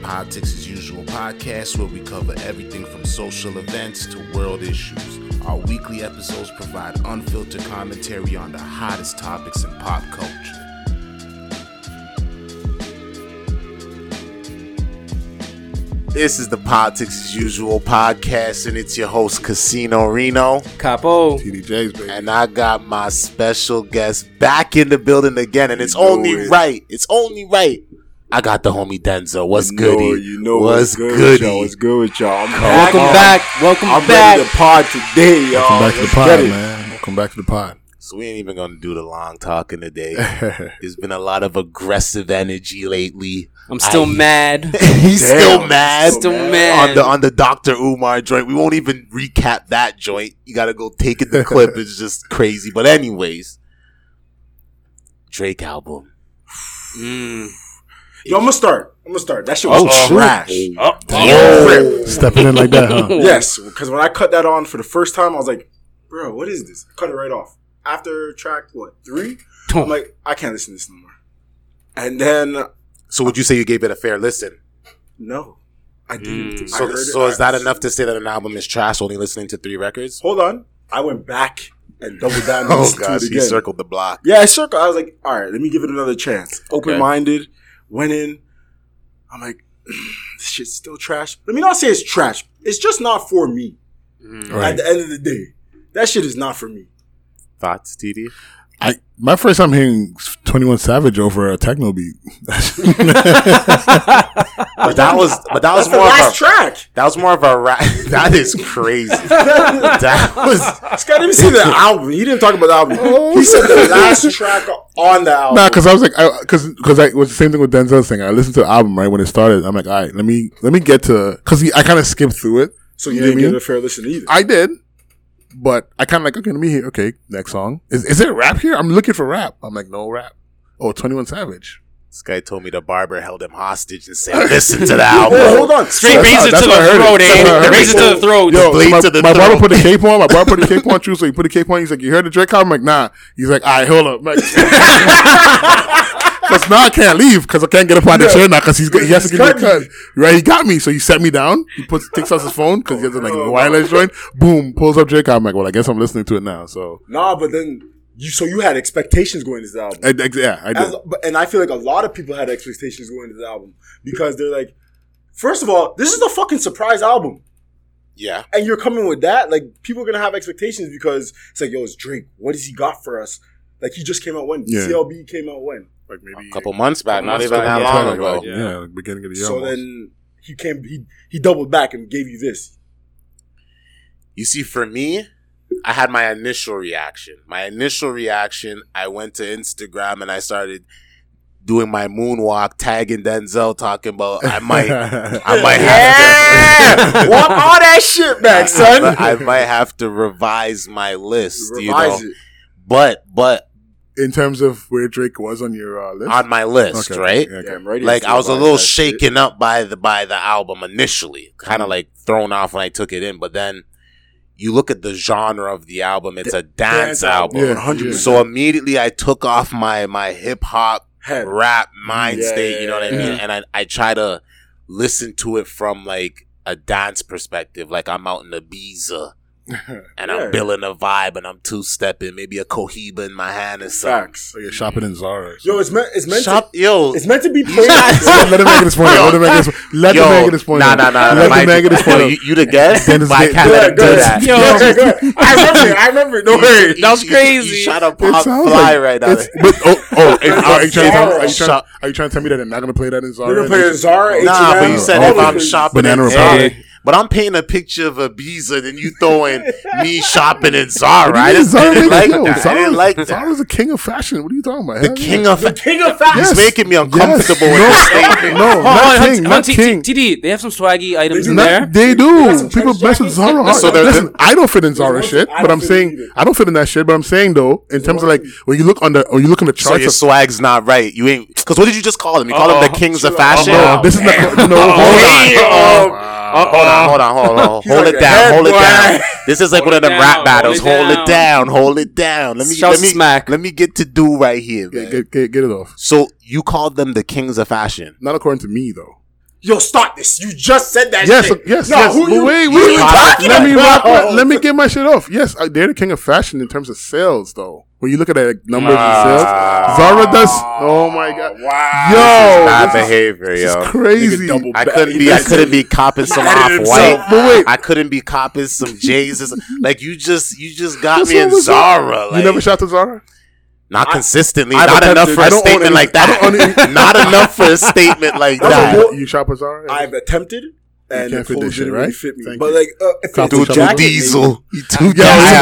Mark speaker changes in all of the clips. Speaker 1: Politics as Usual podcast, where we cover everything from social events to world issues. Our weekly episodes provide unfiltered commentary on the hottest topics in pop culture. This is the Politics as Usual podcast, and it's your host, Casino Reno.
Speaker 2: Capo.
Speaker 3: TDJ's baby.
Speaker 1: And I got my special guest back in the building again, and it's
Speaker 3: You know
Speaker 1: only
Speaker 3: it.
Speaker 1: right. It's only right. I got the homie Denzel. What's
Speaker 3: You know
Speaker 1: goody?
Speaker 3: it, You know
Speaker 1: what's
Speaker 3: good
Speaker 1: goody?
Speaker 3: with y'all. What's good with y'all? I'm back.
Speaker 2: Welcome
Speaker 3: I'm-
Speaker 2: back. Welcome
Speaker 3: I'm
Speaker 2: back.
Speaker 3: ready to pod today, y'all.
Speaker 4: Welcome back to the
Speaker 3: Let's
Speaker 4: pod,
Speaker 3: get it.
Speaker 4: man. Welcome back to the pod.
Speaker 1: So we ain't even gonna do the long talking today. There's been a lot of aggressive energy lately.
Speaker 2: I'm still
Speaker 1: I-
Speaker 2: mad.
Speaker 1: He's
Speaker 3: Damn,
Speaker 1: still mad.
Speaker 2: Still
Speaker 3: mad.
Speaker 2: mad.
Speaker 1: on the on the Dr. Umar joint. We won't even recap that joint. You gotta go take it the clip. It's just crazy. But anyways, Drake album.
Speaker 2: Mm.
Speaker 3: Yo, I'm gonna start. I'm gonna start. That shit was
Speaker 1: Oh,
Speaker 3: all
Speaker 1: shit.
Speaker 3: rash.
Speaker 2: Oh,
Speaker 3: Yo.
Speaker 4: Stepping in like that, huh?
Speaker 3: Yes, because when I cut that on for the first time, I was like, "Bro, what is this?" Cut it right off. After track what three? I'm like, I can't listen to this no more. And then
Speaker 1: So would you say you gave it a fair listen?
Speaker 3: no, I didn't.
Speaker 2: Mm.
Speaker 3: I
Speaker 1: So
Speaker 3: heard it.
Speaker 1: so is
Speaker 3: I-
Speaker 1: that enough to say that an album is trash only listening to three records?
Speaker 3: Hold on. I went back and doubled down. and
Speaker 1: Oh
Speaker 3: listened to
Speaker 1: god, he
Speaker 3: it again.
Speaker 1: circled the block.
Speaker 3: Yeah, I circled. I was like, all right, let me give it another chance. Open minded, went in. I'm like, this shit's still trash. Let me not say it's trash. It's just not for me. At
Speaker 4: Right.
Speaker 3: the end of the day, that shit is not for me.
Speaker 1: Thoughts, T D?
Speaker 4: I my first time hearing Twenty One Savage over a techno beat.
Speaker 1: But that was but that was
Speaker 3: That's the
Speaker 1: more of a,
Speaker 3: last track.
Speaker 1: that was more of a rap. that is crazy. that was
Speaker 3: This guy didn't see the album. He didn't talk about the album. He said the last track on the album.
Speaker 4: nah, because I was like, because because I was the same thing with Denzel's thing. I listened to the album right when it started. I'm like, all right, let me let me get to because I kind of skipped through it.
Speaker 3: so you
Speaker 4: You
Speaker 3: didn't
Speaker 4: know what I
Speaker 3: give
Speaker 4: mean?
Speaker 3: it a fair listen either.
Speaker 4: I did, but I kind of like okay, let me hear. Okay, next song is is there rap here? I'm looking for rap. I'm like, no rap. Oh, 21 Savage.
Speaker 1: This guy told me the barber held him hostage and said, "Listen to the
Speaker 3: Well,
Speaker 1: album."
Speaker 3: hold on.
Speaker 2: Straight
Speaker 3: So-
Speaker 4: That's how-
Speaker 2: razor
Speaker 4: that's
Speaker 2: to
Speaker 4: how I
Speaker 2: the
Speaker 4: heard it.
Speaker 2: throat,
Speaker 4: That's how
Speaker 2: eh?
Speaker 4: I heard
Speaker 2: Razor
Speaker 4: it.
Speaker 2: to the throat.
Speaker 4: Yo,
Speaker 1: blade
Speaker 4: so my,
Speaker 1: to the
Speaker 4: my
Speaker 1: throat.
Speaker 4: barber put a cape on. My barber put a cape on. She was like, "Put a cape on." He's like, "You heard the Drake album?" I'm like, "Nah." He's like, "All right, hold up." I'm like, Cause now I can't leave because I can't get up out of the chair now because he's he has to give me a cut. Right? He got me, so he set me down. He puts takes out his phone because he has a like wireless joint. Boom, pulls up Drake. album. I'm like, "Well, I guess I'm listening to it now." So
Speaker 3: Nah, but then you. So you had expectations going into the album.
Speaker 4: I, I- yeah, I did.
Speaker 3: As- but- and I feel like a lot of people had expectations going into the album because they're like, first of all, this is a fucking surprise album,
Speaker 1: Yeah,
Speaker 3: and you're coming with that. Like, people are gonna have expectations because it's like, yo, it's Drake. What has he got for us? Like, he just came out when
Speaker 4: Yeah.
Speaker 3: CLB came out when.
Speaker 4: Like maybe
Speaker 1: a couple months back, not
Speaker 2: Couple months
Speaker 1: even
Speaker 2: back,
Speaker 1: that
Speaker 2: yeah.
Speaker 1: long ago.
Speaker 4: Yeah, like, beginning of the year.
Speaker 3: so
Speaker 4: almost.
Speaker 3: then he came. He he doubled back and gave you this.
Speaker 1: You see, for me, I had my initial reaction. My initial reaction, I went to Instagram and I started doing my moonwalk, tagging Denzel, talking about I might, I might have to.
Speaker 3: Walk all that shit back, son.
Speaker 1: I, might have to revise my list, you know.
Speaker 3: Revise it.
Speaker 1: But but
Speaker 4: in terms of where Drake was on your uh, list,
Speaker 1: on my list,
Speaker 4: Okay,
Speaker 1: right?
Speaker 4: yeah, okay.
Speaker 3: Yeah, I'm ready
Speaker 1: like
Speaker 3: to
Speaker 1: I was a
Speaker 3: revise
Speaker 1: little
Speaker 3: that shit. Mm-hmm.
Speaker 1: shaken up by the by the album initially, kind of like thrown off when I took it in. But then you look at the genre of the album; it's a dance, album.
Speaker 4: Yeah,
Speaker 3: 100%.
Speaker 1: So immediately I took off my my hip hop
Speaker 3: Head.
Speaker 1: rap mind
Speaker 3: Yeah,
Speaker 1: state, you know what I
Speaker 4: yeah,
Speaker 1: mean, and I I try to listen to it from like a dance perspective, like I'm out in Ibiza. And
Speaker 3: Yeah.
Speaker 1: I'm building a vibe, and I'm two stepping, maybe a cohiba in my hand, and something.
Speaker 3: Facts.
Speaker 4: So you're shopping in Zara. or
Speaker 3: Yo, it's meant. It's meant.
Speaker 1: Shop,
Speaker 3: to,
Speaker 1: yo,
Speaker 3: it's meant to be
Speaker 1: You
Speaker 3: played.
Speaker 1: not-
Speaker 4: let, let him make it his point. Let him make it his point. Let him make it his point.
Speaker 1: Nah, nah, nah. nah,
Speaker 4: Let
Speaker 1: my-
Speaker 4: him make it his
Speaker 1: Yo,
Speaker 4: point.
Speaker 1: you, you the guest?
Speaker 4: Dennis
Speaker 1: but I
Speaker 4: Ga-
Speaker 1: can't let him
Speaker 3: Go
Speaker 1: do
Speaker 3: ahead,
Speaker 1: that.
Speaker 2: go
Speaker 1: You-
Speaker 2: ahead.
Speaker 3: Go ahead. I remember. it, I remember. it, Don't worry.
Speaker 1: you-
Speaker 2: That was
Speaker 1: you-
Speaker 2: crazy.
Speaker 1: You shot a
Speaker 4: It
Speaker 1: pop
Speaker 4: sounds
Speaker 1: fly
Speaker 4: like-
Speaker 1: right now.
Speaker 4: it's- But, oh, oh, and are, you trying to tell,
Speaker 3: Zara.
Speaker 4: are, you trying, are you trying to tell me that they're not going to play that in Zara?
Speaker 3: We're gonna play Zara.
Speaker 1: Nah,
Speaker 3: H&M,
Speaker 1: but you said
Speaker 4: Oh,
Speaker 1: if
Speaker 3: all
Speaker 1: I'm
Speaker 3: these-
Speaker 1: shopping
Speaker 4: Banana
Speaker 1: in
Speaker 4: Republic.
Speaker 1: Zara, but I'm painting a picture of Ibiza, then you throwing me shopping in Zara. I
Speaker 4: Right?
Speaker 1: didn't,
Speaker 4: Zara
Speaker 1: I didn't
Speaker 4: made
Speaker 1: like
Speaker 4: it
Speaker 1: that.
Speaker 4: go.
Speaker 1: I
Speaker 4: Zara,
Speaker 1: didn't like that.
Speaker 4: Zara's the king of fashion. What are you talking about?
Speaker 1: the king of
Speaker 3: The king of fashion.
Speaker 1: He's
Speaker 4: Yes.
Speaker 1: making me uncomfortable with this statement.
Speaker 4: No, not king. Not king.
Speaker 2: TD, they have some swaggy items in
Speaker 4: Not-
Speaker 2: there.
Speaker 4: they
Speaker 3: got
Speaker 4: do.
Speaker 3: some
Speaker 4: People
Speaker 3: trench
Speaker 4: mess with
Speaker 3: jackets.
Speaker 4: Zara. hard.
Speaker 1: So they're-
Speaker 4: Listen, I don't fit in Zara
Speaker 3: ones
Speaker 4: shit,
Speaker 3: I
Speaker 4: but
Speaker 3: don't
Speaker 4: I'm
Speaker 3: fit
Speaker 4: saying
Speaker 3: either.
Speaker 4: I don't fit in that shit. But I'm saying though, in terms of like when you look on the when you look on the
Speaker 1: So your
Speaker 4: charts, of,
Speaker 1: swag's not right. You ain't because what did you just call them? You call them the kings of fashion.
Speaker 4: no, this is not no.
Speaker 1: Hold
Speaker 4: Hold
Speaker 1: on. Hold
Speaker 4: on.
Speaker 1: on, Oh, hold on, hold on, hold
Speaker 3: like
Speaker 1: it
Speaker 3: a
Speaker 1: down,
Speaker 3: head
Speaker 1: hold it
Speaker 3: boy.
Speaker 1: down. This is like one
Speaker 2: Hold
Speaker 1: of
Speaker 2: it
Speaker 1: them rap
Speaker 2: down,
Speaker 1: battles.
Speaker 2: hold it
Speaker 1: Hold it down, hold it down. Let me,
Speaker 2: Shout
Speaker 1: let me,
Speaker 2: smack.
Speaker 1: let me get to do right here, man.
Speaker 4: Get, get, get it off.
Speaker 1: So you called them the kings of fashion.
Speaker 4: Not according to me though.
Speaker 3: Yo, start this. You just said that.
Speaker 4: Yes,
Speaker 3: shit.
Speaker 4: yes,
Speaker 3: no,
Speaker 4: yes.
Speaker 3: Who
Speaker 4: but
Speaker 3: you,
Speaker 4: wait,
Speaker 3: who
Speaker 4: wait.
Speaker 3: you talking
Speaker 4: let me
Speaker 3: about?
Speaker 4: wrap my, let me get my shit off. Yes, uh, they're the king of fashion in terms of sales, though. When you look at the numbers and sales, Zara does. Oh my god,
Speaker 1: Wow.
Speaker 4: Yo,
Speaker 1: bad
Speaker 4: this is-
Speaker 1: behavior,
Speaker 4: it's
Speaker 1: yo.
Speaker 4: crazy.
Speaker 3: double-
Speaker 1: I couldn't be. I couldn't be copping some
Speaker 3: Added
Speaker 1: off
Speaker 3: himself.
Speaker 1: white.
Speaker 4: But wait.
Speaker 1: I couldn't be copping some J's. It's- Like you just, you just got
Speaker 4: That's
Speaker 1: me
Speaker 4: what
Speaker 1: in
Speaker 4: was up.
Speaker 1: Zara.
Speaker 4: you
Speaker 1: Like,
Speaker 4: never shot to Zara?
Speaker 1: not consistently.
Speaker 4: I've
Speaker 1: not
Speaker 4: attempted-
Speaker 1: enough for
Speaker 4: I
Speaker 1: a
Speaker 4: don't own
Speaker 1: statement
Speaker 4: any-
Speaker 1: like
Speaker 4: I don't own
Speaker 1: that.
Speaker 4: any-
Speaker 1: Not enough for a statement like
Speaker 3: That's a
Speaker 1: that.
Speaker 3: bull-
Speaker 4: You shot with Zara?
Speaker 3: I've attempted and
Speaker 4: You
Speaker 3: the
Speaker 4: can't fit
Speaker 3: clothes
Speaker 4: this shit,
Speaker 3: didn't
Speaker 4: right?
Speaker 3: really fit me.
Speaker 4: Thank
Speaker 3: but
Speaker 4: you.
Speaker 3: like, uh, if
Speaker 4: Stop
Speaker 3: it's
Speaker 4: the
Speaker 3: a
Speaker 4: trouble.
Speaker 3: jacket, maybe.
Speaker 1: Diesel. You too
Speaker 4: Yeah,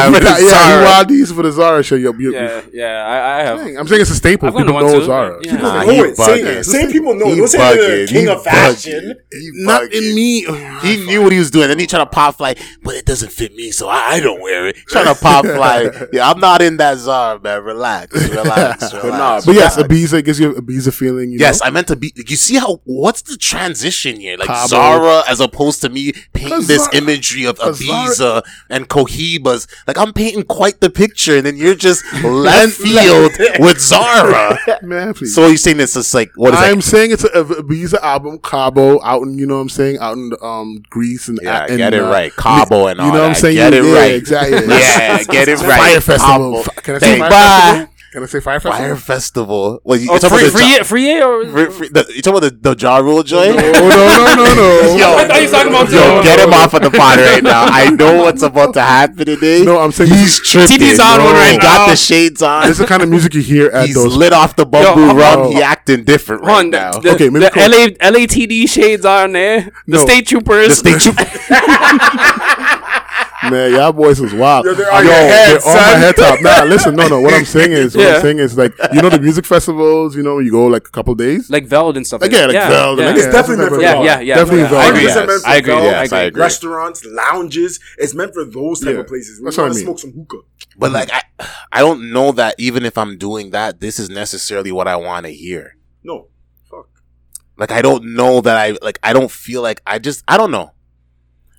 Speaker 1: goddamn
Speaker 4: yeah, yeah,
Speaker 1: Zara.
Speaker 4: you wild these for the Zara show. Yo, you,
Speaker 2: Yeah, yeah, I, I have.
Speaker 4: Dang, I'm saying it's a staple.
Speaker 2: I've gotten
Speaker 4: People
Speaker 2: one
Speaker 4: know
Speaker 2: too.
Speaker 4: Zara.
Speaker 2: Yeah.
Speaker 3: People
Speaker 1: Nah,
Speaker 3: know
Speaker 1: he
Speaker 3: it. Same,
Speaker 1: bugging.
Speaker 3: same people know.
Speaker 1: He
Speaker 3: Don't say they're the
Speaker 1: bugging.
Speaker 3: king
Speaker 1: He
Speaker 3: of fashion.
Speaker 1: bugging. He
Speaker 4: Not
Speaker 1: bugging.
Speaker 4: in me.
Speaker 1: He knew what he was doing, and he trying to pop fly, but it doesn't fit me, so I, I don't wear it. Trying to pop fly, yeah, I'm not in that czar, man. Relax, relax, relax.
Speaker 3: nah,
Speaker 4: But yes, Ibiza gives you Ibiza feeling. You
Speaker 1: yes, I meant to be. You see how? What's the transition here? Like
Speaker 4: Cabo.
Speaker 1: Zara, as opposed to me painting
Speaker 4: Cause
Speaker 1: this
Speaker 4: Zara-
Speaker 1: imagery of
Speaker 4: cause Zara-
Speaker 1: Ibiza and Cohibas. Like I'm painting quite the picture, and then you're just left field with Zara.
Speaker 4: know? man, please.
Speaker 1: So you're saying this is like what is
Speaker 4: I'm
Speaker 1: that?
Speaker 4: saying it's a Ibiza album, Cabo, out in you know what I'm saying, out in um Greece and
Speaker 1: Yeah,
Speaker 4: and,
Speaker 1: get it
Speaker 4: uh,
Speaker 1: right, Cabo and
Speaker 4: You
Speaker 1: all
Speaker 4: know what I'm
Speaker 1: that.
Speaker 4: saying?
Speaker 1: Get it
Speaker 4: Yeah,
Speaker 1: right,
Speaker 4: exactly.
Speaker 1: Yeah, get it right.
Speaker 4: Fire festival.
Speaker 1: Cabo.
Speaker 4: F- Can I say
Speaker 1: Thank
Speaker 4: fire
Speaker 1: God.
Speaker 4: festival? Can I say fire festival?
Speaker 1: Fire Festival. Well, you,
Speaker 2: Oh,
Speaker 1: are talking
Speaker 2: free,
Speaker 1: about
Speaker 2: free,
Speaker 1: the,
Speaker 2: year, free year or?
Speaker 1: Ja, free, free, the you talking about the, the Ja Rule joint?
Speaker 4: Oh no no no no!
Speaker 1: Yo,
Speaker 2: I thought you was talking about Ja
Speaker 1: yo,
Speaker 2: Rule.
Speaker 1: get him off of the pod right now. I know what's about to happen today.
Speaker 4: No, I'm saying
Speaker 1: he's
Speaker 4: this-
Speaker 1: tripping.
Speaker 2: TD's on
Speaker 4: one right
Speaker 1: He got
Speaker 2: now.
Speaker 1: the shades on.
Speaker 4: This is the kind of music you hear at
Speaker 1: He's
Speaker 4: those.
Speaker 1: lit off the bamboo
Speaker 2: Yo, hold
Speaker 1: rum.
Speaker 4: on.
Speaker 1: He acting different right
Speaker 2: Hold on,
Speaker 1: now.
Speaker 2: the, the,
Speaker 4: Okay,
Speaker 2: okay,
Speaker 4: maybe
Speaker 2: the
Speaker 4: cool.
Speaker 2: LA, LATD shades on there. The
Speaker 4: No.
Speaker 2: state troopers.
Speaker 1: The state troop-
Speaker 4: Man, y'all boys is wild.
Speaker 3: Yo, they're on
Speaker 4: Yo,
Speaker 3: your head,
Speaker 4: they're on my
Speaker 3: son.
Speaker 4: head top. Nah, listen, no, no. What I'm saying is, what I'm
Speaker 2: Yeah.
Speaker 4: saying is, like, you know, the music festivals. You know, you go like a couple days.
Speaker 2: like Veld and stuff.
Speaker 4: Like, yeah, like
Speaker 2: yeah,
Speaker 4: Veld,
Speaker 2: Yeah,
Speaker 4: like,
Speaker 3: It's
Speaker 4: yeah,
Speaker 3: definitely
Speaker 4: that's
Speaker 3: meant for
Speaker 2: yeah,
Speaker 4: what
Speaker 2: yeah, yeah,
Speaker 3: y'all.
Speaker 2: yeah.
Speaker 4: Definitely
Speaker 2: yeah.
Speaker 4: Veld.
Speaker 2: I
Speaker 4: I
Speaker 2: agree.
Speaker 1: agree,
Speaker 2: Yes,
Speaker 1: yes,
Speaker 2: I agree.
Speaker 1: I agree,
Speaker 2: yeah,
Speaker 1: yes,
Speaker 2: I
Speaker 1: I
Speaker 2: agree.
Speaker 1: agree.
Speaker 3: Restaurants, lounges. It's meant for those type
Speaker 4: Yeah.
Speaker 3: of places. We
Speaker 4: That's what I
Speaker 3: want to
Speaker 4: mean.
Speaker 3: smoke some hookah.
Speaker 1: but like, I, I don't know that even if I'm doing that, this is necessarily what I want to hear.
Speaker 3: No, fuck.
Speaker 1: Like, I don't know that I like. I don't feel like I just. I don't know.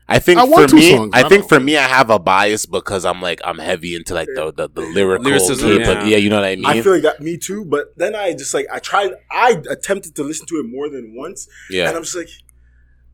Speaker 1: I think
Speaker 4: I want
Speaker 1: for
Speaker 4: two
Speaker 1: me,
Speaker 4: songs.
Speaker 1: I,
Speaker 4: I
Speaker 1: think
Speaker 4: don't-
Speaker 1: for me, I have a bias because I'm like I'm heavy into like the the, the lyrical
Speaker 2: Lyricism,
Speaker 1: the-
Speaker 2: yeah.
Speaker 1: yeah, you know what I mean.
Speaker 3: I feel like that. Me too. But then I just like I tried. I attempted to listen to it more than once,
Speaker 1: yeah,
Speaker 3: and I'm just like,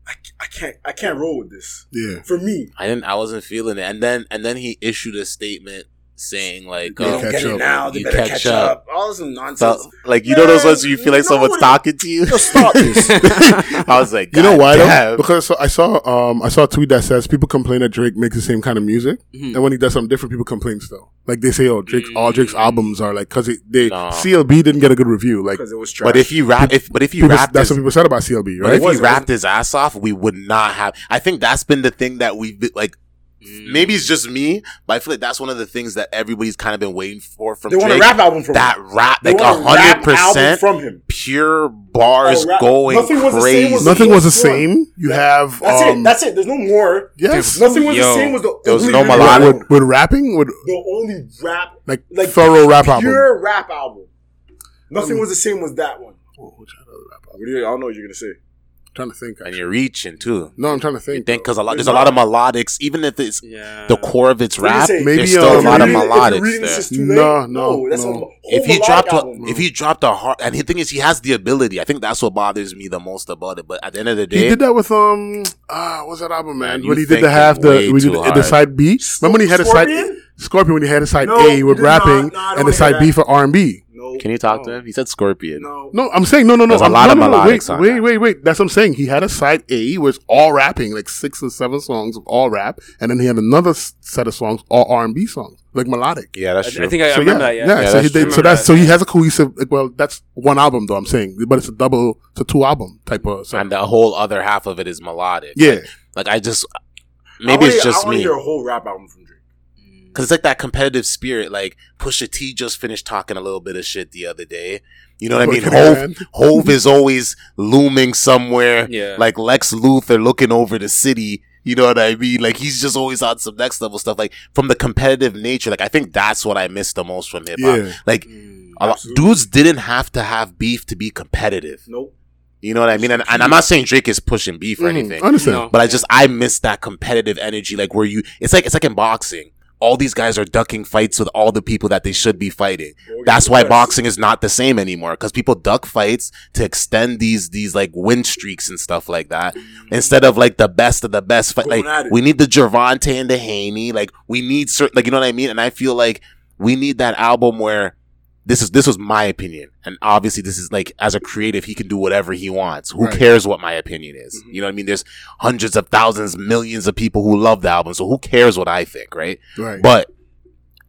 Speaker 3: I, I can't. I can't roll with this.
Speaker 4: Yeah.
Speaker 3: For me,
Speaker 1: I didn't. I wasn't feeling it. And then and then he issued a statement saying like,
Speaker 3: they
Speaker 4: Yeah,
Speaker 1: um,
Speaker 3: don't
Speaker 4: catch
Speaker 3: get
Speaker 4: up.
Speaker 3: it now. They
Speaker 1: You
Speaker 3: better
Speaker 1: catch
Speaker 3: catch,
Speaker 1: up.
Speaker 3: up. All this nonsense.
Speaker 1: so- like you know those ones you feel like
Speaker 3: No,
Speaker 1: someone's
Speaker 3: what-
Speaker 1: talking to you.
Speaker 3: Yo, stop this.
Speaker 1: I was like,
Speaker 4: You know
Speaker 1: "God
Speaker 4: why? Though?
Speaker 1: damn."
Speaker 4: Because so- I saw um I saw a tweet that says people complain that Drake makes the same kind of music,
Speaker 2: Mhm.
Speaker 4: and when he does something different, people complain still. Like they say, oh, Drake, all Drake's albums are like because they
Speaker 1: No.
Speaker 4: CLB didn't get a good review. Like
Speaker 3: Because it was trash.
Speaker 1: But if he rap, if but if he
Speaker 4: people,
Speaker 1: rapped,
Speaker 4: that's
Speaker 1: his,
Speaker 4: what people said about CLB,
Speaker 1: but
Speaker 4: right?
Speaker 1: if
Speaker 3: It
Speaker 1: he
Speaker 3: was-
Speaker 1: rapped his ass off, we would not have. I think that's been the thing that we've been, like. Maybe it's just me, but I feel like that's one of the things that everybody's kind of been waiting for from
Speaker 3: they want a
Speaker 1: Drake.
Speaker 3: rap album from
Speaker 1: that
Speaker 3: him.
Speaker 1: rap,
Speaker 3: They
Speaker 1: like
Speaker 3: want
Speaker 1: a
Speaker 3: a rap
Speaker 1: hundred percent
Speaker 3: album from him.
Speaker 1: pure bars
Speaker 3: A rap-
Speaker 1: going
Speaker 3: nothing was the
Speaker 1: crazy.
Speaker 3: same was-
Speaker 4: Nothing was the
Speaker 3: What's wrong?
Speaker 4: same. You have
Speaker 3: That's
Speaker 4: um,
Speaker 3: it. That's it. There's no more.
Speaker 4: yes.
Speaker 3: Nothing was
Speaker 2: Yo,
Speaker 3: the same. Was the
Speaker 1: there was
Speaker 3: only
Speaker 1: no
Speaker 3: rap
Speaker 1: melodic-
Speaker 3: album.
Speaker 4: with, with rapping, with
Speaker 3: the only rap
Speaker 4: like,
Speaker 3: like
Speaker 4: thorough rap album.
Speaker 3: pure rap album.
Speaker 1: Um,
Speaker 3: Nothing was the same was that one.
Speaker 4: Oh,
Speaker 3: What do you- I don't know what you're gonna say.
Speaker 4: trying to think.
Speaker 1: and
Speaker 4: Actually.
Speaker 1: you're reaching too.
Speaker 4: No, I'm trying to
Speaker 1: You
Speaker 4: think.
Speaker 1: think because a lot
Speaker 3: There's
Speaker 1: there's a lot of
Speaker 3: not.
Speaker 1: melodics, even if it's
Speaker 2: Yeah.
Speaker 1: the core of its
Speaker 3: What do you
Speaker 1: rap,
Speaker 3: say?
Speaker 1: there's
Speaker 4: Maybe,
Speaker 1: still
Speaker 4: uh,
Speaker 1: a lot of
Speaker 4: if you're
Speaker 1: melodics there.
Speaker 4: No, no,
Speaker 3: that's
Speaker 4: no.
Speaker 3: a whole
Speaker 1: If he
Speaker 3: melodic
Speaker 1: dropped, a,
Speaker 3: album.
Speaker 1: if he dropped a hard, and the thing is, he has the ability. I think that's what bothers me the most about it. But at the end of the
Speaker 4: He
Speaker 1: day,
Speaker 4: did that with um, ah, what's that album, man?
Speaker 1: Man,
Speaker 4: when
Speaker 1: you
Speaker 4: he did the
Speaker 1: thinking
Speaker 4: half
Speaker 1: way
Speaker 4: the we did
Speaker 1: too
Speaker 4: the, the
Speaker 1: hard.
Speaker 4: side B. Remember when he had a side
Speaker 3: Scorpion?
Speaker 4: Scorpion when he had a side
Speaker 3: No,
Speaker 4: A
Speaker 3: you
Speaker 4: with
Speaker 3: did not.
Speaker 4: rapping
Speaker 3: No, I don't
Speaker 4: and the
Speaker 3: wanna
Speaker 4: side
Speaker 3: hear
Speaker 4: B
Speaker 3: that.
Speaker 4: for R and B.
Speaker 3: no,
Speaker 1: can you talk
Speaker 3: no,
Speaker 1: to him? He said Scorpion.
Speaker 3: No,
Speaker 4: No, I'm saying no, no, no.
Speaker 1: There's a
Speaker 4: I'm,
Speaker 1: lot
Speaker 4: no,
Speaker 1: of
Speaker 4: no, no,
Speaker 1: melodics
Speaker 4: wait,
Speaker 1: on
Speaker 4: wait,
Speaker 1: that.
Speaker 4: wait, wait. That's what I'm saying. He had a side A was all rapping, like six or seven songs of all rap, and then he had another s- set of songs, all R and B songs, like melodic.
Speaker 1: Yeah, that's
Speaker 2: I,
Speaker 1: true.
Speaker 2: I think I, I
Speaker 4: so yeah,
Speaker 2: remember that. Yeah.
Speaker 1: Yeah,
Speaker 4: so
Speaker 1: that's
Speaker 4: he
Speaker 1: true.
Speaker 4: did, so that's so he has a cohesive. Like, well, that's one album though. I'm saying, but it's a double, it's a two album type of. So,
Speaker 1: and the whole other half of it is melodic.
Speaker 4: yeah,
Speaker 1: Like I just,
Speaker 3: I
Speaker 1: maybe
Speaker 3: wanna-
Speaker 1: it's just
Speaker 3: I wanna
Speaker 1: me
Speaker 3: Hear a whole rap album from Drake.
Speaker 1: because it's like that competitive spirit. Like Pusha T just finished talking a little bit of shit the other day. You know what I mean?
Speaker 4: Fucking
Speaker 1: Hove,
Speaker 4: man.
Speaker 1: Hove is always looming somewhere.
Speaker 2: Yeah.
Speaker 1: Like Lex Luthor looking over the city. You know what I mean? Like he's just always on some next level stuff. Like from the competitive nature, like I think that's what I miss the most from hip hop.
Speaker 4: Yeah.
Speaker 1: Like
Speaker 3: Mm.
Speaker 1: a lot,
Speaker 3: absolutely.
Speaker 1: dudes didn't have to have beef to be competitive.
Speaker 3: Nope.
Speaker 1: You know what I mean? And, and I'm not saying Drake is pushing beef or
Speaker 4: Mhm.
Speaker 1: anything,
Speaker 4: I understand.
Speaker 2: No.
Speaker 1: but I just I miss that competitive energy. Like where you, it's like it's like in boxing. all these guys are ducking fights with all the people that they should be fighting. That's why boxing is not the same anymore because people duck fights to extend these these like win streaks and stuff like that instead of like the best of the best fight.
Speaker 3: Going at
Speaker 1: Like
Speaker 3: it.
Speaker 1: we need the Gervonta and the Haney. Like we need certain like you know what I mean. And I feel like we need that album where this is this was my opinion and obviously this is like as a creative he can do whatever he wants who
Speaker 4: Right.
Speaker 1: cares what my opinion is
Speaker 3: Mm-hmm.
Speaker 1: you know what i mean there's hundreds of thousands millions of people who love the album so who cares what i think right
Speaker 4: Right.
Speaker 1: but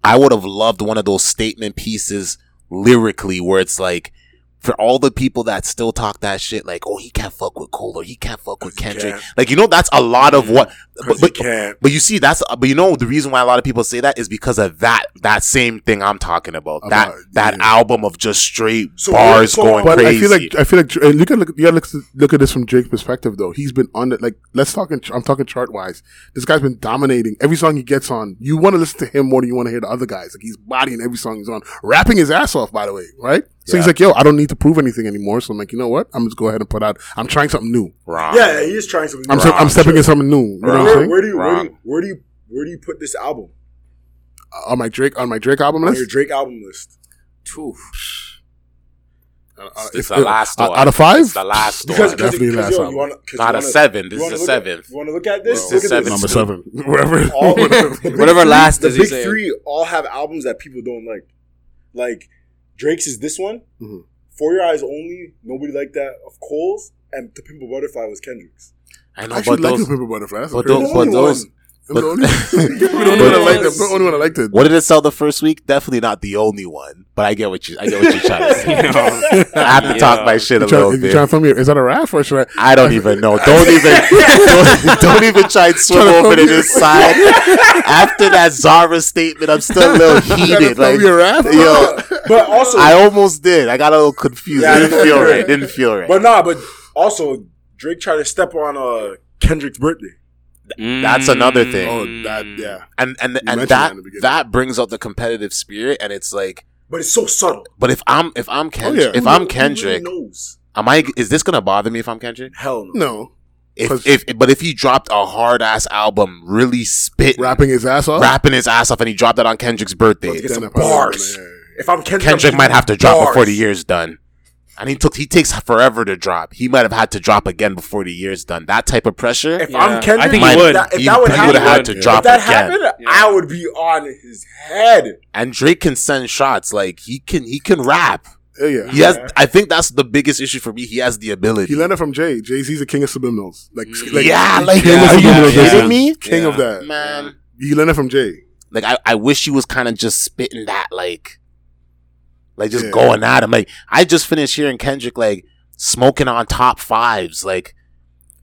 Speaker 1: I would have loved one of those statement pieces lyrically where it's like, for all the people that still talk that shit, like, oh, he can't fuck with Cole or he can't fuck with
Speaker 3: he
Speaker 1: Kendrick.
Speaker 3: can't.
Speaker 1: Like, you know, that's a lot of what, but,
Speaker 3: but
Speaker 1: but,
Speaker 3: can't.
Speaker 1: but you see, that's, but you know, the reason why a lot of people say that is because of that, that same thing I'm talking about. that,
Speaker 4: About-
Speaker 1: that
Speaker 4: yeah.
Speaker 1: album of just straight
Speaker 3: So
Speaker 1: bars
Speaker 3: so-
Speaker 1: going
Speaker 4: But
Speaker 1: crazy.
Speaker 4: I feel like I feel like and you gotta look, you gotta look, look at this from Drake's perspective though. He's been on the like let's talk. In, I'm talking chart wise. This guy's been dominating every song he gets on. You want to listen to him more than you want to hear the other guys. Like he's bodying every song he's on, rapping his ass off. By the way, right? So he's like, yo, I don't need to prove anything anymore. So I'm like, you know what? I'm just go ahead and put out. I'm trying something new.
Speaker 1: Wrong.
Speaker 3: Yeah, he is trying something.
Speaker 4: I'm
Speaker 3: new.
Speaker 4: se- I'm stepping in something new. You know what I'm
Speaker 3: Where,
Speaker 4: saying?
Speaker 3: where do you, where do you
Speaker 1: Wrong.
Speaker 3: where do you where do you put this album
Speaker 4: on my Drake on my Drake album
Speaker 3: on your
Speaker 4: list.
Speaker 3: Drake album list?
Speaker 4: Oh, Uh,
Speaker 1: It's the last
Speaker 4: uh,
Speaker 1: one.
Speaker 4: out of five.
Speaker 1: It's the last
Speaker 3: Because
Speaker 1: one.
Speaker 4: Definitely
Speaker 3: because because, yo,
Speaker 4: last album.
Speaker 3: you wanna, 'cause
Speaker 1: Not
Speaker 3: you
Speaker 1: a
Speaker 3: wanna-
Speaker 1: seven. This
Speaker 3: you
Speaker 1: is
Speaker 3: wanna
Speaker 1: a
Speaker 3: look at-
Speaker 1: seven.
Speaker 3: You want to look at this?
Speaker 1: This
Speaker 3: Look
Speaker 1: is
Speaker 3: at this.
Speaker 1: seven.
Speaker 4: number seven, whatever.
Speaker 3: All-
Speaker 2: Whatever last
Speaker 3: the
Speaker 2: is he
Speaker 3: big
Speaker 2: saying.
Speaker 3: three all have albums that people don't like. Like Drake's is this one,
Speaker 4: Mhm.
Speaker 3: For Your Eyes Only. Nobody liked that of Cole's, and To Pimp a Butterfly was Kendrick's.
Speaker 1: I
Speaker 4: I
Speaker 1: know,
Speaker 4: actually
Speaker 1: but
Speaker 4: like
Speaker 1: those,
Speaker 4: the paper butterfly. That's
Speaker 1: but
Speaker 4: crazy.
Speaker 1: those,
Speaker 3: the
Speaker 1: but
Speaker 3: only
Speaker 1: those,
Speaker 3: one.
Speaker 4: I'm the only, I'm the only one that liked it. I'm the only one that liked it.
Speaker 1: What did it sell the first week? Definitely not the only one, but I get what you I get what you're trying to say. I have to
Speaker 2: Yeah.
Speaker 1: talk my shit a
Speaker 4: You trying,
Speaker 1: little
Speaker 4: you
Speaker 1: bit.
Speaker 4: trying to film your, is that a rap or should I?
Speaker 1: I don't even know. Don't even don't, don't even try and swim
Speaker 4: Trying to
Speaker 1: over to
Speaker 4: film
Speaker 1: this side. After that Zara statement, I'm still a little heated. Like
Speaker 4: your rap?
Speaker 1: yo,
Speaker 3: But also,
Speaker 1: I almost did. I got a little confused.
Speaker 3: Yeah, I
Speaker 1: didn't
Speaker 3: know
Speaker 1: feel
Speaker 3: you're
Speaker 1: right.
Speaker 3: right.
Speaker 1: Didn't feel right.
Speaker 3: but nah, but also Drake tried to step on uh, Kendrick's birthday.
Speaker 1: That's another thing.
Speaker 4: Oh, that, yeah.
Speaker 1: and and and
Speaker 4: mentioned that
Speaker 1: that
Speaker 4: in the beginning.
Speaker 1: that brings up the competitive spirit, and it's like,
Speaker 3: But it's so subtle.
Speaker 1: but if I'm if I'm Kendrick,
Speaker 4: Oh, yeah.
Speaker 1: if
Speaker 3: Who
Speaker 1: I'm
Speaker 3: knows- who
Speaker 1: Kendrick,
Speaker 3: really knows?
Speaker 1: am I? Is this gonna bother me if I'm Kendrick?
Speaker 3: Hell no.
Speaker 4: No.
Speaker 1: If,
Speaker 4: 'Cause-
Speaker 1: if but if he dropped a hard ass album, really spit
Speaker 4: Rapping his ass off?
Speaker 1: rapping his ass off, and he dropped that on Kendrick's birthday,
Speaker 3: Get some
Speaker 4: Then I probably-
Speaker 3: bars.
Speaker 4: yeah, yeah, yeah.
Speaker 3: If I'm Kendrick,
Speaker 1: Kendrick
Speaker 3: I'm
Speaker 1: might have to drop
Speaker 3: bars.
Speaker 1: before the year's done. And he took he takes forever to drop. He might have had to drop again before the year's done. That type of pressure,
Speaker 3: If
Speaker 2: Yeah.
Speaker 3: I'm Kendrick,
Speaker 2: I think
Speaker 1: he
Speaker 3: if
Speaker 1: would.
Speaker 3: That, if
Speaker 1: he
Speaker 3: that would
Speaker 1: would
Speaker 3: happen,
Speaker 1: have had
Speaker 2: would.
Speaker 1: to
Speaker 2: Yeah.
Speaker 1: drop
Speaker 3: if that
Speaker 1: again.
Speaker 3: happened,
Speaker 2: Yeah.
Speaker 3: I would be on his head.
Speaker 1: And Drake can send shots like he can. He can rap.
Speaker 4: Yeah, yeah.
Speaker 1: He has. I think that's the biggest issue for me. He has the ability.
Speaker 4: He learned it from Jay. Jay Z's a king of subliminals. Like, like
Speaker 1: yeah, like
Speaker 4: king
Speaker 2: yeah,
Speaker 4: of
Speaker 1: are you
Speaker 4: subliminals.
Speaker 2: yeah,
Speaker 4: Jay-Z.
Speaker 1: kidding me,
Speaker 4: King of
Speaker 2: Yeah.
Speaker 4: that.
Speaker 1: man?
Speaker 4: He learned it from Jay.
Speaker 1: Like I, I wish he was kind of just spitting that like like just
Speaker 4: Yeah.
Speaker 1: going at him. Like I just finished hearing Kendrick like smoking on top fives. Like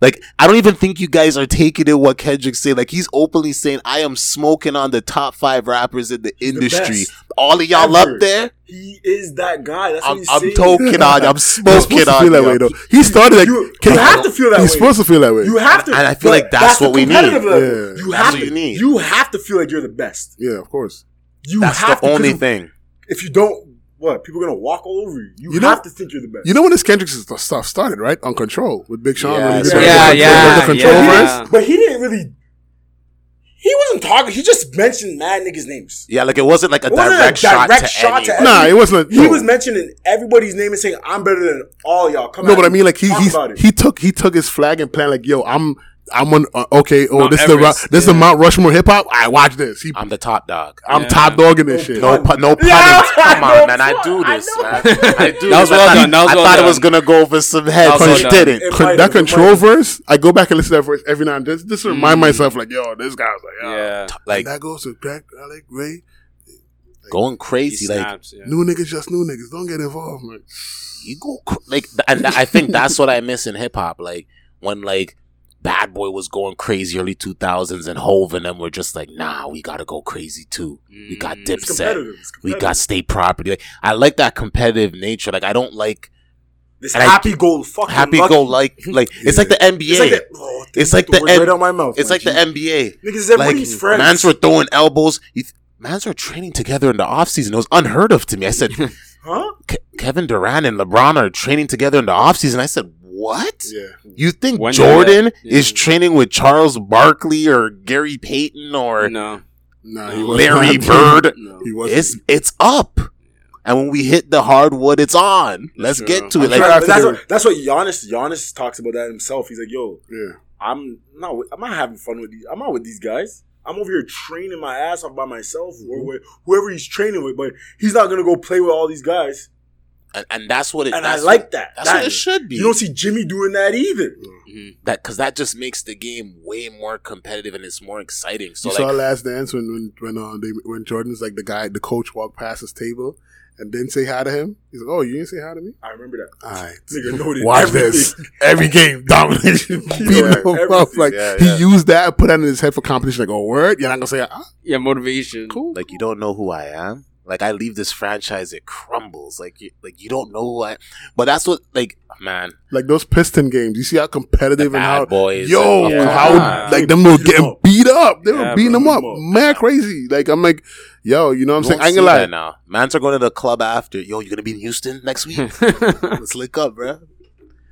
Speaker 1: like I don't even think you guys are taking in what Kendrick said. Like he's openly saying, I am smoking on the top five rappers in the industry.
Speaker 3: best
Speaker 1: All of y'all
Speaker 3: ever.
Speaker 1: up there,
Speaker 3: He is that guy. That's what
Speaker 1: I'm,
Speaker 3: he's
Speaker 1: I'm
Speaker 3: saying.
Speaker 1: toking on you. I'm
Speaker 4: He's
Speaker 1: smoking
Speaker 4: supposed to
Speaker 1: on
Speaker 4: feel that
Speaker 1: you.
Speaker 4: way, though. He started like,
Speaker 3: you,
Speaker 4: King-
Speaker 3: you have to feel that way.
Speaker 4: he's supposed to feel that way.
Speaker 3: You have to.
Speaker 1: And I feel
Speaker 3: but
Speaker 1: like that's
Speaker 3: the
Speaker 1: what we need.
Speaker 3: competitive level.
Speaker 4: Yeah.
Speaker 3: You
Speaker 1: That's
Speaker 3: have
Speaker 1: what
Speaker 3: to.
Speaker 1: you need.
Speaker 3: You have to feel like you're the best.
Speaker 4: Yeah, of course.
Speaker 3: You
Speaker 1: That's
Speaker 3: have
Speaker 1: the
Speaker 3: to, 'cause
Speaker 1: only
Speaker 3: if-
Speaker 1: thing.
Speaker 3: If you don't, what people are gonna walk all over you. You,
Speaker 4: You know-
Speaker 3: have to think you're the best.
Speaker 4: You know when this Kendrick's stuff started, right? On Control with Big Sean. when he
Speaker 1: Yes.
Speaker 4: did the-
Speaker 2: Yeah,
Speaker 4: the- the-
Speaker 2: yeah,
Speaker 4: the Control
Speaker 2: yeah.
Speaker 4: verse.
Speaker 2: know-
Speaker 3: but he didn't really. He wasn't talking. He just mentioned mad niggas' names.
Speaker 1: Yeah, like it wasn't like a
Speaker 3: It wasn't a
Speaker 1: direct, shot,
Speaker 3: direct
Speaker 1: to
Speaker 3: shot to
Speaker 1: anyone.
Speaker 3: anyone.
Speaker 4: Nah, it wasn't.
Speaker 3: He
Speaker 4: no.
Speaker 3: was mentioning everybody's name and saying, "I'm better than all y'all." Come
Speaker 4: No,
Speaker 3: at
Speaker 4: but I mean, like he
Speaker 3: Talk
Speaker 4: he's,
Speaker 3: about it.
Speaker 4: he took he took his flag and plan like, yo, I'm I'm on uh, okay. Oh,
Speaker 2: Mount
Speaker 4: this is the
Speaker 2: Everest,
Speaker 4: Ru- this is the Mount Rushmore hip hop. I watch this. He,
Speaker 1: I'm the top dog.
Speaker 4: I'm
Speaker 2: Yeah.
Speaker 4: top dogging this shit.
Speaker 1: No, pu- no pun.
Speaker 3: Yeah,
Speaker 1: Come
Speaker 3: no
Speaker 1: on, man. I
Speaker 3: pun.
Speaker 1: do
Speaker 3: I
Speaker 1: this,
Speaker 3: know.
Speaker 1: man. I do.
Speaker 2: That was
Speaker 1: this. I
Speaker 2: well
Speaker 1: thought-
Speaker 2: done. That was
Speaker 1: I
Speaker 2: well
Speaker 1: thought it
Speaker 2: done.
Speaker 1: was gonna go over some heads,
Speaker 2: That was
Speaker 1: but
Speaker 2: well
Speaker 1: it
Speaker 2: done.
Speaker 1: didn't.
Speaker 3: It
Speaker 4: Con-
Speaker 3: might-
Speaker 4: that
Speaker 3: it might-
Speaker 4: control verse, I go back and listen to that verse every now and then. This to remind myself, like, yo, this guy's like, yo.
Speaker 2: Mm. Yeah.
Speaker 1: Like
Speaker 4: that goes to Black Alec Ray.
Speaker 1: going
Speaker 2: He
Speaker 1: crazy, like
Speaker 2: snaps, yeah.
Speaker 4: New niggas, just new niggas. Don't get involved, man.
Speaker 1: you go cr- like, th- and I think that's what I miss in hip hop. Like when like Bad Boy was going crazy early two thousands, and Hove and them were just like, nah, we gotta go crazy too. We got
Speaker 2: Mm.
Speaker 3: It's
Speaker 1: Dipset.
Speaker 3: competitive. It's
Speaker 1: We
Speaker 3: competitive.
Speaker 1: got state property. Like I like that competitive nature. Like I don't like
Speaker 3: this
Speaker 1: and I-
Speaker 3: happy go fucking
Speaker 1: happy
Speaker 3: lucky.
Speaker 1: go like like it's like the NBA.
Speaker 3: It's like the, oh,
Speaker 1: It's like
Speaker 3: the,
Speaker 1: the
Speaker 3: word
Speaker 1: end-
Speaker 3: right out my mouth.
Speaker 1: it's like the NBA.
Speaker 3: niggas is everybody's
Speaker 1: like,
Speaker 3: friends.
Speaker 1: Mans were throwing elbows. You th- Mans were training together in the offseason. It was unheard of to me. I said,
Speaker 3: huh?
Speaker 1: Ke- Kevin Durant and LeBron are training together in the offseason. I said, what?
Speaker 4: Yeah,
Speaker 1: You think
Speaker 2: When did
Speaker 1: Jordan
Speaker 2: that-
Speaker 1: is
Speaker 2: Yeah.
Speaker 1: training with Charles Barkley or Gary Payton or
Speaker 2: No.
Speaker 4: Nah, he wasn't
Speaker 1: Larry
Speaker 4: on
Speaker 1: Bird.
Speaker 4: team. He wasn't.
Speaker 1: It's it's up. And when we hit the hardwood, it's on. Let's
Speaker 2: Sure.
Speaker 1: get to
Speaker 4: I'm
Speaker 1: it. Like
Speaker 4: sure
Speaker 3: But
Speaker 4: after
Speaker 3: that's,
Speaker 4: the-
Speaker 3: what, that's what Giannis Giannis talks about that himself. He's like, "Yo,
Speaker 4: yeah.
Speaker 3: I'm not. with- I'm not having fun with these. I'm not with these guys. I'm over here training my ass off by myself
Speaker 4: Mm-hmm.
Speaker 3: or with whoever he's training with. But he's not gonna go play with all these guys.
Speaker 1: and, and that's what it
Speaker 3: And I
Speaker 1: that's
Speaker 3: like that.
Speaker 1: that's what
Speaker 3: That-
Speaker 1: it should be.
Speaker 3: You don't see Jimmy doing that either.
Speaker 1: that because that just makes the game way more competitive and it's more exciting. So
Speaker 4: you
Speaker 1: like
Speaker 4: saw Last Dance when when when uh, they when Jordan's like the guy the coach walked past his table and didn't say hi to him. He's like, "Oh, you didn't say hi to me."
Speaker 3: I remember that.
Speaker 4: All right,
Speaker 3: Nigga noted
Speaker 4: watch
Speaker 3: everything.
Speaker 4: this every game domination.
Speaker 3: Yeah,
Speaker 4: Beating him up.
Speaker 3: everything.
Speaker 4: Like
Speaker 1: Yeah, yeah.
Speaker 4: he used that and put that in his head for competition. Like, oh word, you're not gonna say ah,
Speaker 2: Yeah, motivation.
Speaker 4: cool.
Speaker 1: like you don't know who I am. Like I leave this franchise, it crumbles. Like you, like you don't know who I. But that's what like man,
Speaker 4: Like those Piston games. You see how
Speaker 1: the
Speaker 4: competitive
Speaker 1: bad
Speaker 4: and how
Speaker 1: boys.
Speaker 4: yo
Speaker 1: and- yeah.
Speaker 4: how
Speaker 2: Yeah.
Speaker 4: like them little getting beat up. They
Speaker 2: Yeah,
Speaker 4: were beating
Speaker 2: bro.
Speaker 4: them up,
Speaker 3: Beat 'em up.
Speaker 4: mad crazy. Like I'm like, yo, you know what I'm
Speaker 1: You
Speaker 4: saying?
Speaker 1: won't
Speaker 4: I ain't
Speaker 1: see
Speaker 4: gonna lie.
Speaker 1: that now. Mans are going to the club after. Yo, you gonna be in Houston next week? Let's link up, bro.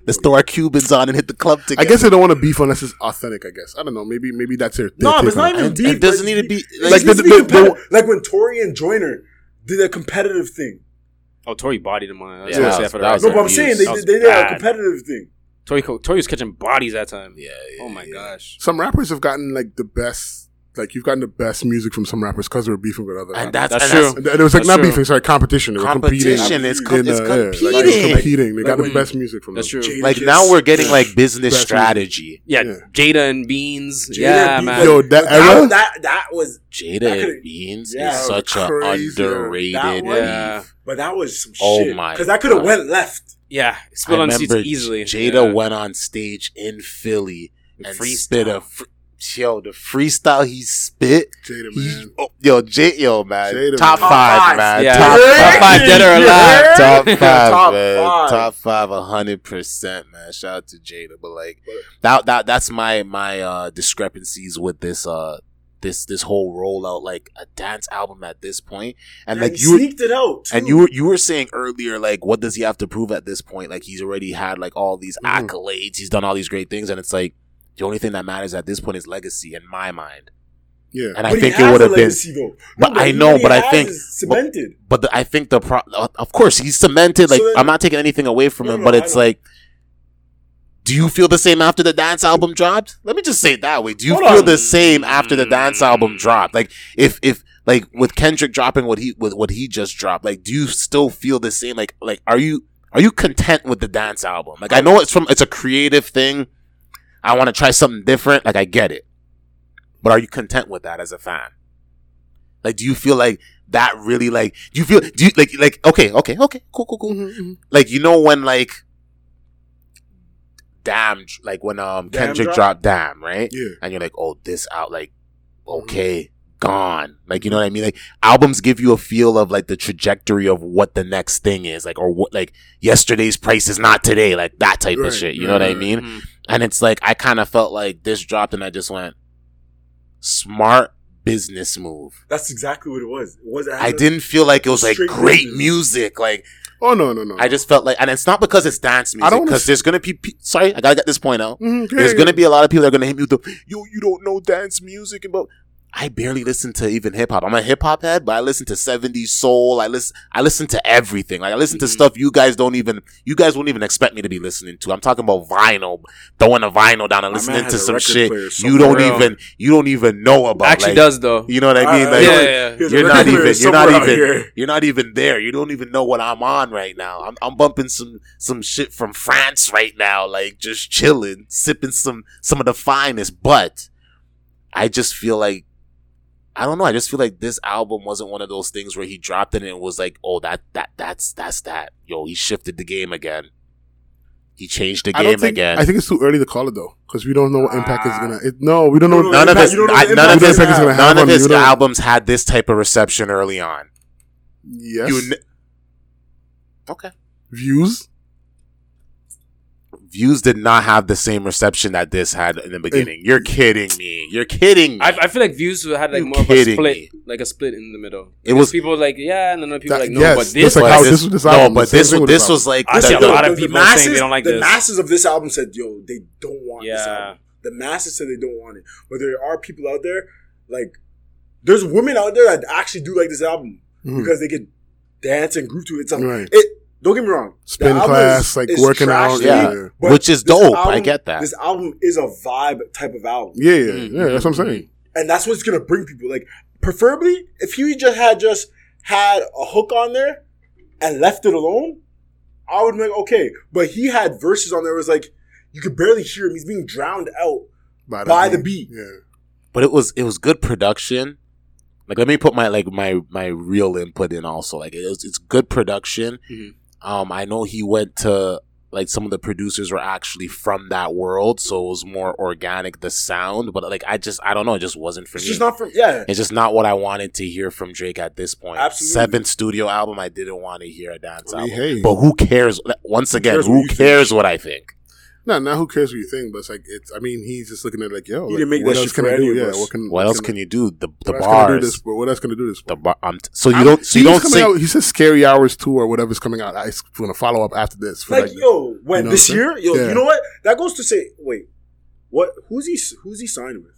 Speaker 1: Let's throw our Cubans on and hit the club
Speaker 4: I
Speaker 1: together.
Speaker 4: guess they don't want to beef unless it's authentic. I guess I don't know. Maybe maybe that's their.
Speaker 3: No,
Speaker 4: their
Speaker 3: but
Speaker 4: take
Speaker 3: it's
Speaker 4: on
Speaker 3: not
Speaker 4: it.
Speaker 3: even
Speaker 1: It-
Speaker 3: beef.
Speaker 1: it doesn't need to be-
Speaker 3: Like,
Speaker 1: like,
Speaker 3: like,
Speaker 4: the- the-
Speaker 3: like when Tori and Joyner did a competitive thing.
Speaker 2: Oh, Tori bodied him
Speaker 1: Yeah,
Speaker 2: on. Yeah, that was,
Speaker 1: that was-
Speaker 2: after
Speaker 1: that
Speaker 2: that
Speaker 1: was
Speaker 3: No, but I'm
Speaker 1: abuse.
Speaker 3: saying they,
Speaker 2: That
Speaker 3: did-
Speaker 2: was
Speaker 3: they did a
Speaker 2: bad.
Speaker 3: competitive thing.
Speaker 2: Tori, co- Tori was catching bodies that time.
Speaker 1: yeah, yeah.
Speaker 2: Oh my
Speaker 1: yeah.
Speaker 2: gosh.
Speaker 4: some rappers have gotten like the best like you've gotten the best music from some rappers because they were beefing with other
Speaker 1: And
Speaker 4: rappers.
Speaker 1: that's,
Speaker 2: That's
Speaker 1: and
Speaker 2: true.
Speaker 4: And it was like
Speaker 2: That's
Speaker 4: not
Speaker 2: true.
Speaker 4: beefing sorry competition they were
Speaker 1: Competition,
Speaker 4: competing
Speaker 1: it's com- it's
Speaker 4: yeah, like,
Speaker 1: competing.
Speaker 4: it was competing they got
Speaker 3: Like
Speaker 4: the best music from
Speaker 2: That's
Speaker 4: them.
Speaker 2: true.
Speaker 3: Jada
Speaker 1: Like
Speaker 3: Kiss.
Speaker 1: now we're getting like business
Speaker 4: Best
Speaker 1: strategy.
Speaker 2: Yeah,
Speaker 4: Yeah.
Speaker 2: Jada and Beans.
Speaker 3: Jada
Speaker 2: yeah,
Speaker 3: and
Speaker 2: man.
Speaker 3: Beans.
Speaker 4: yo that
Speaker 3: But
Speaker 4: era
Speaker 3: that, that that was, That
Speaker 1: Jada
Speaker 3: could've-
Speaker 1: and Beans
Speaker 3: yeah,
Speaker 1: is
Speaker 3: that
Speaker 1: such
Speaker 4: was
Speaker 1: a
Speaker 4: crazy, yo.
Speaker 1: underrated.
Speaker 3: That one-
Speaker 2: yeah,
Speaker 3: but that was some
Speaker 1: Oh
Speaker 3: shit.
Speaker 1: my
Speaker 3: Because that could have
Speaker 1: God.
Speaker 3: went left.
Speaker 2: yeah.
Speaker 1: I
Speaker 2: Spill on seats
Speaker 1: remember
Speaker 2: easily.
Speaker 1: Jada
Speaker 2: yeah.
Speaker 1: went on stage in Philly and
Speaker 2: Freestyle.
Speaker 1: spit a fr- yo the freestyle he spit.
Speaker 4: Jada
Speaker 1: He-
Speaker 4: man
Speaker 1: oh, yo, J, yo, man,
Speaker 4: Jada,
Speaker 1: top
Speaker 4: man.
Speaker 1: five,
Speaker 3: Top five.
Speaker 1: man,
Speaker 2: Yeah.
Speaker 1: top,
Speaker 2: Yeah.
Speaker 1: top five, dead or alive, top
Speaker 3: Yeah.
Speaker 1: five,
Speaker 3: Top
Speaker 1: man,
Speaker 3: five.
Speaker 1: top five, a hundred percent, man. Shout out to Jada, but like that, that, that's my my uh, discrepancies with this, uh, this this whole rollout, like a dance album at this point, and like
Speaker 3: he
Speaker 1: you.
Speaker 3: sneaked it out.
Speaker 1: And
Speaker 3: too.
Speaker 1: you were you were saying earlier, like, what does he have to prove at this point? Like, he's already had like all these
Speaker 3: Mm-hmm.
Speaker 4: Mhm.
Speaker 1: accolades, he's done all these great things, and it's like the only thing that matters at this point is legacy, in my mind.
Speaker 4: yeah
Speaker 1: And I
Speaker 3: But he
Speaker 1: think it
Speaker 3: has
Speaker 1: would
Speaker 3: a
Speaker 1: have been
Speaker 3: legacy, though.
Speaker 1: but
Speaker 3: No,
Speaker 1: I
Speaker 3: he
Speaker 1: know,
Speaker 3: already
Speaker 1: but I
Speaker 3: has
Speaker 1: think-
Speaker 3: it cemented.
Speaker 1: but the, I think the pro, uh, of course he's cemented. Like
Speaker 3: So then-
Speaker 1: I'm not taking anything away from
Speaker 3: No,
Speaker 1: him,
Speaker 3: no,
Speaker 1: but
Speaker 3: I
Speaker 1: it's
Speaker 3: know.
Speaker 1: like, do you feel the same after the dance album dropped? Let me just say it that way. Do you
Speaker 3: Hold
Speaker 1: feel
Speaker 3: on.
Speaker 1: the same after the dance album dropped? Like if if like with Kendrick dropping what he with what he just dropped, like do you still feel the same? Like like are you are you content with the dance album? Like I know it's from it's a creative thing. I want to try something different. Like I get it, but are you content with that as a fan? Like, do you feel like that really like? Do you feel do you like like okay okay okay cool cool cool? Like you know when like, damn like when um
Speaker 3: Damn
Speaker 1: Kendrick
Speaker 3: drop?
Speaker 1: dropped damn right,
Speaker 4: yeah Mm-hmm.
Speaker 1: and you're like oh this out like okay gone like you know what I mean like albums give you a feel of like the trajectory of what the next thing is like or what like yesterday's price is not today like that type
Speaker 4: Right,
Speaker 1: of shit you
Speaker 4: right,
Speaker 1: know what I
Speaker 4: right.
Speaker 1: mean
Speaker 2: Mhm.
Speaker 1: and it's like I kind of felt like this dropped and I just went smart business move.
Speaker 3: That's exactly what it was. It was
Speaker 1: I didn't feel like it was like
Speaker 3: Straight
Speaker 1: great
Speaker 3: business.
Speaker 1: music. Like
Speaker 4: oh no no no
Speaker 1: I just felt like, and it's not because it's dance
Speaker 4: I
Speaker 1: music.
Speaker 4: don't
Speaker 1: Because there's gonna be pe- sorry, I gotta get this point out.
Speaker 4: Mhm, yeah,
Speaker 1: There's
Speaker 4: yeah.
Speaker 1: gonna be a lot of people that are gonna hit me with the yo, you don't know dance music, and but I barely listen to even hip hop. I'm a hip hop head, but I listen to 70s soul. I listen, I listen to everything. Like I listen to
Speaker 3: Mm-hmm.
Speaker 2: Mhm.
Speaker 1: stuff you guys don't even, you guys won't even expect me to be listening to. I'm talking about vinyl, throwing a vinyl down and
Speaker 3: My
Speaker 1: listening
Speaker 3: man has
Speaker 1: to
Speaker 3: a
Speaker 1: some
Speaker 3: record
Speaker 1: shit
Speaker 3: player
Speaker 1: you don't
Speaker 2: somewhere.
Speaker 1: even, you don't even know about.
Speaker 2: Actually,
Speaker 1: Like,
Speaker 2: does though.
Speaker 1: You know what I
Speaker 3: I-
Speaker 1: mean?
Speaker 3: I-
Speaker 1: Like,
Speaker 2: yeah,
Speaker 3: like,
Speaker 2: yeah, yeah.
Speaker 3: Here's a
Speaker 1: you're not
Speaker 3: record player
Speaker 1: even you're not
Speaker 3: somewhere out
Speaker 1: even
Speaker 3: here.
Speaker 1: you're not even there. You don't even know what I'm on right now. I'm I'm bumping some some shit from France right now, like just chilling, sipping some some of the finest. But I just feel like I don't know. I just feel like this album wasn't one of those things where he dropped it and it was like, oh that that that's that's that. Yo, he shifted the game again. He changed the
Speaker 4: I don't
Speaker 1: game
Speaker 4: think-
Speaker 1: again.
Speaker 4: I think it's too early to call it though because we don't know what impact it's
Speaker 3: Ah.
Speaker 4: gonna it, no we don't know
Speaker 3: No, no,
Speaker 1: none of
Speaker 3: impact-
Speaker 1: his
Speaker 3: you don't know
Speaker 1: I-
Speaker 3: the
Speaker 1: none of
Speaker 3: impact
Speaker 1: his
Speaker 3: it's gonna
Speaker 4: have.
Speaker 1: none of
Speaker 4: on you,
Speaker 1: his
Speaker 4: don't-
Speaker 1: albums had this type of reception early on.
Speaker 4: yes
Speaker 1: You kn- okay.
Speaker 4: views
Speaker 1: Views did not have the same reception that this had in the beginning. You're kidding me. You're kidding me.
Speaker 2: I, I feel like views had like
Speaker 1: You
Speaker 2: more of a
Speaker 1: kidding
Speaker 2: split,
Speaker 1: me.
Speaker 2: like a split in the middle.
Speaker 1: It
Speaker 2: It
Speaker 1: was-
Speaker 2: was people like yeah, and then other people
Speaker 4: That-
Speaker 2: like no,
Speaker 4: yes,
Speaker 2: but
Speaker 4: that's
Speaker 2: this
Speaker 4: like
Speaker 2: was
Speaker 4: how this was this album,
Speaker 1: No,
Speaker 4: the
Speaker 1: but
Speaker 4: same
Speaker 1: this
Speaker 4: thing with
Speaker 1: this
Speaker 4: this
Speaker 1: was like
Speaker 2: I
Speaker 1: the-
Speaker 2: see a
Speaker 1: the-
Speaker 2: lot of people saying they don't like
Speaker 3: the
Speaker 2: this.
Speaker 3: masses of this album said, "Yo, they don't want this
Speaker 2: Yeah.
Speaker 3: album." The masses said they don't want it, but there are people out there like There's women out there that actually do like this album
Speaker 4: Mhm.
Speaker 3: because they could dance and groove to it. It's a-
Speaker 4: Right.
Speaker 3: It don't get me wrong. the
Speaker 4: Spin
Speaker 3: album
Speaker 4: class,
Speaker 3: is-
Speaker 4: like
Speaker 3: is
Speaker 4: working
Speaker 3: trash
Speaker 4: out.
Speaker 3: to
Speaker 1: yeah.
Speaker 3: me,
Speaker 4: Yeah.
Speaker 3: but
Speaker 1: Which is
Speaker 3: this
Speaker 1: dope. I
Speaker 3: album-
Speaker 1: get that.
Speaker 3: This album is a vibe type of album.
Speaker 4: Yeah, yeah,
Speaker 1: Mm-hmm.
Speaker 2: Mm.
Speaker 4: yeah. That's what I'm saying.
Speaker 3: and that's what's gonna bring people. Like, preferably, if he just had just had a hook on there and left it alone, I would be like, okay. But he had verses on there. It was like you could barely hear him. He's being drowned out. By the beat.
Speaker 4: Yeah.
Speaker 1: but it was it was good production. Like let me put my like my my real input in also. Like it was, it's good production.
Speaker 2: Mhm.
Speaker 1: Um, I know he went to like some of the producers were actually from that world, so it was more organic the sound. But like I just I don't know, it just wasn't for
Speaker 3: It's
Speaker 1: me.
Speaker 3: just not from yeah.
Speaker 1: it's just not what I wanted to hear from Drake at this point.
Speaker 3: Absolutely.
Speaker 1: Seventh studio album, I didn't want to hear a dance
Speaker 4: I mean,
Speaker 1: album.
Speaker 4: hey.
Speaker 1: But who cares? Once again,
Speaker 3: cares what
Speaker 1: who
Speaker 3: you
Speaker 1: cares,
Speaker 3: think?
Speaker 1: what I think?
Speaker 4: No, now who cares what you think? But it's like it's. I mean, he's just looking at it like, yo,
Speaker 3: He
Speaker 4: like,
Speaker 3: didn't make
Speaker 4: what
Speaker 3: that
Speaker 4: else
Speaker 3: shit
Speaker 4: can
Speaker 3: for
Speaker 4: I do?
Speaker 3: any of
Speaker 4: Yeah,
Speaker 3: us.
Speaker 4: what can
Speaker 1: What else
Speaker 4: I-
Speaker 1: can you do? The the
Speaker 4: what else can I do
Speaker 1: bars,
Speaker 4: this for? What else can I do this for?
Speaker 1: the bar. I'm t- so you
Speaker 4: I'm-
Speaker 1: don't so you
Speaker 4: he's
Speaker 1: don't
Speaker 4: coming
Speaker 1: sing.
Speaker 4: out- he says Scary Hours two or whatever's coming out. I'm gonna follow up after this. For
Speaker 3: Like,
Speaker 4: like,
Speaker 3: yo, when
Speaker 4: you know
Speaker 3: this
Speaker 4: what I'm
Speaker 3: year, yo,
Speaker 4: Yeah.
Speaker 3: you know what? That goes to say, wait, what? Who's he? Who's he signed with?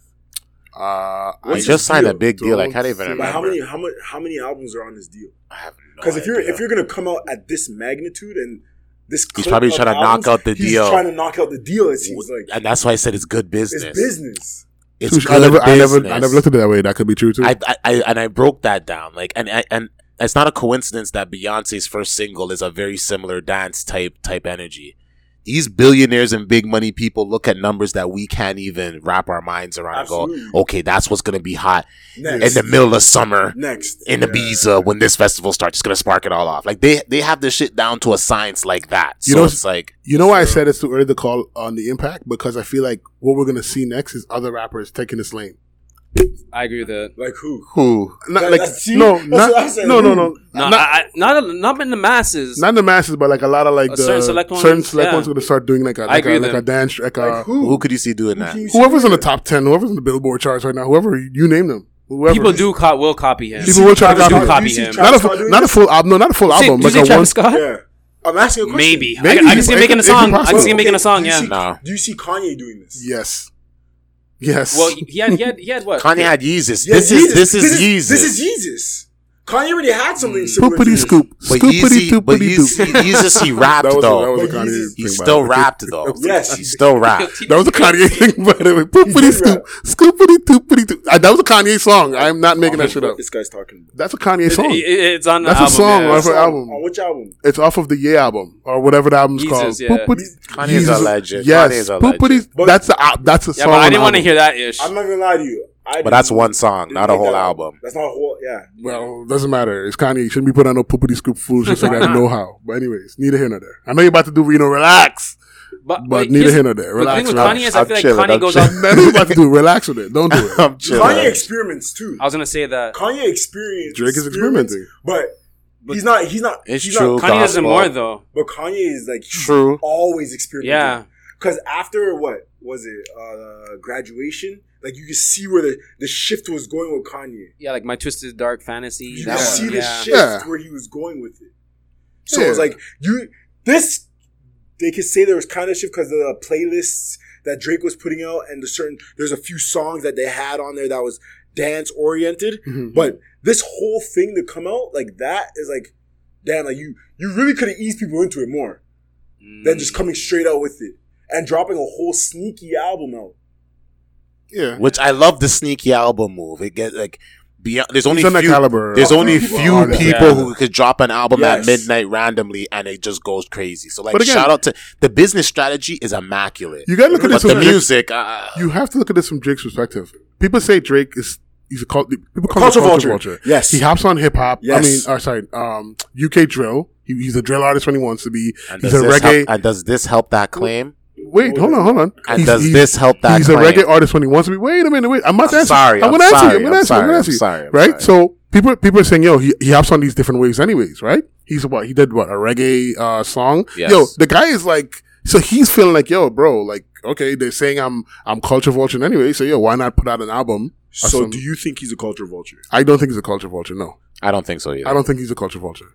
Speaker 4: uh,
Speaker 1: I just
Speaker 3: What's his
Speaker 1: signed a
Speaker 3: deal?
Speaker 1: big deal. I
Speaker 4: Don't
Speaker 1: can't even
Speaker 4: say-
Speaker 1: remember.
Speaker 3: Like, how many? How much? How many albums are on this deal?
Speaker 1: I have no
Speaker 3: Because if you're
Speaker 1: idea.
Speaker 3: if you're gonna come out at this magnitude and this,
Speaker 1: He's
Speaker 3: clip
Speaker 1: probably
Speaker 3: of
Speaker 1: trying to knock
Speaker 3: albums,
Speaker 1: out the
Speaker 3: he's
Speaker 1: deal.
Speaker 3: Trying to knock out the deal. It seems like
Speaker 1: and that's why I said it's good
Speaker 3: it's
Speaker 1: business. It's,
Speaker 3: business.
Speaker 4: Touche, I
Speaker 1: good
Speaker 4: never, I
Speaker 1: business.
Speaker 4: never, I never looked at it that way. That could be true too.
Speaker 1: I, I, I and I broke that down. Like and I- and it's not a coincidence that Beyonce's first single is a very similar dance type type energy. These billionaires and big money people look at numbers that we can't even wrap our minds around and go,
Speaker 3: Absolutely.
Speaker 1: okay, that's what's gonna be hot
Speaker 3: Next,
Speaker 1: in the middle of summer
Speaker 3: next.
Speaker 1: in Ibiza when this festival starts. It's gonna spark it all off. Like they they have this shit down to a science like that. So
Speaker 4: You know,
Speaker 1: it's like
Speaker 4: You know why I said it's too early to call on the impact because I feel like what we're gonna see next is other rappers taking this lane.
Speaker 2: I agree with that.
Speaker 3: Like who?
Speaker 4: Who? Not
Speaker 3: That-
Speaker 4: like
Speaker 3: that's- see?
Speaker 4: no,
Speaker 3: That's what I
Speaker 4: not,
Speaker 3: said,
Speaker 4: no, no,
Speaker 3: who?
Speaker 4: no,
Speaker 2: No,
Speaker 4: not,
Speaker 2: I, I, not not in the masses.
Speaker 4: not the masses, but like a lot of like
Speaker 2: A
Speaker 4: the
Speaker 2: certain select ones,
Speaker 4: certain select
Speaker 2: yeah.
Speaker 4: ones are gonna start doing like a
Speaker 2: I
Speaker 4: like,
Speaker 2: agree
Speaker 4: a,
Speaker 2: with
Speaker 4: like a
Speaker 2: them.
Speaker 4: dance, like, a,
Speaker 3: Like who?
Speaker 1: who could you see doing that?
Speaker 3: can you see
Speaker 4: whoever's in the
Speaker 3: there?
Speaker 4: top ten, whoeverver's in the Billboard charts right now, whoever you name them, whoever.
Speaker 2: People do co- will copy him.
Speaker 4: People will try to
Speaker 2: Travis
Speaker 4: copy
Speaker 2: do
Speaker 4: him.
Speaker 2: copy
Speaker 3: You see
Speaker 2: him.
Speaker 3: Travis
Speaker 4: not a
Speaker 3: Scott
Speaker 4: fu-
Speaker 3: doing
Speaker 4: not a
Speaker 3: this?
Speaker 4: full album, no, not a full
Speaker 2: See,
Speaker 4: album,
Speaker 2: do you
Speaker 4: like
Speaker 2: see
Speaker 4: a one.
Speaker 2: Travis Scott?
Speaker 3: Yeah, I'm asking a question.
Speaker 2: Maybe. I,
Speaker 4: Maybe
Speaker 2: I can
Speaker 4: he's-
Speaker 2: see
Speaker 4: it
Speaker 2: him making a
Speaker 4: could- it could
Speaker 2: song. I
Speaker 4: possibly-
Speaker 2: can see him making a song.
Speaker 3: Do you
Speaker 2: Yeah.
Speaker 3: see-
Speaker 1: No.
Speaker 3: Do you see Kanye doing this?
Speaker 4: Yes, yes.
Speaker 2: Well, he had he had he had what?
Speaker 1: Kanye had Yeezus.
Speaker 3: Yeah,
Speaker 1: this,
Speaker 3: Yeezus.
Speaker 1: is, this is Yeezus.
Speaker 3: This is Yeezus. Kanye already had something similar. to
Speaker 4: Mm. Poopity
Speaker 3: this.
Speaker 4: scoop,
Speaker 1: But
Speaker 4: scoopity
Speaker 1: Yeezy, but
Speaker 4: doopity
Speaker 1: Yeezy,
Speaker 4: doop.
Speaker 1: Yeezus, he rapped
Speaker 4: That was a- that
Speaker 1: though.
Speaker 4: was a
Speaker 3: But
Speaker 4: Kanye
Speaker 3: Yeezus-
Speaker 4: thing,
Speaker 1: he
Speaker 4: but-
Speaker 1: still rapped though.
Speaker 3: Yes.
Speaker 1: he still rapped.
Speaker 4: That was a Kanye thing, by the way. Poopity
Speaker 3: did
Speaker 4: scoop, scoopity doopity doop. Uh, That was a Kanye song. I am not making that shit up.
Speaker 3: This guy's talking.
Speaker 4: That's a Kanye
Speaker 2: It-
Speaker 4: song.
Speaker 2: it- it's on the
Speaker 4: That's a
Speaker 2: album.
Speaker 4: song,
Speaker 2: yeah.
Speaker 4: right? That's
Speaker 3: Song.
Speaker 4: an album.
Speaker 3: On which album?
Speaker 4: It's off of the Ye album or whatever the album's
Speaker 2: Yeezus,
Speaker 4: called.
Speaker 2: yeah.
Speaker 4: Poopity-
Speaker 1: Kanye's a
Speaker 4: Yeezus.
Speaker 1: legend.
Speaker 4: Yes,
Speaker 1: Kanye's a
Speaker 4: Poopity-
Speaker 3: legend.
Speaker 4: That's a al- that's a
Speaker 2: Yeah, but
Speaker 4: song.
Speaker 2: I
Speaker 4: on
Speaker 2: didn't want to
Speaker 4: album.
Speaker 2: hear that ish.
Speaker 3: I'm not gonna lie to you. I
Speaker 1: But
Speaker 3: didn't-
Speaker 1: that's one song,
Speaker 3: didn't
Speaker 1: not a
Speaker 3: like
Speaker 1: whole
Speaker 3: that
Speaker 1: album.
Speaker 3: That's not a whole. Yeah.
Speaker 4: Well, doesn't matter. It's Kanye. You shouldn't be put on no poopity scoop foolishness like that. No how. But anyways, neither here nor there. I know you're about to do Reno. Relax.
Speaker 2: But,
Speaker 4: But
Speaker 2: like,
Speaker 4: neither
Speaker 2: Uh, here's-
Speaker 4: here nor there.
Speaker 2: but The
Speaker 4: Relax.
Speaker 2: thing with
Speaker 4: relax.
Speaker 2: Kanye is, I
Speaker 1: I'm
Speaker 2: feel like
Speaker 1: chilling, I'm
Speaker 2: Kanye goes
Speaker 1: chilling.
Speaker 2: out.
Speaker 4: That's what you're about to do. Relax with it. Don't do it.
Speaker 1: I'm
Speaker 3: Kanye
Speaker 1: chilling.
Speaker 3: experiments too.
Speaker 2: I was gonna say that
Speaker 3: Kanye experience.
Speaker 4: Drake is
Speaker 3: experiments,
Speaker 4: experimenting.
Speaker 3: but, he's not. He's not.
Speaker 1: It's
Speaker 3: he's
Speaker 1: true.
Speaker 3: Not,
Speaker 2: Kanye does
Speaker 1: Gospel.
Speaker 2: it more though.
Speaker 3: but Kanye is like he's
Speaker 1: True.
Speaker 3: always experimenting.
Speaker 2: Yeah,
Speaker 3: Because after what was it? Uh, graduation. Like you could see where the, the shift was going with Kanye.
Speaker 2: yeah, like my twisted dark fantasy.
Speaker 3: You
Speaker 2: that
Speaker 3: could
Speaker 2: one,
Speaker 3: see the
Speaker 2: yeah.
Speaker 3: shift
Speaker 4: Yeah.
Speaker 3: where he was going with it. So it's
Speaker 4: Yeah.
Speaker 3: like you this. They could say there was kind of shift because of the playlists that Drake was putting out, and the certain there's a few songs that they had on there that was dance oriented.
Speaker 2: Mm-hmm.
Speaker 4: Mhm.
Speaker 3: But this whole thing to come out like that is like, damn, like you you really could have eased people into it more
Speaker 2: Mm.
Speaker 3: than just coming straight out with it and dropping a whole sneaky album out.
Speaker 4: yeah.
Speaker 1: Which I love the sneaky album move. It gets like beyond. There's only
Speaker 4: He's on that
Speaker 1: few.
Speaker 4: caliber.
Speaker 1: There's
Speaker 3: Oh,
Speaker 1: only
Speaker 3: people
Speaker 1: few
Speaker 4: are
Speaker 1: people
Speaker 4: that.
Speaker 2: Yeah.
Speaker 1: who could drop an album at
Speaker 3: Yes.
Speaker 1: midnight randomly, and it just goes crazy. So like,
Speaker 4: But again-
Speaker 1: shout out to the business strategy is immaculate.
Speaker 4: You gotta look at
Speaker 1: But
Speaker 4: this.
Speaker 1: the
Speaker 4: from Drake's-
Speaker 1: music, uh,
Speaker 4: You have to look at this from Drake's perspective. People say Drake is he's a cult, people call him a
Speaker 3: Culture
Speaker 4: culture vulture.
Speaker 3: vulture. Yes.
Speaker 4: he hops on hip hop. I
Speaker 3: Yes.
Speaker 4: mean, or sorry, um, UK drill. He, he's a drill artist when he wants to be.
Speaker 1: and
Speaker 4: he's
Speaker 1: does
Speaker 4: a
Speaker 1: this
Speaker 4: reggae.
Speaker 1: help- and does this help that claim?
Speaker 4: wait, hold on, hold on.
Speaker 1: And
Speaker 4: He's-
Speaker 1: does
Speaker 4: he's-
Speaker 1: this help that
Speaker 4: He's
Speaker 1: claim?
Speaker 4: a reggae artist when he wants to be. Wait a minute, wait. I'm about to
Speaker 1: I'm
Speaker 4: answer.
Speaker 1: sorry,
Speaker 4: I'm
Speaker 1: I'm
Speaker 4: gonna answer
Speaker 1: sorry,
Speaker 4: you. I'm
Speaker 1: I'm
Speaker 4: gonna answer. you, I'm
Speaker 1: sorry,
Speaker 4: gonna answer
Speaker 1: I'm
Speaker 4: you.
Speaker 1: sorry, I'm
Speaker 4: Right.
Speaker 1: sorry.
Speaker 4: So people people are saying, yo, he, he hops on these different waves, anyways. Right. He's what he did. What a reggae uh, song.
Speaker 1: Yes.
Speaker 4: Yo, the guy is like. So he's feeling like, yo, bro, like, okay, they're saying I'm I'm culture vulture anyway. So yo, why not put out an album? or
Speaker 3: So
Speaker 4: some-
Speaker 3: do you think he's a culture vulture?
Speaker 4: I don't think he's a culture vulture. No,
Speaker 1: I don't think so either.
Speaker 4: I don't think he's a culture vulture.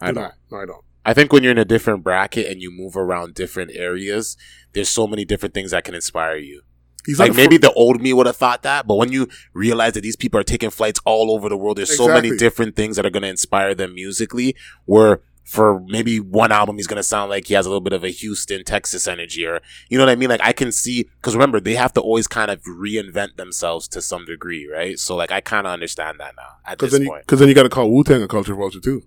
Speaker 1: I
Speaker 4: Do
Speaker 1: don't.
Speaker 4: not. No, I don't.
Speaker 1: I think when you're in a different bracket and you move around different areas, there's so many different things that can inspire you.
Speaker 4: He's
Speaker 1: like
Speaker 4: not a
Speaker 1: maybe the old me would have thought that, but when you realize that these people are taking flights all over the world, there's so many
Speaker 4: Exactly.
Speaker 1: different things that are going to inspire them musically. Where for maybe one album, he's going to sound like he has a little bit of a Houston, Texas energy, or you know what I mean? Like I can see because remember they have to always kind of reinvent themselves to some degree, right? So like I kind of understand that now at
Speaker 4: because
Speaker 1: this
Speaker 4: then you
Speaker 1: point.
Speaker 4: because then you got to call Wu Tang a culture vulture too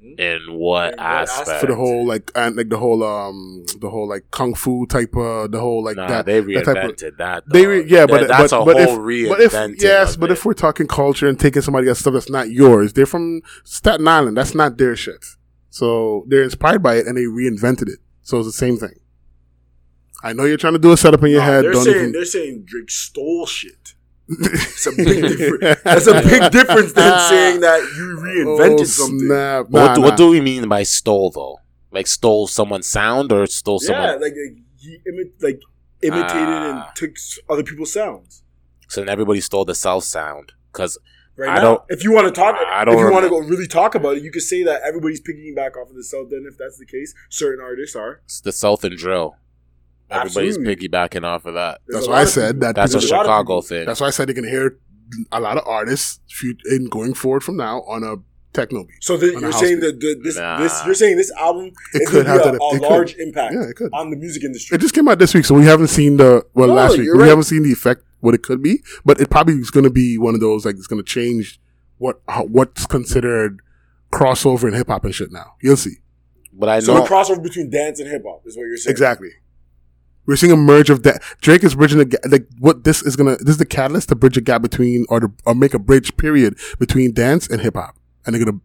Speaker 3: Hmm?
Speaker 1: In what
Speaker 3: In what
Speaker 1: aspect?
Speaker 3: aspect?
Speaker 4: for the whole like and like the whole um the whole like kung fu type of the whole like
Speaker 1: nah,
Speaker 4: that
Speaker 1: they
Speaker 4: that type of-
Speaker 1: reinvented that.
Speaker 4: They
Speaker 1: dog.
Speaker 4: re- yeah, but
Speaker 1: Th- that's
Speaker 4: but,
Speaker 1: a
Speaker 4: but
Speaker 1: whole
Speaker 4: if,
Speaker 1: reinventing.
Speaker 4: but if yes,
Speaker 1: of
Speaker 4: but
Speaker 1: it.
Speaker 4: if we're talking culture and taking somebody else's stuff that's not yours, they're from Staten Island. That's not their shit. So they're inspired by it and they reinvented it. So it's the same thing. I know you're trying to do a setup in your
Speaker 3: Nah,
Speaker 4: head.
Speaker 3: they're
Speaker 4: Don't
Speaker 3: saying
Speaker 4: even.
Speaker 3: they're saying Drake stole shit. It's a big difference. That's a big difference than saying that you reinvented
Speaker 4: Oh,
Speaker 3: something.
Speaker 4: Snap.
Speaker 1: But
Speaker 4: Nah,
Speaker 1: what, do,
Speaker 4: nah.
Speaker 1: what do we mean by stole though? Like stole someone's sound or stole
Speaker 3: yeah,
Speaker 1: someone?
Speaker 3: like, like he imi- like imitated
Speaker 1: Ah.
Speaker 3: and took s- other people's sounds.
Speaker 1: So then everybody stole the self sound because
Speaker 3: Right
Speaker 1: I
Speaker 3: now,
Speaker 1: don't-
Speaker 3: if you want to talk,
Speaker 1: I don't
Speaker 3: if you want to
Speaker 1: remember.
Speaker 3: go really talk about it, you could say that everybody's picking back off of the South. Then, if that's the case, certain artists are.
Speaker 1: it's the South and drill. Everybody's
Speaker 3: Absolutely.
Speaker 1: piggybacking off of that.
Speaker 3: There's
Speaker 4: That's
Speaker 3: a
Speaker 4: why
Speaker 3: lot
Speaker 4: I
Speaker 3: of
Speaker 4: said
Speaker 3: people-
Speaker 4: that.
Speaker 1: That's a
Speaker 3: there's a lot of
Speaker 1: Chicago
Speaker 3: people-
Speaker 1: thing.
Speaker 4: That's why I said you can hear a lot of artists fut- in going forward from now on a techno beat.
Speaker 3: So then
Speaker 4: On a
Speaker 3: you're
Speaker 4: house
Speaker 3: saying
Speaker 4: beat.
Speaker 3: that the, this,
Speaker 1: Nah.
Speaker 3: this you're saying this album
Speaker 4: It
Speaker 3: is going
Speaker 4: could
Speaker 3: to
Speaker 4: have
Speaker 3: be
Speaker 4: that.
Speaker 3: a, a
Speaker 4: it
Speaker 3: large
Speaker 4: could.
Speaker 3: impact
Speaker 4: Yeah, it could.
Speaker 3: on the music industry.
Speaker 4: It just came out this week, so we haven't seen the well
Speaker 3: No,
Speaker 4: last week.
Speaker 3: you're
Speaker 4: We
Speaker 3: right.
Speaker 4: haven't seen the effect what it could be, but it probably is going to be one of those like it's going to change what how, what's considered crossover in hip hop and shit. Now you'll see
Speaker 1: But I know.
Speaker 3: so the crossover between dance and hip hop is what you're saying.
Speaker 4: exactly. We're seeing a merge of that. Drake is bridging the ga- like what this is gonna. This is the catalyst to bridge a gap between or to or make a bridge period between dance and hip hop, and they're gonna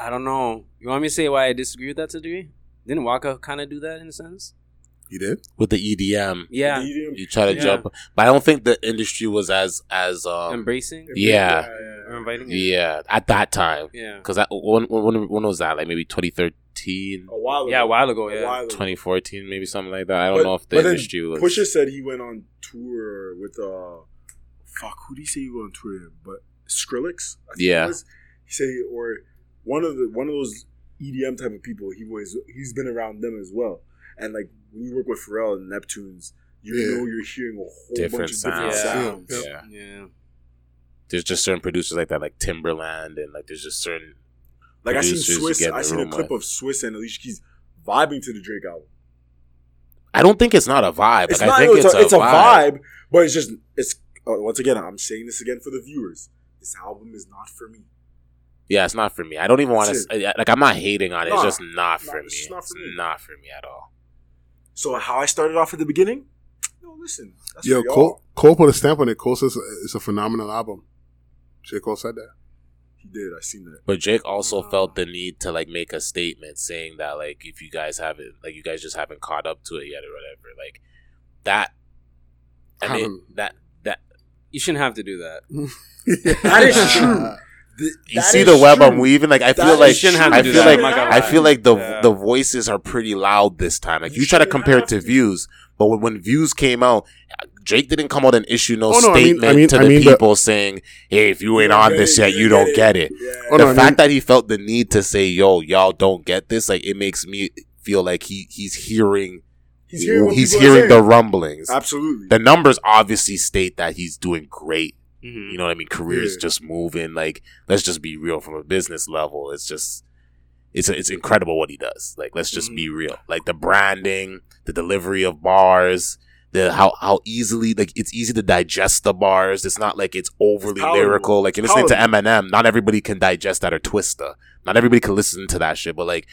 Speaker 2: I don't know. You want me to say why I disagree with that to a degree? Didn't Waka kind of do that in a sense?
Speaker 4: you did
Speaker 1: with the EDM,
Speaker 2: Yeah,
Speaker 3: Medium-
Speaker 1: you try to
Speaker 2: Yeah.
Speaker 1: jump, but I don't think the industry was as as um
Speaker 2: embracing
Speaker 1: Yeah.
Speaker 2: or inviting. it.
Speaker 1: yeah at that time
Speaker 2: yeah,
Speaker 1: because that when, when when was that like maybe 2013,
Speaker 3: A while ago.
Speaker 2: yeah. A while ago,
Speaker 3: A
Speaker 2: yeah.
Speaker 3: while ago.
Speaker 1: 2014 maybe something like that. I don't
Speaker 3: But-
Speaker 1: know if the
Speaker 3: but then
Speaker 1: industry was
Speaker 3: Pusha said he went on tour with uh, fuck, who did he say he went on tour? with? But Skrillex, I think it
Speaker 1: Yeah.
Speaker 3: was. He said, or one of the one of those EDM type of people. He was he's been around them as well. And like when you work with Pharrell and Neptunes, you
Speaker 4: Yeah.
Speaker 3: know you're hearing a whole
Speaker 1: Different
Speaker 3: bunch of different
Speaker 1: sounds.
Speaker 3: sounds.
Speaker 4: Yeah.
Speaker 1: yeah.
Speaker 2: Yeah.
Speaker 1: there's just certain producers like that, like Timberland, and like there's just certain.
Speaker 3: Like I seen
Speaker 1: Producers you
Speaker 3: Swiss,
Speaker 1: get in
Speaker 3: I
Speaker 1: the
Speaker 3: seen a
Speaker 1: room
Speaker 3: clip
Speaker 1: with.
Speaker 3: of Swiss and Alicia Keys vibing to the Drake album.
Speaker 1: I don't think it's not a vibe.
Speaker 3: It's
Speaker 1: like,
Speaker 3: not.
Speaker 1: I
Speaker 3: no,
Speaker 1: think
Speaker 3: it's, a, it's a
Speaker 1: vibe.
Speaker 3: vibe, but it's just it's. Uh, once again, I'm saying this again for the viewers. This album is not for me.
Speaker 1: Yeah, it's not for me. I don't even want
Speaker 3: That's
Speaker 1: to. Like, I'm not hating on it.
Speaker 3: Nah,
Speaker 1: it's just not
Speaker 3: nah,
Speaker 1: for me.
Speaker 3: it's just not
Speaker 1: it's
Speaker 3: for me.
Speaker 1: not for me at all.
Speaker 3: So how I started off at the beginning? No, listen. That's
Speaker 4: Yo,
Speaker 3: for y'all.
Speaker 4: Cole, Cole put a stamp on it. Cole says it's a phenomenal album. J. Cole said that.
Speaker 3: He did. I seen that.
Speaker 1: But Jake also
Speaker 2: Nah.
Speaker 1: felt the need to like make a statement saying that like if you guys haven't like you guys just haven't caught up to it yet or whatever like that. I mean
Speaker 3: Um,
Speaker 4: Haven't.
Speaker 1: that that
Speaker 2: You shouldn't have to do that.
Speaker 3: That is true. Th-
Speaker 1: you
Speaker 3: that
Speaker 1: see
Speaker 3: is
Speaker 1: the web
Speaker 3: true.
Speaker 1: I'm weaving. Like I
Speaker 3: That
Speaker 1: feel
Speaker 3: is
Speaker 1: like
Speaker 3: true.
Speaker 2: Shouldn't have to
Speaker 1: I
Speaker 2: do
Speaker 1: feel
Speaker 2: that.
Speaker 1: like
Speaker 2: I'm not
Speaker 1: I
Speaker 2: gonna
Speaker 1: feel
Speaker 2: lie.
Speaker 1: like the
Speaker 2: Yeah.
Speaker 1: the voices are pretty loud this time. Like
Speaker 3: You
Speaker 1: you, try to
Speaker 3: shouldn't
Speaker 1: compare it
Speaker 3: have
Speaker 1: to
Speaker 3: to.
Speaker 1: views, but when, when views came out, Drake didn't come out and issue no
Speaker 4: Oh, no, I mean-
Speaker 1: statement
Speaker 4: I mean-
Speaker 1: to
Speaker 4: I
Speaker 1: the
Speaker 4: mean the-
Speaker 1: people saying, "Hey, if you ain't
Speaker 3: don't
Speaker 1: on
Speaker 3: get
Speaker 1: this
Speaker 3: it,
Speaker 1: yet,
Speaker 3: you
Speaker 1: you
Speaker 3: don't
Speaker 1: don't
Speaker 3: get
Speaker 1: get it."
Speaker 3: Yeah.
Speaker 4: Oh, no,
Speaker 1: the
Speaker 4: I mean-
Speaker 1: fact that he felt the need to say, "Yo, y'all don't get this," like it makes me feel like he he's hearing
Speaker 3: He's hearing. What
Speaker 1: he's
Speaker 3: people are
Speaker 1: hearing the
Speaker 3: saying.
Speaker 1: rumblings.
Speaker 3: Absolutely.
Speaker 1: The numbers obviously state that he's doing great
Speaker 2: Mm-hmm.
Speaker 3: Mm-hmm.
Speaker 1: you know what I mean? Careers
Speaker 4: Yeah.
Speaker 1: just moving. Like, let's just be real from a business level. It's just, it's it's incredible what he does. Like, let's
Speaker 3: Mm-hmm.
Speaker 1: just be real. Like the branding, the delivery of bars, the how how easily like it's easy to digest the bars. It's not like it's overly
Speaker 3: palatable.
Speaker 1: lyrical. Like you're listening to Eminem, not everybody can digest that or Twista. Not everybody can listen to that shit. But like.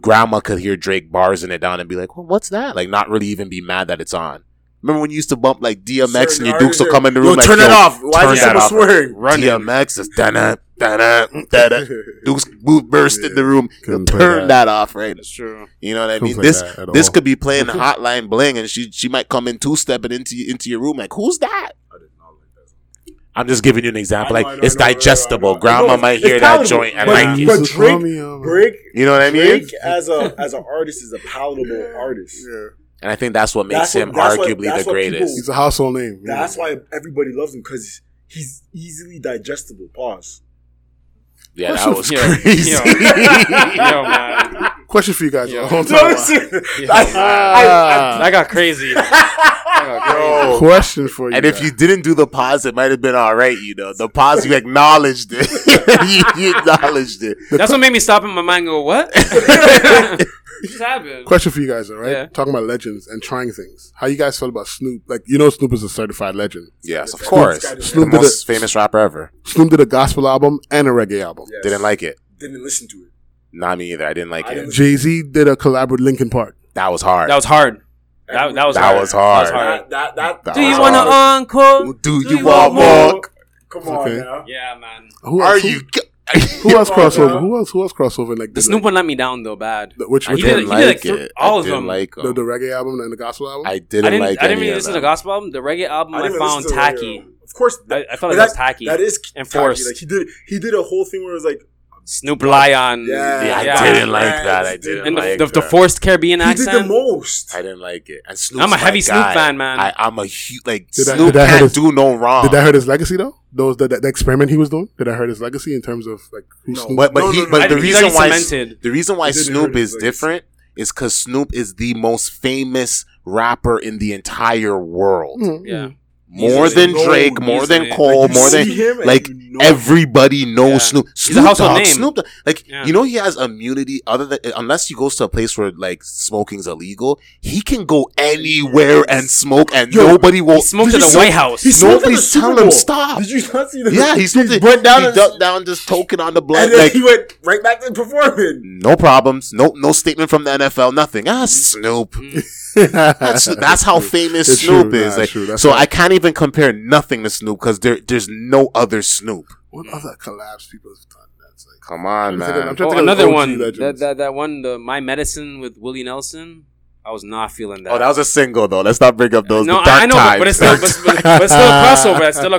Speaker 1: Grandma could hear Drake bars in it down and be like, "Well, what's that?" Like, not really even be mad that it's on. Remember when you used to bump like DMX and
Speaker 3: Certain
Speaker 1: your Dukes will
Speaker 3: artists
Speaker 1: come in the
Speaker 3: Yo,
Speaker 1: room? like,
Speaker 3: turn it
Speaker 1: "Yo,
Speaker 3: off. Why
Speaker 1: turn
Speaker 3: is
Speaker 1: that
Speaker 3: someone
Speaker 1: off.
Speaker 3: swearing?
Speaker 1: Run DMX is da da da da da da. Duke's boot burst in the room.
Speaker 4: Couldn't play
Speaker 1: Turn that off, right?
Speaker 2: That's true.
Speaker 1: You know what I
Speaker 4: Couldn't
Speaker 1: mean?
Speaker 4: play
Speaker 1: This
Speaker 4: that at
Speaker 1: this
Speaker 4: all.
Speaker 1: could be playing the hotline bling, and she she might come in two stepping into into your room like, who's that?
Speaker 3: I did not like that.
Speaker 1: I'm just giving you an example.
Speaker 3: I know,
Speaker 1: Like
Speaker 3: I know,
Speaker 1: it's
Speaker 3: I know, I know, I know.
Speaker 1: digestible.
Speaker 3: I know.
Speaker 1: Grandma
Speaker 3: It's
Speaker 1: might hear that
Speaker 3: palatable.
Speaker 1: joint and
Speaker 3: But-
Speaker 1: like it.
Speaker 3: but Drake-
Speaker 4: uh,
Speaker 3: Break.
Speaker 1: You know what I mean?
Speaker 3: Drake as a as an artist is a palatable artist.
Speaker 4: Yeah.
Speaker 1: And I think that's what makes
Speaker 3: That's what-
Speaker 1: him
Speaker 3: that's what-
Speaker 1: arguably
Speaker 3: that's
Speaker 1: the
Speaker 3: what people-
Speaker 1: greatest.
Speaker 4: He's a household name.
Speaker 3: That's why everybody loves him because he's easily digestible. Pause.
Speaker 1: Yeah, that
Speaker 4: Question
Speaker 1: was
Speaker 4: for-
Speaker 1: crazy.
Speaker 2: Yo, man.
Speaker 4: Question for you guys.
Speaker 2: Yeah.
Speaker 4: Hold
Speaker 3: No,
Speaker 4: on.
Speaker 3: listen.
Speaker 2: Yo.
Speaker 3: I- I-
Speaker 2: that got crazy.
Speaker 1: Yo.
Speaker 4: Question for you.
Speaker 1: And if
Speaker 4: guys.
Speaker 1: you didn't do the pause, it might have been all right. You know, the pause you acknowledged it. you, you acknowledged it.
Speaker 2: That's what made me stop in my mind and go, what? what just happened?
Speaker 4: Question for you guys, all right?
Speaker 2: Yeah.
Speaker 4: Talking about legends and trying things. How you guys feel about Snoop? Like, you know, Snoop is a certified legend.
Speaker 1: Yes, of course.
Speaker 4: Snoop
Speaker 1: the
Speaker 4: did
Speaker 1: most
Speaker 4: a-
Speaker 1: famous rapper ever.
Speaker 4: Snoop did a gospel album and a reggae album.
Speaker 3: Yes.
Speaker 1: Didn't like it.
Speaker 3: Didn't listen to it.
Speaker 1: Not me either. I didn't like
Speaker 3: I
Speaker 1: it.
Speaker 3: didn't-
Speaker 4: Jay Z did a collab with Linkin Park.
Speaker 1: that was hard.
Speaker 2: That was hard. That, that was
Speaker 1: That
Speaker 2: hard.
Speaker 1: was hard.
Speaker 2: That was hard.
Speaker 3: That that that.
Speaker 1: That
Speaker 2: Do you uh,
Speaker 1: was
Speaker 2: want an
Speaker 1: hard.
Speaker 2: encore?
Speaker 1: do,
Speaker 2: Do
Speaker 1: you want more?
Speaker 3: Come on
Speaker 4: Okay.
Speaker 3: now.
Speaker 2: Yeah, man.
Speaker 4: Who
Speaker 1: Are
Speaker 4: else,
Speaker 1: you?
Speaker 4: Who, who else
Speaker 3: Come on,
Speaker 4: crossover?
Speaker 3: now.
Speaker 4: Who else? Who else crossover? Like
Speaker 2: The
Speaker 4: did,
Speaker 2: Snoop
Speaker 4: like,
Speaker 2: one let me down though, bad.
Speaker 4: the- which
Speaker 1: I
Speaker 4: which
Speaker 2: did-
Speaker 1: didn't
Speaker 4: one?
Speaker 2: he did, like,
Speaker 1: like
Speaker 2: th-
Speaker 1: it.
Speaker 2: all
Speaker 1: I
Speaker 2: of
Speaker 1: didn't
Speaker 2: them.
Speaker 1: like
Speaker 4: The, the
Speaker 1: him.
Speaker 4: reggae album and the gospel album.
Speaker 1: I
Speaker 2: I
Speaker 1: didn't
Speaker 2: didn't.
Speaker 1: like
Speaker 2: I didn't
Speaker 1: any
Speaker 2: really
Speaker 1: of
Speaker 2: listen to
Speaker 1: them.
Speaker 2: the gospel album. The reggae album I,
Speaker 3: didn't even
Speaker 2: found
Speaker 3: listen to the
Speaker 2: tacky.
Speaker 3: radio. Of course,
Speaker 2: I, I felt
Speaker 3: but
Speaker 2: it was tacky.
Speaker 3: That is
Speaker 2: And
Speaker 3: tacky.
Speaker 2: forced.
Speaker 3: Like he did, he did a whole thing where it was like,
Speaker 2: Snoop Lion.
Speaker 3: Yeah.
Speaker 1: Yeah, I
Speaker 3: Yeah.
Speaker 1: didn't like
Speaker 3: Yeah,
Speaker 1: that. I
Speaker 3: it's
Speaker 1: didn't
Speaker 2: And the,
Speaker 1: like uh,
Speaker 2: the, the
Speaker 1: that.
Speaker 2: forced Caribbean
Speaker 3: he did the
Speaker 2: accent.
Speaker 3: most.
Speaker 1: I didn't like it. And Snoop's
Speaker 2: I'm a heavy
Speaker 1: my
Speaker 2: Snoop
Speaker 1: guy.
Speaker 2: fan, man.
Speaker 1: I, I'm a huge like
Speaker 4: Did that-
Speaker 1: Snoop
Speaker 4: did that hurt
Speaker 1: can't
Speaker 4: his-
Speaker 1: do no wrong.
Speaker 4: did that hurt his legacy though? Those the, the, the experiment he was doing did that hurt his legacy in terms of like who Snoop?
Speaker 1: But but
Speaker 3: No,
Speaker 1: he
Speaker 3: no, no,
Speaker 1: but
Speaker 3: I
Speaker 1: the
Speaker 2: think he's
Speaker 1: reason
Speaker 2: already
Speaker 1: why
Speaker 2: cemented.
Speaker 1: the reason why
Speaker 3: He didn't
Speaker 1: Snoop
Speaker 3: hurt his
Speaker 1: is
Speaker 3: legs.
Speaker 1: different is because Snoop is the most famous rapper in the entire world.
Speaker 4: Mm. Mm-hmm.
Speaker 2: Yeah.
Speaker 1: More
Speaker 2: Easily.
Speaker 1: than Drake,
Speaker 2: Easily.
Speaker 1: more than
Speaker 2: Like,
Speaker 1: Cole,
Speaker 3: you
Speaker 1: more
Speaker 3: see
Speaker 1: than
Speaker 3: him and
Speaker 1: like
Speaker 3: you know
Speaker 1: everybody knows
Speaker 2: Yeah.
Speaker 1: Snoop.
Speaker 2: a
Speaker 1: Snoop
Speaker 2: household
Speaker 1: Dogg,
Speaker 2: name.
Speaker 1: Snoop Dogg. Like
Speaker 2: Yeah.
Speaker 1: you know, he has immunity. Other than unless he goes to a place where like smoking's illegal, he can go anywhere and smoke, and
Speaker 3: Yo,
Speaker 1: nobody will.
Speaker 2: He smoked
Speaker 1: Did
Speaker 2: at
Speaker 1: you
Speaker 2: the
Speaker 1: see-
Speaker 2: White House.
Speaker 3: He smoked at the
Speaker 1: Nobody's
Speaker 3: Super
Speaker 1: telling him
Speaker 3: Bowl.
Speaker 1: stop.
Speaker 3: Did you not see that?
Speaker 1: Yeah, he smoked.
Speaker 3: he
Speaker 1: it.
Speaker 3: went down
Speaker 1: He
Speaker 3: and,
Speaker 1: ducked down, just token on the blood.
Speaker 3: and then
Speaker 1: Like
Speaker 3: he went right back to performing.
Speaker 1: no problems. No no statement from the NFL. Nothing.
Speaker 3: Mm-hmm.
Speaker 1: Ah, Snoop.
Speaker 2: Mm.
Speaker 1: That's, that's how famous
Speaker 4: It's
Speaker 1: Snoop
Speaker 4: true.
Speaker 1: is.
Speaker 4: Nah,
Speaker 1: Like,
Speaker 4: it's true. That's
Speaker 1: so
Speaker 4: right.
Speaker 1: I can't even compare nothing to Snoop because there there's no other Snoop.
Speaker 4: what other collabs people have done? That's like
Speaker 1: Come on,
Speaker 4: I'm thinking-
Speaker 1: man.
Speaker 4: I'm trying-
Speaker 2: Oh,
Speaker 4: think of
Speaker 2: another
Speaker 4: OG
Speaker 2: one. That,
Speaker 4: legends.
Speaker 2: that that one, the My Medicine with Willie Nelson. I was not feeling that.
Speaker 1: Oh, that was a single though. Let's not bring up those.
Speaker 2: no,
Speaker 1: the dark
Speaker 2: I, I know, but, but it's still,
Speaker 1: times.
Speaker 2: but, but, but it's still a crossover. It's still a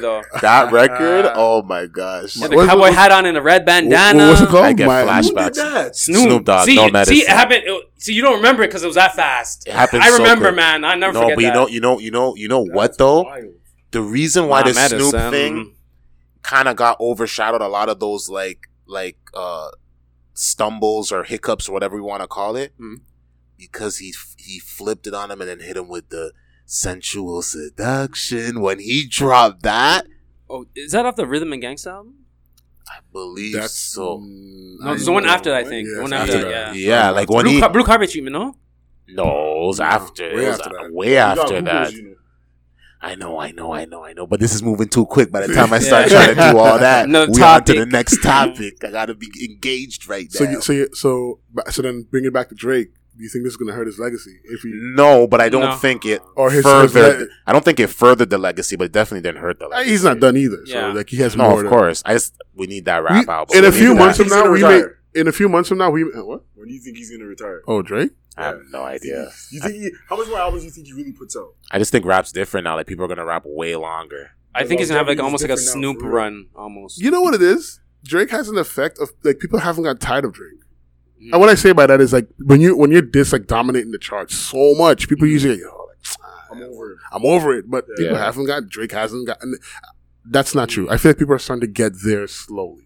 Speaker 2: though.
Speaker 1: that record. Oh my gosh.
Speaker 2: Yeah, the
Speaker 4: What-
Speaker 2: cowboy
Speaker 4: what-
Speaker 2: hat on and a red bandana.
Speaker 4: Wha- what's it called?
Speaker 1: I get
Speaker 4: My-
Speaker 3: Who did
Speaker 1: flashbacks.
Speaker 3: that?
Speaker 2: Snoop,
Speaker 1: Snoop Dogg,
Speaker 2: See,
Speaker 1: no
Speaker 2: see,
Speaker 1: medicine.
Speaker 2: it happened. It, see, you don't remember because it was that fast.
Speaker 1: It happened
Speaker 2: I
Speaker 1: so
Speaker 2: remember,
Speaker 1: quick.
Speaker 2: man. I never
Speaker 1: No,
Speaker 2: forget
Speaker 1: but you
Speaker 2: that.
Speaker 1: know, you know, you know, you know what though?
Speaker 3: Wild.
Speaker 1: The reason why
Speaker 2: My
Speaker 1: the Snoop
Speaker 2: Medicine.
Speaker 4: um,
Speaker 1: thing kind of got overshadowed a lot of those like like uh stumbles or hiccups or whatever you want to call it,
Speaker 2: Mhm.
Speaker 1: because he he flipped it on him and then hit him with the sensual seduction. When he dropped that,
Speaker 2: Oh, is that off the Rhythm and Gangsta album?
Speaker 1: I believe
Speaker 4: that's mm,
Speaker 1: so.
Speaker 2: No, there's the one after that, I think.
Speaker 4: Yeah,
Speaker 2: The one
Speaker 4: it's
Speaker 2: after that, yeah.
Speaker 1: Yeah, E like when
Speaker 2: Blue,
Speaker 1: he
Speaker 2: car- blue carpet treatment, no?
Speaker 1: no, it was
Speaker 4: No,
Speaker 1: after, it
Speaker 4: way
Speaker 1: was
Speaker 4: after that.
Speaker 1: way
Speaker 3: You got
Speaker 1: after
Speaker 3: Googles,
Speaker 1: that.
Speaker 3: you know.
Speaker 1: I know, I know, I know, I know. But this is moving too quick. By the time I
Speaker 2: Yeah.
Speaker 1: start trying to do all that,
Speaker 2: Another
Speaker 1: we're on to the
Speaker 2: topic.
Speaker 1: next topic. I gotta be engaged right now.
Speaker 4: So you, so you, so but- so then bring it back to Drake. Do you think this is going to hurt his legacy? If he,
Speaker 1: no, but I don't
Speaker 2: No.
Speaker 1: think it
Speaker 3: Oh,
Speaker 4: Or his-
Speaker 1: further.
Speaker 4: his le-
Speaker 1: I don't think it furthered the legacy, but it definitely didn't hurt the
Speaker 4: Uh,
Speaker 1: legacy.
Speaker 4: he's not done either. So
Speaker 2: Yeah.
Speaker 4: like he has
Speaker 1: No,
Speaker 4: more.
Speaker 1: of
Speaker 4: to-
Speaker 1: course. I just we need that
Speaker 4: We,
Speaker 1: rap album.
Speaker 4: in a
Speaker 1: We
Speaker 4: few
Speaker 1: need
Speaker 4: months
Speaker 1: that.
Speaker 4: from
Speaker 3: He's
Speaker 4: now,
Speaker 3: gonna
Speaker 4: we may.
Speaker 3: retire.
Speaker 4: In a few months from now, we uh, what?
Speaker 3: When do you think he's gonna retire?
Speaker 4: Oh, Drake.
Speaker 1: I have no idea.
Speaker 3: You think he, how much more albums do you think he really puts out?
Speaker 1: I just think rap's different now. Like people are gonna rap way longer.
Speaker 2: I
Speaker 3: The
Speaker 2: think he's gonna have like almost
Speaker 3: longevity is
Speaker 2: like a
Speaker 3: different now,
Speaker 2: Snoop
Speaker 3: for real.
Speaker 2: run, almost.
Speaker 4: You know what it is? Drake has an effect of like people haven't got tired of Drake.
Speaker 2: Mm.
Speaker 4: And what I say by that is like when you when you're this like dominating the charts so much, people usually like, oh, like,
Speaker 3: I'm over. it.
Speaker 4: I'm over it. But people
Speaker 1: Mm-hmm. Yeah.
Speaker 4: haven't got Drake hasn't gotten. That's not true. I feel like people are starting to get there slowly.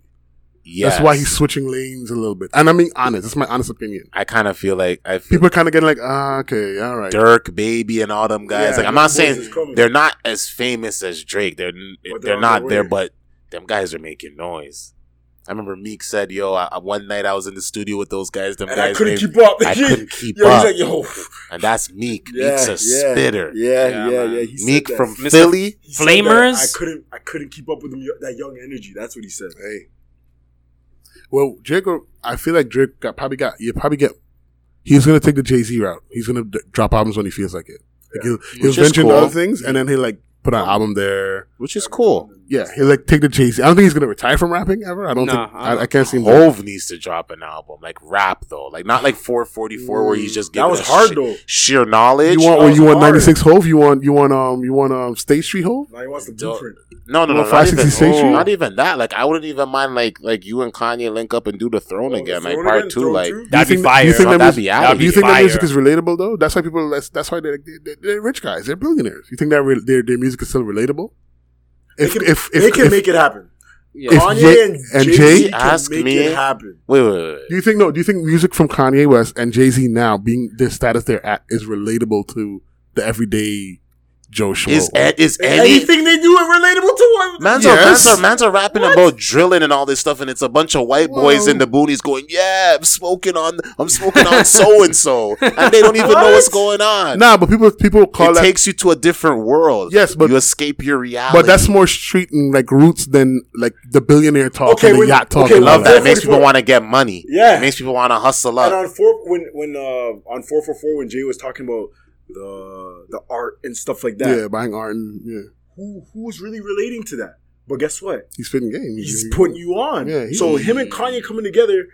Speaker 1: Yes.
Speaker 4: That's why he's switching lanes a little bit. And I'm being honest. That's my honest opinion.
Speaker 1: I kind of feel like I feel
Speaker 4: People are kind of getting like, ah, okay, all right.
Speaker 1: Dirk, Baby, and all them guys.
Speaker 3: Yeah,
Speaker 1: like I'm
Speaker 3: them
Speaker 1: not
Speaker 3: boys is
Speaker 1: saying
Speaker 3: coming.
Speaker 1: they're not as famous as Drake. They're they're,
Speaker 3: But they're on
Speaker 1: not
Speaker 3: their
Speaker 1: there,
Speaker 3: way.
Speaker 1: but them guys are making noise. I remember Meek said, "Yo, I, I- one night I was in the studio with those guys. Them
Speaker 3: And I
Speaker 1: guys,
Speaker 3: couldn't
Speaker 1: they-
Speaker 3: keep up.
Speaker 1: I couldn't keep
Speaker 3: yo,
Speaker 1: up."
Speaker 3: he's like, yo,
Speaker 1: and that's Meek.
Speaker 3: yeah,
Speaker 1: Meek's a
Speaker 3: yeah,
Speaker 1: spitter.
Speaker 3: Yeah,
Speaker 2: Yeah,
Speaker 3: yeah, yeah.
Speaker 2: man.
Speaker 3: he said
Speaker 1: Meek
Speaker 3: that.
Speaker 1: from
Speaker 2: Mr.
Speaker 1: Philly.
Speaker 3: He said that,
Speaker 2: Flamers?
Speaker 3: I couldn't. I couldn't keep up with him, that young energy. That's what he said.
Speaker 4: Hey. Well, Drake, will- I feel like Drake got, probably got, you probably get, he's going to take the Jay Z route. He's going to d- drop albums when he feels like it. Like he'll, he'll
Speaker 1: Which is
Speaker 4: venture into
Speaker 1: cool.
Speaker 4: other things and then he'll like put an album there.
Speaker 1: Which is cool.
Speaker 4: Yeah, he'll like take the Jay Z. I don't think he's going to retire from rapping ever. I don't
Speaker 2: Nah,
Speaker 4: think,
Speaker 2: I
Speaker 4: I,
Speaker 2: don't-
Speaker 4: I can't see him.
Speaker 1: Hove needs to drop an album, like rap though, like not like 444 where he's just giving
Speaker 3: Mm, That was
Speaker 1: us
Speaker 3: hard
Speaker 1: she-
Speaker 3: though.
Speaker 1: sheer knowledge.
Speaker 4: You want,
Speaker 3: that
Speaker 4: what, you
Speaker 3: was
Speaker 4: want 96 Hove? You want, you want, um, you want, um, State Street Hove?
Speaker 3: Now he wants the
Speaker 1: Dope.
Speaker 3: blueprint.
Speaker 1: No, no,
Speaker 4: You
Speaker 1: no,
Speaker 4: want
Speaker 1: not even,
Speaker 4: 566 Street?
Speaker 1: not even that. Like, I wouldn't even mind like like you and Kanye link up and do the throne
Speaker 3: Oh,
Speaker 1: again,
Speaker 3: the
Speaker 1: like
Speaker 3: Throne
Speaker 1: part
Speaker 3: Again,
Speaker 1: two.
Speaker 3: Throne
Speaker 1: Like,
Speaker 3: Two?
Speaker 2: That'd
Speaker 4: Do
Speaker 2: be
Speaker 4: you think-
Speaker 2: fire.
Speaker 4: do you think that
Speaker 1: That'd
Speaker 4: music-
Speaker 1: be
Speaker 2: that'd
Speaker 1: out.
Speaker 4: Do you
Speaker 2: be
Speaker 4: think that
Speaker 2: fire.
Speaker 4: music is relatable though? That's why people. That's, that's why they're, they're, they're rich guys. They're billionaires. You think that re- their their music is still relatable?
Speaker 3: They
Speaker 4: If
Speaker 3: can,
Speaker 4: if
Speaker 3: they
Speaker 4: if,
Speaker 3: can
Speaker 4: if-
Speaker 3: make it happen.
Speaker 2: Yeah.
Speaker 4: If
Speaker 3: Kanye
Speaker 4: Ye-
Speaker 3: and,
Speaker 4: and
Speaker 3: Jay
Speaker 4: Jay-
Speaker 3: Z can
Speaker 1: Ask
Speaker 3: make
Speaker 1: me.
Speaker 3: it happen.
Speaker 1: wait, wait, wait,
Speaker 4: do
Speaker 1: wait.
Speaker 4: you think no? Do you think music from Kanye West and Jay Z now being the status they're at is relatable to the everyday Joe Schmo.
Speaker 1: Is Ed, is Eddie?
Speaker 3: Anything they do is relatable to one.
Speaker 1: Man's,
Speaker 4: Yes.
Speaker 1: are, man's, are, man's are rapping about drilling and all this stuff, and it's a bunch of white boys in the boonies going, "Yeah, I'm smoking on, I'm smoking on so and so," and they don't even know what's going on.
Speaker 4: nah, but people people call
Speaker 1: it
Speaker 4: that
Speaker 1: takes you to a different world.
Speaker 4: Yes, but-
Speaker 1: you escape your reality.
Speaker 4: But that's more street and like roots than like the billionaire talk
Speaker 3: Okay,
Speaker 4: and the
Speaker 3: wait,
Speaker 4: yacht talk.
Speaker 3: okay,
Speaker 4: and all
Speaker 1: love that. It
Speaker 4: that.
Speaker 1: makes people want to get money.
Speaker 3: Yeah.
Speaker 1: it makes people want to hustle
Speaker 3: And
Speaker 1: up.
Speaker 3: on four when when uh on four four four when Jay was talking about the the art and stuff like that,
Speaker 4: Yeah, buying art and yeah,
Speaker 3: who who's really relating to that? But guess what?
Speaker 4: he's fitting game.
Speaker 3: He's putting you on.
Speaker 4: Yeah, he-
Speaker 3: so him and Kanye coming together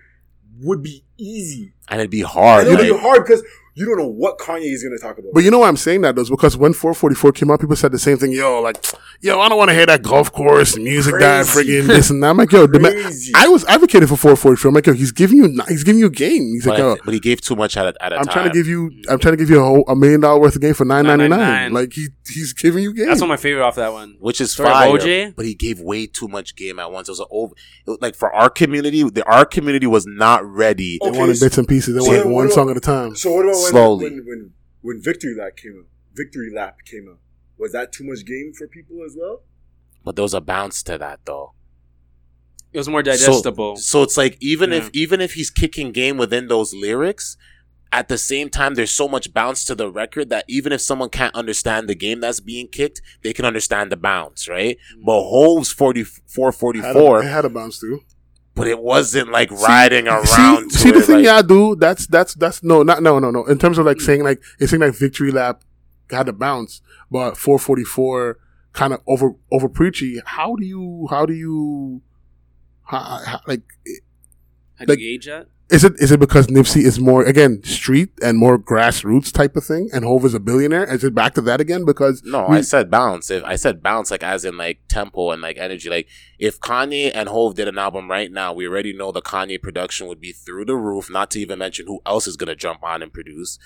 Speaker 3: would be easy.
Speaker 1: And it'd be hard.
Speaker 3: And it'll
Speaker 1: like-
Speaker 3: be hard because you don't know what Kanye is going to talk about.
Speaker 4: But you know why I'm saying that though, is because when 444 came out, people said the same thing. Yo, like, yo, I don't want to hear that golf course music, that
Speaker 3: Crazy.
Speaker 4: friggin' this and that. I'm like, yo, the man,
Speaker 3: Crazy.
Speaker 4: I was advocating for 444. I'm like, yo, he's giving you, he's giving you game. He's
Speaker 1: but,
Speaker 4: like, yo,
Speaker 1: but he gave too much at a, at a
Speaker 4: I'm
Speaker 1: time.
Speaker 4: trying to give you, I'm trying to give you a whole a million dollar worth of game for 9.99.
Speaker 2: $9.99.
Speaker 4: Like he, he's giving you game.
Speaker 2: That's one of my favorite off that one.
Speaker 1: which is
Speaker 2: Sorry,
Speaker 1: fire.
Speaker 2: OJ?
Speaker 1: But he gave way too much game at once. It was a over, it was like for our community, the our community was not ready.
Speaker 4: they
Speaker 3: Okay,
Speaker 4: wanted
Speaker 3: so-
Speaker 4: bits and pieces. They
Speaker 3: so
Speaker 4: wanted
Speaker 3: then
Speaker 4: one
Speaker 3: what-
Speaker 4: song at a time.
Speaker 3: so what about when,
Speaker 1: Slowly.
Speaker 3: when when when Victory Lap came out? Victory Lap came out. Was that too much game for people as well?
Speaker 1: But there was a bounce to that though.
Speaker 2: It was more
Speaker 1: So-
Speaker 2: digestible.
Speaker 1: So, it's like even if
Speaker 2: Yeah.
Speaker 1: even if he's kicking game within those lyrics, at the same time there's so much bounce to the record that even if someone can't understand the game that's being kicked, they can understand the bounce, right?
Speaker 2: Mm.
Speaker 1: But Hove's 44
Speaker 4: Had a-
Speaker 1: 44,
Speaker 4: it had a bounce too.
Speaker 1: but it wasn't like riding
Speaker 4: See,
Speaker 1: around. to
Speaker 4: see the
Speaker 1: it,
Speaker 4: thing
Speaker 1: like-
Speaker 4: y'all do. That's that's that's no, not no, no, no. In terms of like saying like it's saying like victory lap had to bounce, but 444 kind of over over preachy. How do you how do you how, how, like
Speaker 2: How do
Speaker 4: like-
Speaker 2: you gauge that?
Speaker 4: is it is it because Nipsey is more again street and more grassroots type of thing, and Hove is a billionaire? Is it back to that again? Because
Speaker 1: No,
Speaker 4: we-
Speaker 1: I said bounce. If I said bounce, like as in like tempo and like energy. Like if Kanye and Hove did an album right now, we already know the Kanye production would be through the roof. Not to even mention who else is gonna jump on and produce.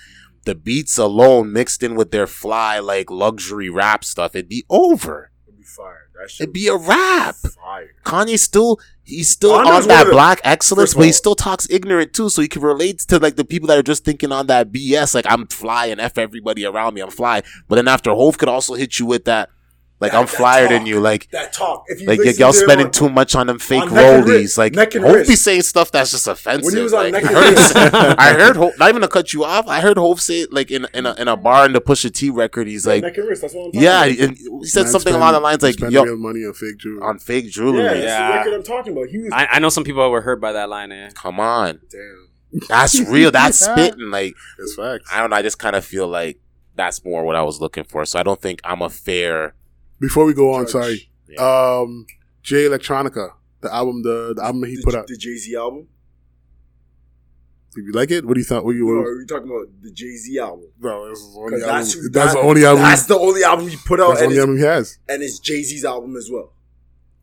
Speaker 1: The beats alone, mixed in with their fly like luxury rap stuff, it'd be over.
Speaker 3: It'd be fire. That shit
Speaker 1: It'd be a rap.
Speaker 3: would be fire.
Speaker 1: Kanye's still he's still
Speaker 3: Kanye's one
Speaker 1: on that
Speaker 3: of the-
Speaker 1: black excellence,
Speaker 3: First of
Speaker 1: but he
Speaker 3: all-
Speaker 1: still talks ignorant too, so he can relate to like the people that are just thinking on that BS. Like I'm fly and f everybody around me, I'm fly. But then after Hove could also hit you with that, like
Speaker 3: That-
Speaker 1: I'm
Speaker 3: that
Speaker 1: flyer than
Speaker 3: talk.
Speaker 1: you, like.
Speaker 3: That talk. If you
Speaker 1: Like y-
Speaker 3: listen
Speaker 1: y'all
Speaker 3: to him
Speaker 1: spending
Speaker 3: on-
Speaker 1: too much on them fake
Speaker 3: on Neck and
Speaker 1: rollies.
Speaker 3: Wrist-
Speaker 1: Like
Speaker 3: Neck and
Speaker 1: Hove
Speaker 3: Wrist.
Speaker 1: be saying stuff that's just offensive.
Speaker 3: was on
Speaker 1: like,
Speaker 3: Neck
Speaker 1: I
Speaker 3: and
Speaker 1: heard,
Speaker 3: Wrist.
Speaker 1: I heard Hov, not even to cut you off. I heard Hove say like in in a, in a bar in the Pusha T record. He's like,
Speaker 3: neck and wrist. That's what I'm talking
Speaker 1: yeah,
Speaker 3: about.
Speaker 1: and he said
Speaker 4: man,
Speaker 1: something
Speaker 4: spend-
Speaker 1: along the lines like,
Speaker 4: spend
Speaker 1: yo,
Speaker 4: real money on fake jewelry.
Speaker 1: on fake
Speaker 3: Yeah,
Speaker 1: jewelry.
Speaker 3: that's the
Speaker 2: Yeah.
Speaker 3: record I'm talking about. He was
Speaker 2: I, I know some people were hurt by that line. Eh?
Speaker 1: Come on.
Speaker 3: damn.
Speaker 1: That's real. That's spitting. Like
Speaker 4: It's facts.
Speaker 1: I don't know. I just kind of feel like that's more what I was looking for. So I don't think I'm a fair.
Speaker 4: Before we go on,
Speaker 3: Judge.
Speaker 4: Oh, sorry. Um, Jay Electronica, the album, the, the album he
Speaker 3: the,
Speaker 4: put out.
Speaker 3: the Jay Z album.
Speaker 4: Did you like it? What do you thought? What do you?
Speaker 3: No,
Speaker 4: What,
Speaker 3: are you talking about the Jay Z album?
Speaker 4: No, that's the only
Speaker 3: 'Cause
Speaker 4: album.
Speaker 3: that's
Speaker 4: That's,
Speaker 3: who-
Speaker 4: the
Speaker 3: that-
Speaker 4: only album.
Speaker 3: That's
Speaker 4: That's,
Speaker 3: the only album he put out, and
Speaker 4: the only
Speaker 3: it's,
Speaker 4: album he has.
Speaker 3: and it's Jay Z's album as well.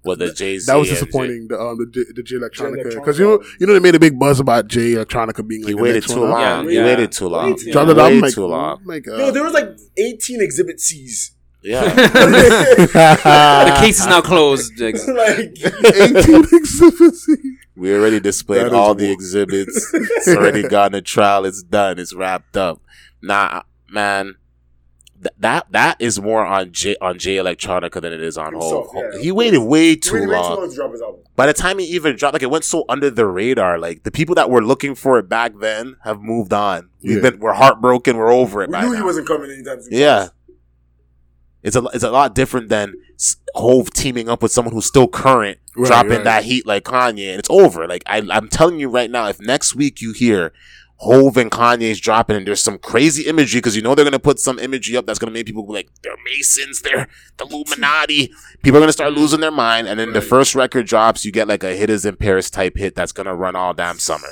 Speaker 1: Well, the Jay Z
Speaker 4: That was disappointing. The um, the, J- the Jay Electronica
Speaker 3: Electronica
Speaker 4: because you know
Speaker 3: album.
Speaker 4: you know they made a big buzz about Jay Electronica being like
Speaker 1: He
Speaker 4: the
Speaker 1: waited
Speaker 4: next
Speaker 1: too
Speaker 4: one
Speaker 1: long.
Speaker 4: out.
Speaker 2: Yeah,
Speaker 1: He
Speaker 2: yeah.
Speaker 1: waited too long.
Speaker 3: Way too
Speaker 4: Dropped
Speaker 3: long.
Speaker 4: it out, I'm
Speaker 1: Way
Speaker 4: like,
Speaker 1: too long.
Speaker 4: oh my God.
Speaker 3: Yo, there was like 18 Exhibit C's.
Speaker 1: Yeah.
Speaker 2: the case is now closed. Like,
Speaker 3: like,
Speaker 4: 18 exhibits.
Speaker 1: We already displayed
Speaker 4: That is
Speaker 1: all the
Speaker 4: wo-
Speaker 1: exhibits. it's already gone to trial. It's done. It's wrapped up. Nah, man. Th- that that is more on J on J Electronica than it is on Hove.
Speaker 3: Himself, yeah.
Speaker 1: he waited way too
Speaker 3: waited way
Speaker 1: long.
Speaker 3: too long to drop his album.
Speaker 1: by the time he even dropped, like it went so under the radar. Like the people that were looking for it back then have moved on. We've
Speaker 4: Yeah.
Speaker 1: been we're heartbroken. We're over it.
Speaker 3: We
Speaker 1: by
Speaker 3: knew he
Speaker 1: now.
Speaker 3: wasn't coming anytime soon.
Speaker 1: Yeah, it's a it's a lot different than s- Hove teaming up with someone who's still current,
Speaker 4: Right,
Speaker 1: dropping
Speaker 4: right.
Speaker 1: that heat like Kanye, and it's over. Like I, I'm telling you right now, if next week you hear. Hove and Kanye's dropping, and there's some crazy imagery because you know they're gonna put some imagery up that's gonna make people be like they're Masons, they're the Illuminati. People are gonna start losing their mind, and then the first record drops, you get like a "Hit Is in Paris" type hit that's gonna run all damn summer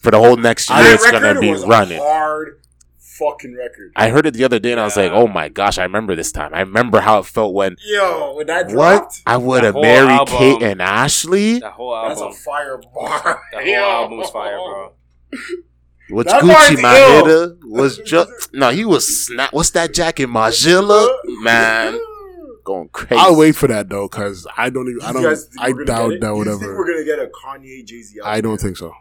Speaker 1: for the whole next year.
Speaker 3: That
Speaker 1: it's gonna
Speaker 3: record
Speaker 1: be
Speaker 3: was a
Speaker 1: running.
Speaker 3: hard fucking record.
Speaker 1: I heard it the other day, and I was like, "Oh my gosh, I remember this time. I remember how it felt when
Speaker 3: Yo, when that
Speaker 1: what
Speaker 3: dropped,
Speaker 1: I would
Speaker 2: That
Speaker 1: have
Speaker 2: whole
Speaker 1: married
Speaker 2: album.
Speaker 1: Kate and Ashley."
Speaker 2: that whole
Speaker 3: that's
Speaker 2: album.
Speaker 3: a fire bar.
Speaker 2: That whole
Speaker 3: Yo.
Speaker 2: album's fire, bro.
Speaker 1: What's
Speaker 3: That
Speaker 1: Gucci,
Speaker 3: part's
Speaker 1: my
Speaker 3: ill.
Speaker 1: nigga? Was just no, he was snap. What's that jacket, Margilla? Man, going crazy.
Speaker 4: I'll wait for that though, because I don't even.
Speaker 3: Do
Speaker 4: I
Speaker 3: you
Speaker 4: don't.
Speaker 3: guys think
Speaker 4: I
Speaker 3: we're gonna get
Speaker 4: doubt
Speaker 3: it?
Speaker 4: that
Speaker 3: Do
Speaker 4: would
Speaker 3: you think
Speaker 4: ever.
Speaker 3: we're gonna get a Kanye Jay Z album.
Speaker 4: I don't think so.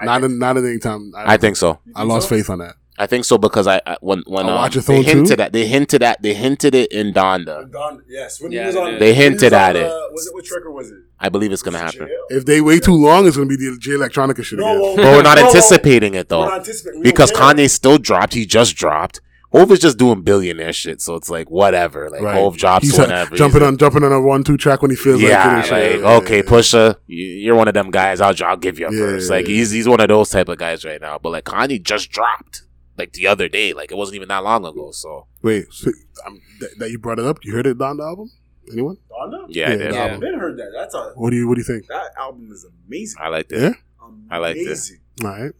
Speaker 3: I
Speaker 4: Not
Speaker 3: think-
Speaker 4: in, not at any time. I,
Speaker 1: I think so.
Speaker 3: You
Speaker 4: I lost
Speaker 3: so?
Speaker 4: faith on
Speaker 1: I
Speaker 4: that.
Speaker 1: I think so because I, I when when
Speaker 4: Oh,
Speaker 1: um,
Speaker 4: Watch It
Speaker 1: they
Speaker 4: Throw too?
Speaker 1: hinted at they hinted at they hinted it in Donda.
Speaker 3: Don, yes, when
Speaker 2: Yeah,
Speaker 3: he was
Speaker 2: they
Speaker 3: on,
Speaker 1: They
Speaker 2: did.
Speaker 3: when he was
Speaker 1: hinted
Speaker 3: on,
Speaker 1: at it.
Speaker 3: uh, was it which record was it?
Speaker 1: I believe it's gonna
Speaker 3: Was it
Speaker 1: happen,
Speaker 3: JL?
Speaker 4: If they wait too long, it's gonna be the J Electronica shit. again.
Speaker 3: well,
Speaker 1: but we're not
Speaker 3: no, well,
Speaker 1: anticipating it
Speaker 3: we're not
Speaker 1: though
Speaker 3: anticipating- we don't
Speaker 1: because
Speaker 3: care.
Speaker 1: Kanye still dropped. He just dropped. Hove is just doing billionaire shit, so it's like whatever. Like
Speaker 4: Right.
Speaker 1: Hove drops
Speaker 4: He's uh,
Speaker 1: whenever.
Speaker 4: jumping on jumping on a one two track when he feels
Speaker 1: yeah,
Speaker 4: like it. and
Speaker 1: like,
Speaker 4: shit.
Speaker 1: okay, Pusha, you- you're one of them guys. I'll I'll give you a
Speaker 4: Yeah,
Speaker 1: verse. Like
Speaker 4: yeah.
Speaker 1: he's he's one of those type of guys right now. But like Kanye just dropped like the other day. Like it wasn't even that long ago. So
Speaker 4: Wait, so, um, th- that you brought it up. You heard it on the album? Anyone?
Speaker 3: Donda?
Speaker 1: yeah, I
Speaker 4: Yeah,
Speaker 1: did.
Speaker 2: yeah.
Speaker 3: I've been heard that. That's a
Speaker 4: What do you What do you think?
Speaker 3: that album is amazing.
Speaker 1: I liked it.
Speaker 4: Yeah?
Speaker 3: amazing.
Speaker 1: I liked it.
Speaker 4: All right,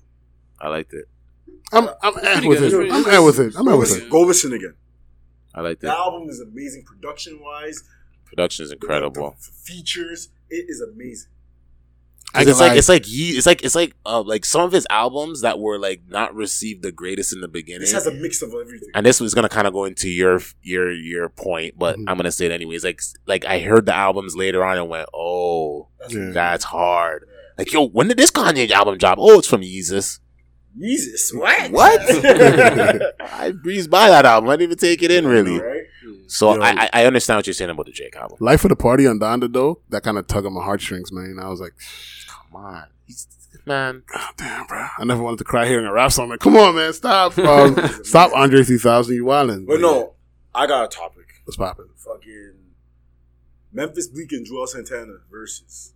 Speaker 1: I liked it.
Speaker 4: I'm I'm uh, at
Speaker 2: Pretty
Speaker 4: with
Speaker 2: good,
Speaker 4: it.
Speaker 2: pretty
Speaker 4: I'm
Speaker 2: good.
Speaker 4: at with it. I'm
Speaker 3: Go
Speaker 4: at with
Speaker 3: listen,
Speaker 4: it.
Speaker 3: go listen again.
Speaker 1: I liked it.
Speaker 3: That album is amazing production wise.
Speaker 1: Production is incredible.
Speaker 3: Features. It is amazing.
Speaker 4: I
Speaker 1: it's
Speaker 4: can
Speaker 1: like
Speaker 4: lie.
Speaker 1: it's like ye- it's like it's like uh, like some of his albums that were like not received the greatest in the beginning.
Speaker 3: This has a mix of everything.
Speaker 1: and this was gonna kind of go into your your your point, but
Speaker 4: Mhm.
Speaker 1: I'm gonna say it anyways. Like like I heard the albums later on and went, oh,
Speaker 3: That's
Speaker 4: Yeah.
Speaker 1: that's hard. Like yo, when did this Kanye album drop? Oh, it's from Yeezus.
Speaker 3: Jesus, what?
Speaker 1: What?
Speaker 3: I
Speaker 1: I breezed by that album. I didn't even take it in really.
Speaker 3: know, right?
Speaker 1: So
Speaker 4: Yo.
Speaker 1: I I- I understand what you're saying about the Jake album.
Speaker 4: Life of the Party on Donda though, that kind of tug at my heartstrings, man. I was like,
Speaker 1: Come on, He's- man.
Speaker 4: oh, damn, bro. I never wanted to cry hearing a rap song. Like, come on, man, stop, um, stop, Andre 3000, you wildin'.
Speaker 3: But no, I got a topic.
Speaker 4: what's popping?
Speaker 3: Fucking Memphis Bleak and Joel Santana versus.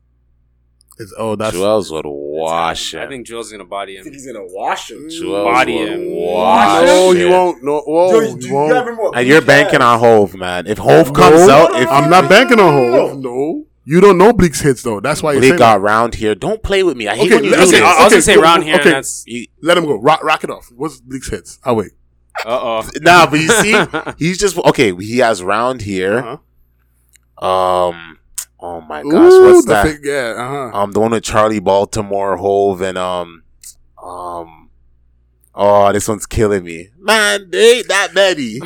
Speaker 4: It's oh, that's
Speaker 1: Joel's would wash
Speaker 2: I
Speaker 1: him.
Speaker 2: think Joel's gonna body
Speaker 3: I
Speaker 2: him.
Speaker 3: think he's gonna wash him.
Speaker 1: Joel's
Speaker 2: Body
Speaker 1: would
Speaker 2: him.
Speaker 1: wash
Speaker 4: no,
Speaker 1: him.
Speaker 4: you won't. No, Oh, whoa,
Speaker 3: Yo,
Speaker 4: you,
Speaker 3: do
Speaker 4: won't.
Speaker 3: gotta remember what
Speaker 1: And you're
Speaker 3: Bleak
Speaker 1: banking
Speaker 3: has.
Speaker 1: on Hove, man. If Hove
Speaker 4: No,
Speaker 1: comes out, if
Speaker 4: I'm not banking on Hove. No, you don't know Bleak's hits though. That's why you
Speaker 1: Bleak
Speaker 4: say that.
Speaker 1: got round here. Don't play with me. I hate
Speaker 4: Okay,
Speaker 1: when you
Speaker 4: let-
Speaker 1: do
Speaker 4: okay,
Speaker 1: this.
Speaker 2: I, I was
Speaker 4: okay,
Speaker 2: gonna say
Speaker 4: go-
Speaker 2: round here.
Speaker 4: okay.
Speaker 2: And that's
Speaker 1: He-
Speaker 4: Let him go. Rock, rock it off. What's Bleak's hits? I'll wait.
Speaker 2: uh oh.
Speaker 1: nah, but you see, he's just okay. He has round here.
Speaker 4: Uh-huh.
Speaker 1: Um, oh my gosh,
Speaker 4: Ooh,
Speaker 1: what's
Speaker 4: the
Speaker 1: that?
Speaker 4: fig- yeah, uh huh.
Speaker 1: Um, the one with Charlie Baltimore, Hove, and um, um, oh, this one's killing me, man. They ain't that many.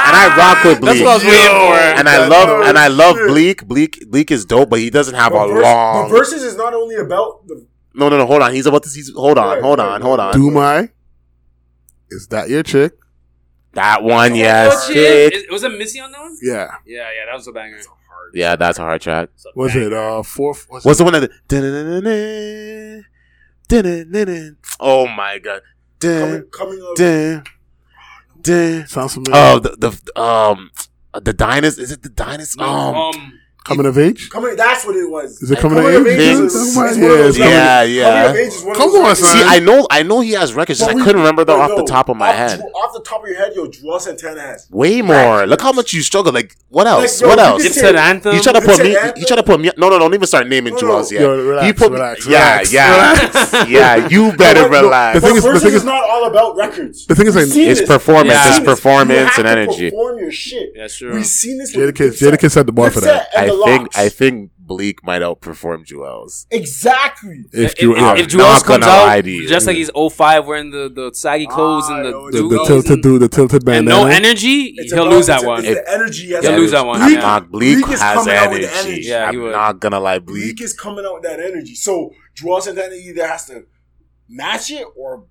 Speaker 1: and I rock with Bleak.
Speaker 4: That's what I was waiting for.
Speaker 1: and I
Speaker 4: That's
Speaker 1: love
Speaker 4: what-
Speaker 1: and I love
Speaker 3: shit.
Speaker 1: Bleak. Bleak Bleak is dope, but he doesn't have
Speaker 3: But
Speaker 1: a
Speaker 3: vers-
Speaker 1: long.
Speaker 3: But versus is not only about the
Speaker 1: no, no, no. Hold on. He's about to. He's, hold on.
Speaker 3: Right,
Speaker 1: hold
Speaker 3: right,
Speaker 1: on.
Speaker 3: right.
Speaker 1: Hold on.
Speaker 4: Do my. Is that your chick?
Speaker 1: That
Speaker 4: Oh,
Speaker 1: one, yes,
Speaker 2: Yes, shit.
Speaker 1: chick.
Speaker 2: Is- Was it Missy on that one?
Speaker 4: Yeah.
Speaker 2: Yeah, yeah, that was a banger.
Speaker 1: Yeah, that's a hard track.
Speaker 2: It's a
Speaker 4: Was
Speaker 2: banger.
Speaker 4: it uh four? Was
Speaker 1: What's the one that? dun-dun-dun-dun, dun-dun-dun-dun. Oh my god.
Speaker 3: coming,
Speaker 1: Dun,
Speaker 3: coming up.
Speaker 1: dun, dun.
Speaker 4: it? Sounds familiar.
Speaker 1: Oh, the, the um the dynasty. Is it the dynasty?
Speaker 2: No,
Speaker 1: Um,
Speaker 2: um,
Speaker 4: coming of age?
Speaker 3: Coming, that's what it was.
Speaker 4: Is it coming to age?
Speaker 1: Things.
Speaker 3: is-
Speaker 4: Somebody-
Speaker 3: is one of those-
Speaker 1: yeah,
Speaker 4: Yeah,
Speaker 3: Coming of
Speaker 1: yeah.
Speaker 3: age is one of
Speaker 4: Come
Speaker 3: those
Speaker 4: on,
Speaker 3: records-
Speaker 4: son.
Speaker 1: See, I know, I know he has records. Just
Speaker 3: But
Speaker 1: I
Speaker 3: we-
Speaker 1: couldn't remember though
Speaker 3: but
Speaker 1: off
Speaker 3: no,
Speaker 1: the top of my
Speaker 3: off-
Speaker 1: head.
Speaker 3: Off the top of your head, yo, Joel Santana has.
Speaker 1: Way more. Look how much you struggle. Like what else?
Speaker 3: yo,
Speaker 1: what
Speaker 3: you
Speaker 1: else?
Speaker 3: just-
Speaker 2: Dipset Anthem.
Speaker 1: He tried to
Speaker 3: It's
Speaker 1: put
Speaker 3: an
Speaker 1: me.
Speaker 3: anthem.
Speaker 1: He tried to put me. No, no, don't even start naming
Speaker 3: No,
Speaker 1: Joel's
Speaker 3: no.
Speaker 1: yet.
Speaker 4: Yo, relax,
Speaker 1: he put
Speaker 4: relax,
Speaker 1: yeah,
Speaker 4: relax,
Speaker 1: yeah,
Speaker 4: relax.
Speaker 1: yeah. You better
Speaker 3: No, no,
Speaker 1: relax.
Speaker 4: The
Speaker 3: but
Speaker 4: thing is- the
Speaker 3: versus
Speaker 4: thing
Speaker 3: is
Speaker 4: is-
Speaker 3: not all about records.
Speaker 4: The thing is, like,
Speaker 3: We've seen
Speaker 1: It's
Speaker 3: this.
Speaker 1: performance.
Speaker 3: We've
Speaker 2: it's
Speaker 3: seen this. You
Speaker 1: performance
Speaker 3: have
Speaker 1: and
Speaker 3: to
Speaker 1: energy.
Speaker 3: Perform your shit.
Speaker 2: That's true.
Speaker 3: We've seen this. with
Speaker 4: Jadakiss,
Speaker 3: Dipset.
Speaker 4: Jadakiss had the bar for that.
Speaker 3: Dipset and
Speaker 1: I
Speaker 3: the
Speaker 1: think.
Speaker 3: Lox.
Speaker 1: I think Bleak might outperform Joel's.
Speaker 3: exactly.
Speaker 4: If
Speaker 2: If,
Speaker 4: you, yeah.
Speaker 2: if, if
Speaker 1: I'm
Speaker 2: Joel
Speaker 1: not
Speaker 2: comes
Speaker 1: gonna
Speaker 2: out
Speaker 1: lie to you.
Speaker 2: just like he's 05 wearing the, the saggy clothes
Speaker 3: Ah,
Speaker 2: and
Speaker 3: yo,
Speaker 2: the,
Speaker 3: it's
Speaker 4: the, the
Speaker 3: Dude,
Speaker 4: tilted
Speaker 2: and,
Speaker 4: dude, the tilted
Speaker 2: and no
Speaker 4: bandana.
Speaker 2: energy,
Speaker 3: It's
Speaker 2: he'll
Speaker 3: about-
Speaker 2: luz lose that
Speaker 3: it's-
Speaker 2: one.
Speaker 3: It's the energy. he has.
Speaker 2: He'll
Speaker 3: Bleak-
Speaker 2: lose that one,
Speaker 1: I'm
Speaker 2: yeah.
Speaker 1: not. Bleak,
Speaker 3: Bleak is
Speaker 1: has
Speaker 3: coming out with
Speaker 1: energy.
Speaker 3: energy.
Speaker 2: Yeah, he
Speaker 1: I'm
Speaker 2: would.
Speaker 1: not gonna lie, Bleak.
Speaker 3: Bleak is coming out with that energy. So Joel Santana either has to match it or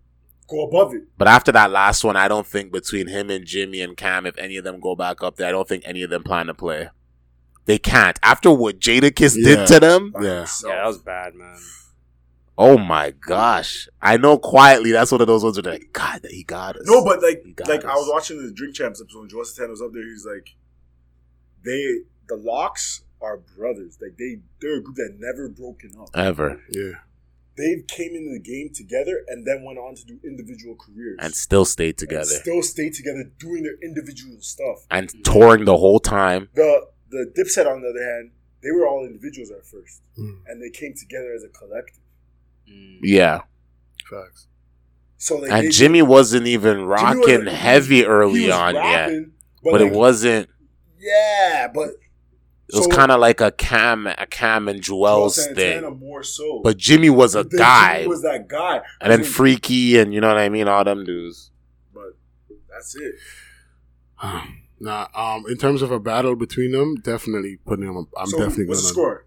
Speaker 3: go above it.
Speaker 1: But after that last one, I don't think between him and Jimmy and Cam, if any of them go back up there, I don't think any of them plan to play. They can't. After what Jadakiss
Speaker 4: Yeah.
Speaker 1: did to them,
Speaker 3: by
Speaker 4: Yeah.
Speaker 3: himself.
Speaker 2: yeah, that was bad, man.
Speaker 1: oh my gosh. I know quietly that's one of those ones where they're like, God, he got us.
Speaker 3: No, but like
Speaker 1: He got
Speaker 3: like I
Speaker 1: us.
Speaker 3: was watching the Drink Champs episode and Joel Santana was up there, he's like they the locks are brothers. Like they they're a group that never broken up.
Speaker 1: Ever.
Speaker 4: Yeah.
Speaker 3: They came into the game together and then went on to do individual careers.
Speaker 1: And still stayed
Speaker 3: And
Speaker 1: together.
Speaker 3: still stayed together doing their individual stuff.
Speaker 1: And touring the whole time.
Speaker 3: The the dipset on the other hand, they were all individuals at first.
Speaker 4: Mm.
Speaker 3: And they came together as a collective.
Speaker 1: Yeah.
Speaker 4: Facts.
Speaker 3: So Mm. like they-
Speaker 1: And Jimmy wasn't even
Speaker 3: wasn't-
Speaker 1: rocking heavy
Speaker 3: he
Speaker 1: early
Speaker 3: was
Speaker 1: on yet.
Speaker 3: rapping,
Speaker 1: But it
Speaker 3: like,
Speaker 1: wasn't
Speaker 3: Yeah, but
Speaker 1: it was kinda like a Cam a Cam and Joel's thing.
Speaker 3: more so.
Speaker 1: But Jimmy was a
Speaker 3: The-
Speaker 1: guy.
Speaker 3: Jimmy was that guy,
Speaker 1: and then Freaky and you know what I mean, all them dudes.
Speaker 3: But that's it.
Speaker 4: Nah, um, in terms of a battle between them, definitely putting him. I'm
Speaker 3: So
Speaker 4: definitely
Speaker 3: what's the
Speaker 4: going
Speaker 3: score?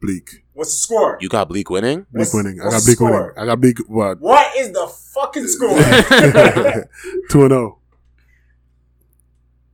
Speaker 4: Bleak.
Speaker 3: What's the score?
Speaker 1: You got Bleak winning?
Speaker 4: Bleak
Speaker 3: What's-
Speaker 4: winning. I
Speaker 3: what's
Speaker 4: got
Speaker 3: the
Speaker 4: Bleak winning.
Speaker 3: score?
Speaker 4: I got Bleak. What?
Speaker 3: What is the fucking score?
Speaker 4: Two and zero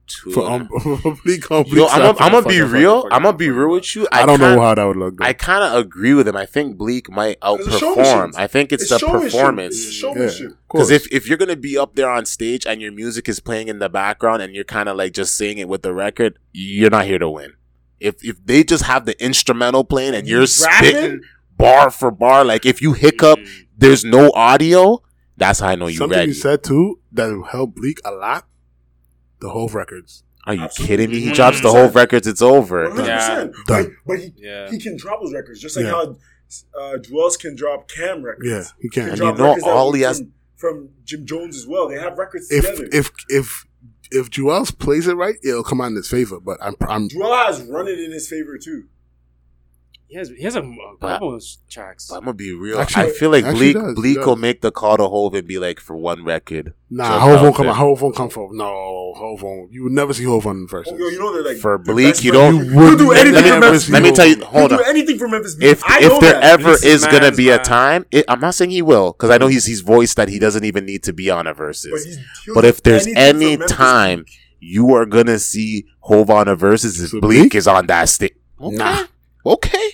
Speaker 1: Two.
Speaker 4: for um, Bleak. um,
Speaker 1: Yo,
Speaker 4: Bleak
Speaker 1: I'm
Speaker 4: side
Speaker 1: gonna
Speaker 4: for
Speaker 1: I'm
Speaker 4: the
Speaker 1: gonna be
Speaker 4: fucking-
Speaker 1: real. I'm gonna be real with you.
Speaker 4: I, don't know how that would look. Though.
Speaker 1: I kind of agree with him. I think Bleak might
Speaker 3: It's a
Speaker 1: outperform.
Speaker 3: showmanship.
Speaker 1: I think it's, the
Speaker 3: showmanship.
Speaker 1: performance.
Speaker 3: It's
Speaker 4: yeah,
Speaker 3: showmanship.
Speaker 4: of
Speaker 1: Because
Speaker 4: course.
Speaker 1: if, if you're gonna be up there on stage and your music is playing in the background and you're kind of like just singing it with the record, you're not here to win. If if they just have the instrumental playing and you're
Speaker 3: Rapping?
Speaker 1: spitting bar for bar, like if you hiccup,
Speaker 2: Mm,
Speaker 1: there's no audio. That's how I know you
Speaker 4: Mm-hmm. something
Speaker 1: ready.
Speaker 4: you said too that will help Bleak a lot. The whole records.
Speaker 1: Are you
Speaker 3: Absolutely.
Speaker 1: kidding me? He
Speaker 2: Mhm.
Speaker 1: drops the whole records. It's over.
Speaker 3: 100%.
Speaker 4: Done. Done.
Speaker 3: But, but he,
Speaker 2: Yeah.
Speaker 3: he can drop those records, just like
Speaker 4: Yeah.
Speaker 3: how uh, Dwells can drop Cam records.
Speaker 4: Yeah, he
Speaker 3: They
Speaker 4: can.
Speaker 1: And you
Speaker 3: drop
Speaker 1: know
Speaker 3: records that
Speaker 1: all
Speaker 3: were
Speaker 1: he has-
Speaker 3: From, from Jim Jones as well. They have records
Speaker 4: If
Speaker 3: together.
Speaker 4: if if if Juels plays it right, it'll come out in his favor. But I'm I'm
Speaker 3: Dwell has run it in his favor too.
Speaker 2: He has, he has a, a couple of tracks.
Speaker 1: But I'm gonna be real.
Speaker 4: Actually-
Speaker 1: I feel like
Speaker 4: actually
Speaker 1: Bleak
Speaker 4: does,
Speaker 1: Bleak
Speaker 4: does.
Speaker 1: will make the call to Hove and be like for one record
Speaker 4: nah.
Speaker 1: Just
Speaker 4: Hove
Speaker 1: out
Speaker 4: won't come
Speaker 1: there.
Speaker 4: out. Hove won't come for no. Hove won't. You would never see Hove on versus.
Speaker 3: Oh, yo, you know they're like
Speaker 1: for
Speaker 3: the
Speaker 1: Bleak.
Speaker 3: best
Speaker 1: You
Speaker 3: friends.
Speaker 1: don't.
Speaker 3: You'll do anything
Speaker 1: Let me-
Speaker 3: for Memphis.
Speaker 1: Let me tell you.
Speaker 3: You'll
Speaker 1: Hold
Speaker 3: do
Speaker 1: on.
Speaker 3: anything for Memphis.
Speaker 1: if
Speaker 3: I know
Speaker 1: if there
Speaker 3: that.
Speaker 1: ever
Speaker 2: He's
Speaker 1: is
Speaker 2: mad
Speaker 1: gonna
Speaker 2: as
Speaker 1: be a
Speaker 2: mad.
Speaker 1: time, it, I'm not saying he will because I know he's he's voiced that he doesn't even need to be on a versus.
Speaker 3: he's- he'll
Speaker 1: But
Speaker 3: do
Speaker 1: if there's
Speaker 3: anything for
Speaker 1: any
Speaker 3: Memphis.
Speaker 1: time you are gonna see Hove on a versus, if
Speaker 4: So
Speaker 1: Bleak
Speaker 4: Bleak?
Speaker 1: is on that stick.
Speaker 4: Nah.
Speaker 1: Okay.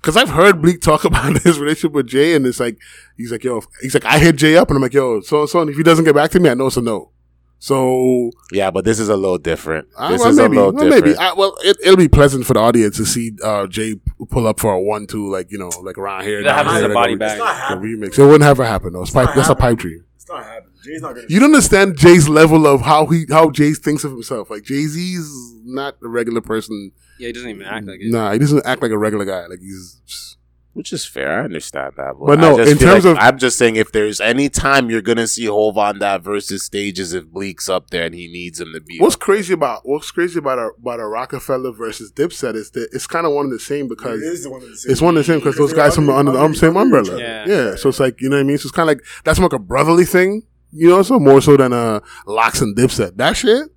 Speaker 4: Because I've heard Bleak talk about his relationship with Jay, and it's like he's like, yo, he's like, I hit Jay up, and I'm like, yo, so so, and if he doesn't get back to me, I know it's a no. So
Speaker 1: Yeah, but this is a little different.
Speaker 4: I,
Speaker 1: this
Speaker 4: Ah, well,
Speaker 1: is
Speaker 4: maybe,
Speaker 1: a little
Speaker 4: well,
Speaker 1: different.
Speaker 4: maybe, I, well, it, it'll be pleasant for the audience to see uh, Jay pull up for a one-two, like you know, like around here.
Speaker 2: That
Speaker 4: down
Speaker 2: happens
Speaker 4: here,
Speaker 2: in
Speaker 4: like,
Speaker 2: body
Speaker 4: a-
Speaker 2: bag.
Speaker 3: It's not
Speaker 4: a
Speaker 3: happening.
Speaker 4: remix. It wouldn't ever happen. though. It's pipe,
Speaker 3: not
Speaker 4: that's a
Speaker 3: happening.
Speaker 4: pipe dream.
Speaker 3: It's not happening. Jay's not gonna.
Speaker 4: You don't understand Jay's level of how he how Jay thinks of himself. Like Jay Z's not a regular person.
Speaker 2: Yeah, he doesn't even act like it.
Speaker 4: Nah, he doesn't act like a regular guy. Like he's just,
Speaker 1: Which is fair. I understand that. But,
Speaker 4: But no,
Speaker 1: I just
Speaker 4: in
Speaker 1: feel
Speaker 4: terms
Speaker 1: like-
Speaker 4: of-
Speaker 1: I'm just saying if there's any time you're gonna see Hove on that versus stages, if Bleak's up there and he needs him to be.
Speaker 4: what's crazy about what's crazy about a about a Rockefeller versus Dipset is that it's kind of one and the same because
Speaker 3: It is the one of the same.
Speaker 4: It's one of the same because those guys from under the um, same umbrella.
Speaker 2: Yeah.
Speaker 4: Yeah. So it's like, you know what I mean? So it's kind of like, that's more like a brotherly thing, you know? So more so than uh, locks and dipset. That shit.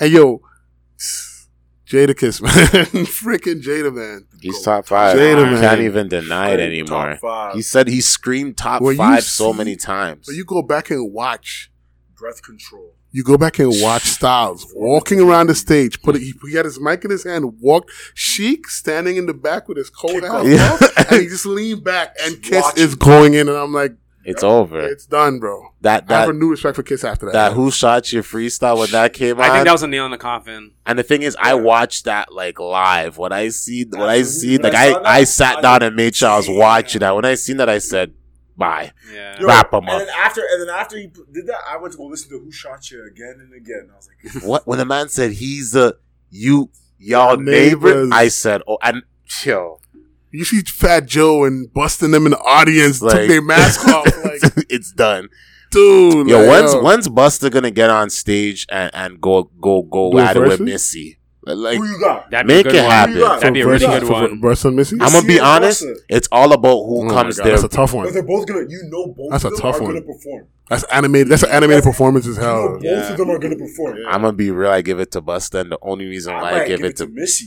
Speaker 4: And yo, Jada Kiss, man. Freaking Jada, man.
Speaker 1: He's top five.
Speaker 4: Jada,
Speaker 1: I
Speaker 4: man.
Speaker 1: can't even deny it anymore.
Speaker 3: Top five.
Speaker 1: He said he screamed top
Speaker 4: Well, you
Speaker 1: five so
Speaker 4: see-
Speaker 1: many times.
Speaker 4: But you go back and watch.
Speaker 3: breath control.
Speaker 4: You go back and watch Styles walking around the stage. Put it, he, he had his mic in his hand. Walked chic standing in the back with his cold ass.
Speaker 1: Yeah.
Speaker 4: off, and he just leaned back and
Speaker 3: Just
Speaker 4: Kiss
Speaker 3: watching.
Speaker 4: is going in, and I'm like,
Speaker 1: it's over.
Speaker 4: it's done, bro.
Speaker 1: that
Speaker 4: I
Speaker 1: that
Speaker 4: have a new respect for Kiss after that.
Speaker 1: that who shot your freestyle when that came out.
Speaker 2: I think that was a nail in the coffin.
Speaker 1: and the thing is, I watched that like live. When I see when I see
Speaker 3: Absolutely.
Speaker 1: like
Speaker 3: When I
Speaker 1: I
Speaker 3: saw that,
Speaker 1: I sat
Speaker 3: I
Speaker 1: down
Speaker 3: was-
Speaker 1: and made sure I was watching that. When I seen that, I said bye.
Speaker 2: Yeah.
Speaker 3: Yo,
Speaker 1: Wrap 'em up.
Speaker 3: And then after, and then after he p- did that, I went to go listen to "Who Shot You" again and again. I was like,
Speaker 1: What when the man said he's a you y'all
Speaker 4: Y'all
Speaker 1: neighbor?
Speaker 4: neighbors.
Speaker 1: I said oh and yo
Speaker 4: You see Fat Joe and busting them in the audience,
Speaker 1: Like-
Speaker 4: took their mask off. Like,
Speaker 1: it's done.
Speaker 4: dude.
Speaker 1: Yo,
Speaker 4: like,
Speaker 1: when's when's Buster gonna get on stage and, and go go go
Speaker 4: Do a
Speaker 1: at it with
Speaker 4: versus?
Speaker 1: Missy? Like
Speaker 3: "Who you got?"
Speaker 2: That'd
Speaker 1: Make
Speaker 2: be a good
Speaker 1: it
Speaker 2: one.
Speaker 1: happen.
Speaker 2: That'd be a
Speaker 4: for
Speaker 2: really
Speaker 4: versus-
Speaker 2: good
Speaker 4: for
Speaker 2: one.
Speaker 4: Versus and Missy?
Speaker 1: I'm gonna be
Speaker 3: Missy and
Speaker 1: honest.
Speaker 3: Buster.
Speaker 1: It's all about who
Speaker 4: Oh my
Speaker 1: comes
Speaker 4: God, That's
Speaker 1: there.
Speaker 4: a tough
Speaker 3: But
Speaker 4: one.
Speaker 3: they're both gonna. You know, both
Speaker 4: That's
Speaker 3: of
Speaker 4: a
Speaker 3: them
Speaker 4: tough
Speaker 3: are
Speaker 4: one.
Speaker 3: gonna perform.
Speaker 4: That's animated. That's an animated performance as
Speaker 3: You know,
Speaker 4: hell.
Speaker 3: both
Speaker 2: Yeah.
Speaker 3: of them are gonna perform.
Speaker 1: I'm gonna be real. I give it to Busta, and the only reason
Speaker 3: I
Speaker 1: why
Speaker 3: might
Speaker 1: I, give it to
Speaker 3: Missy.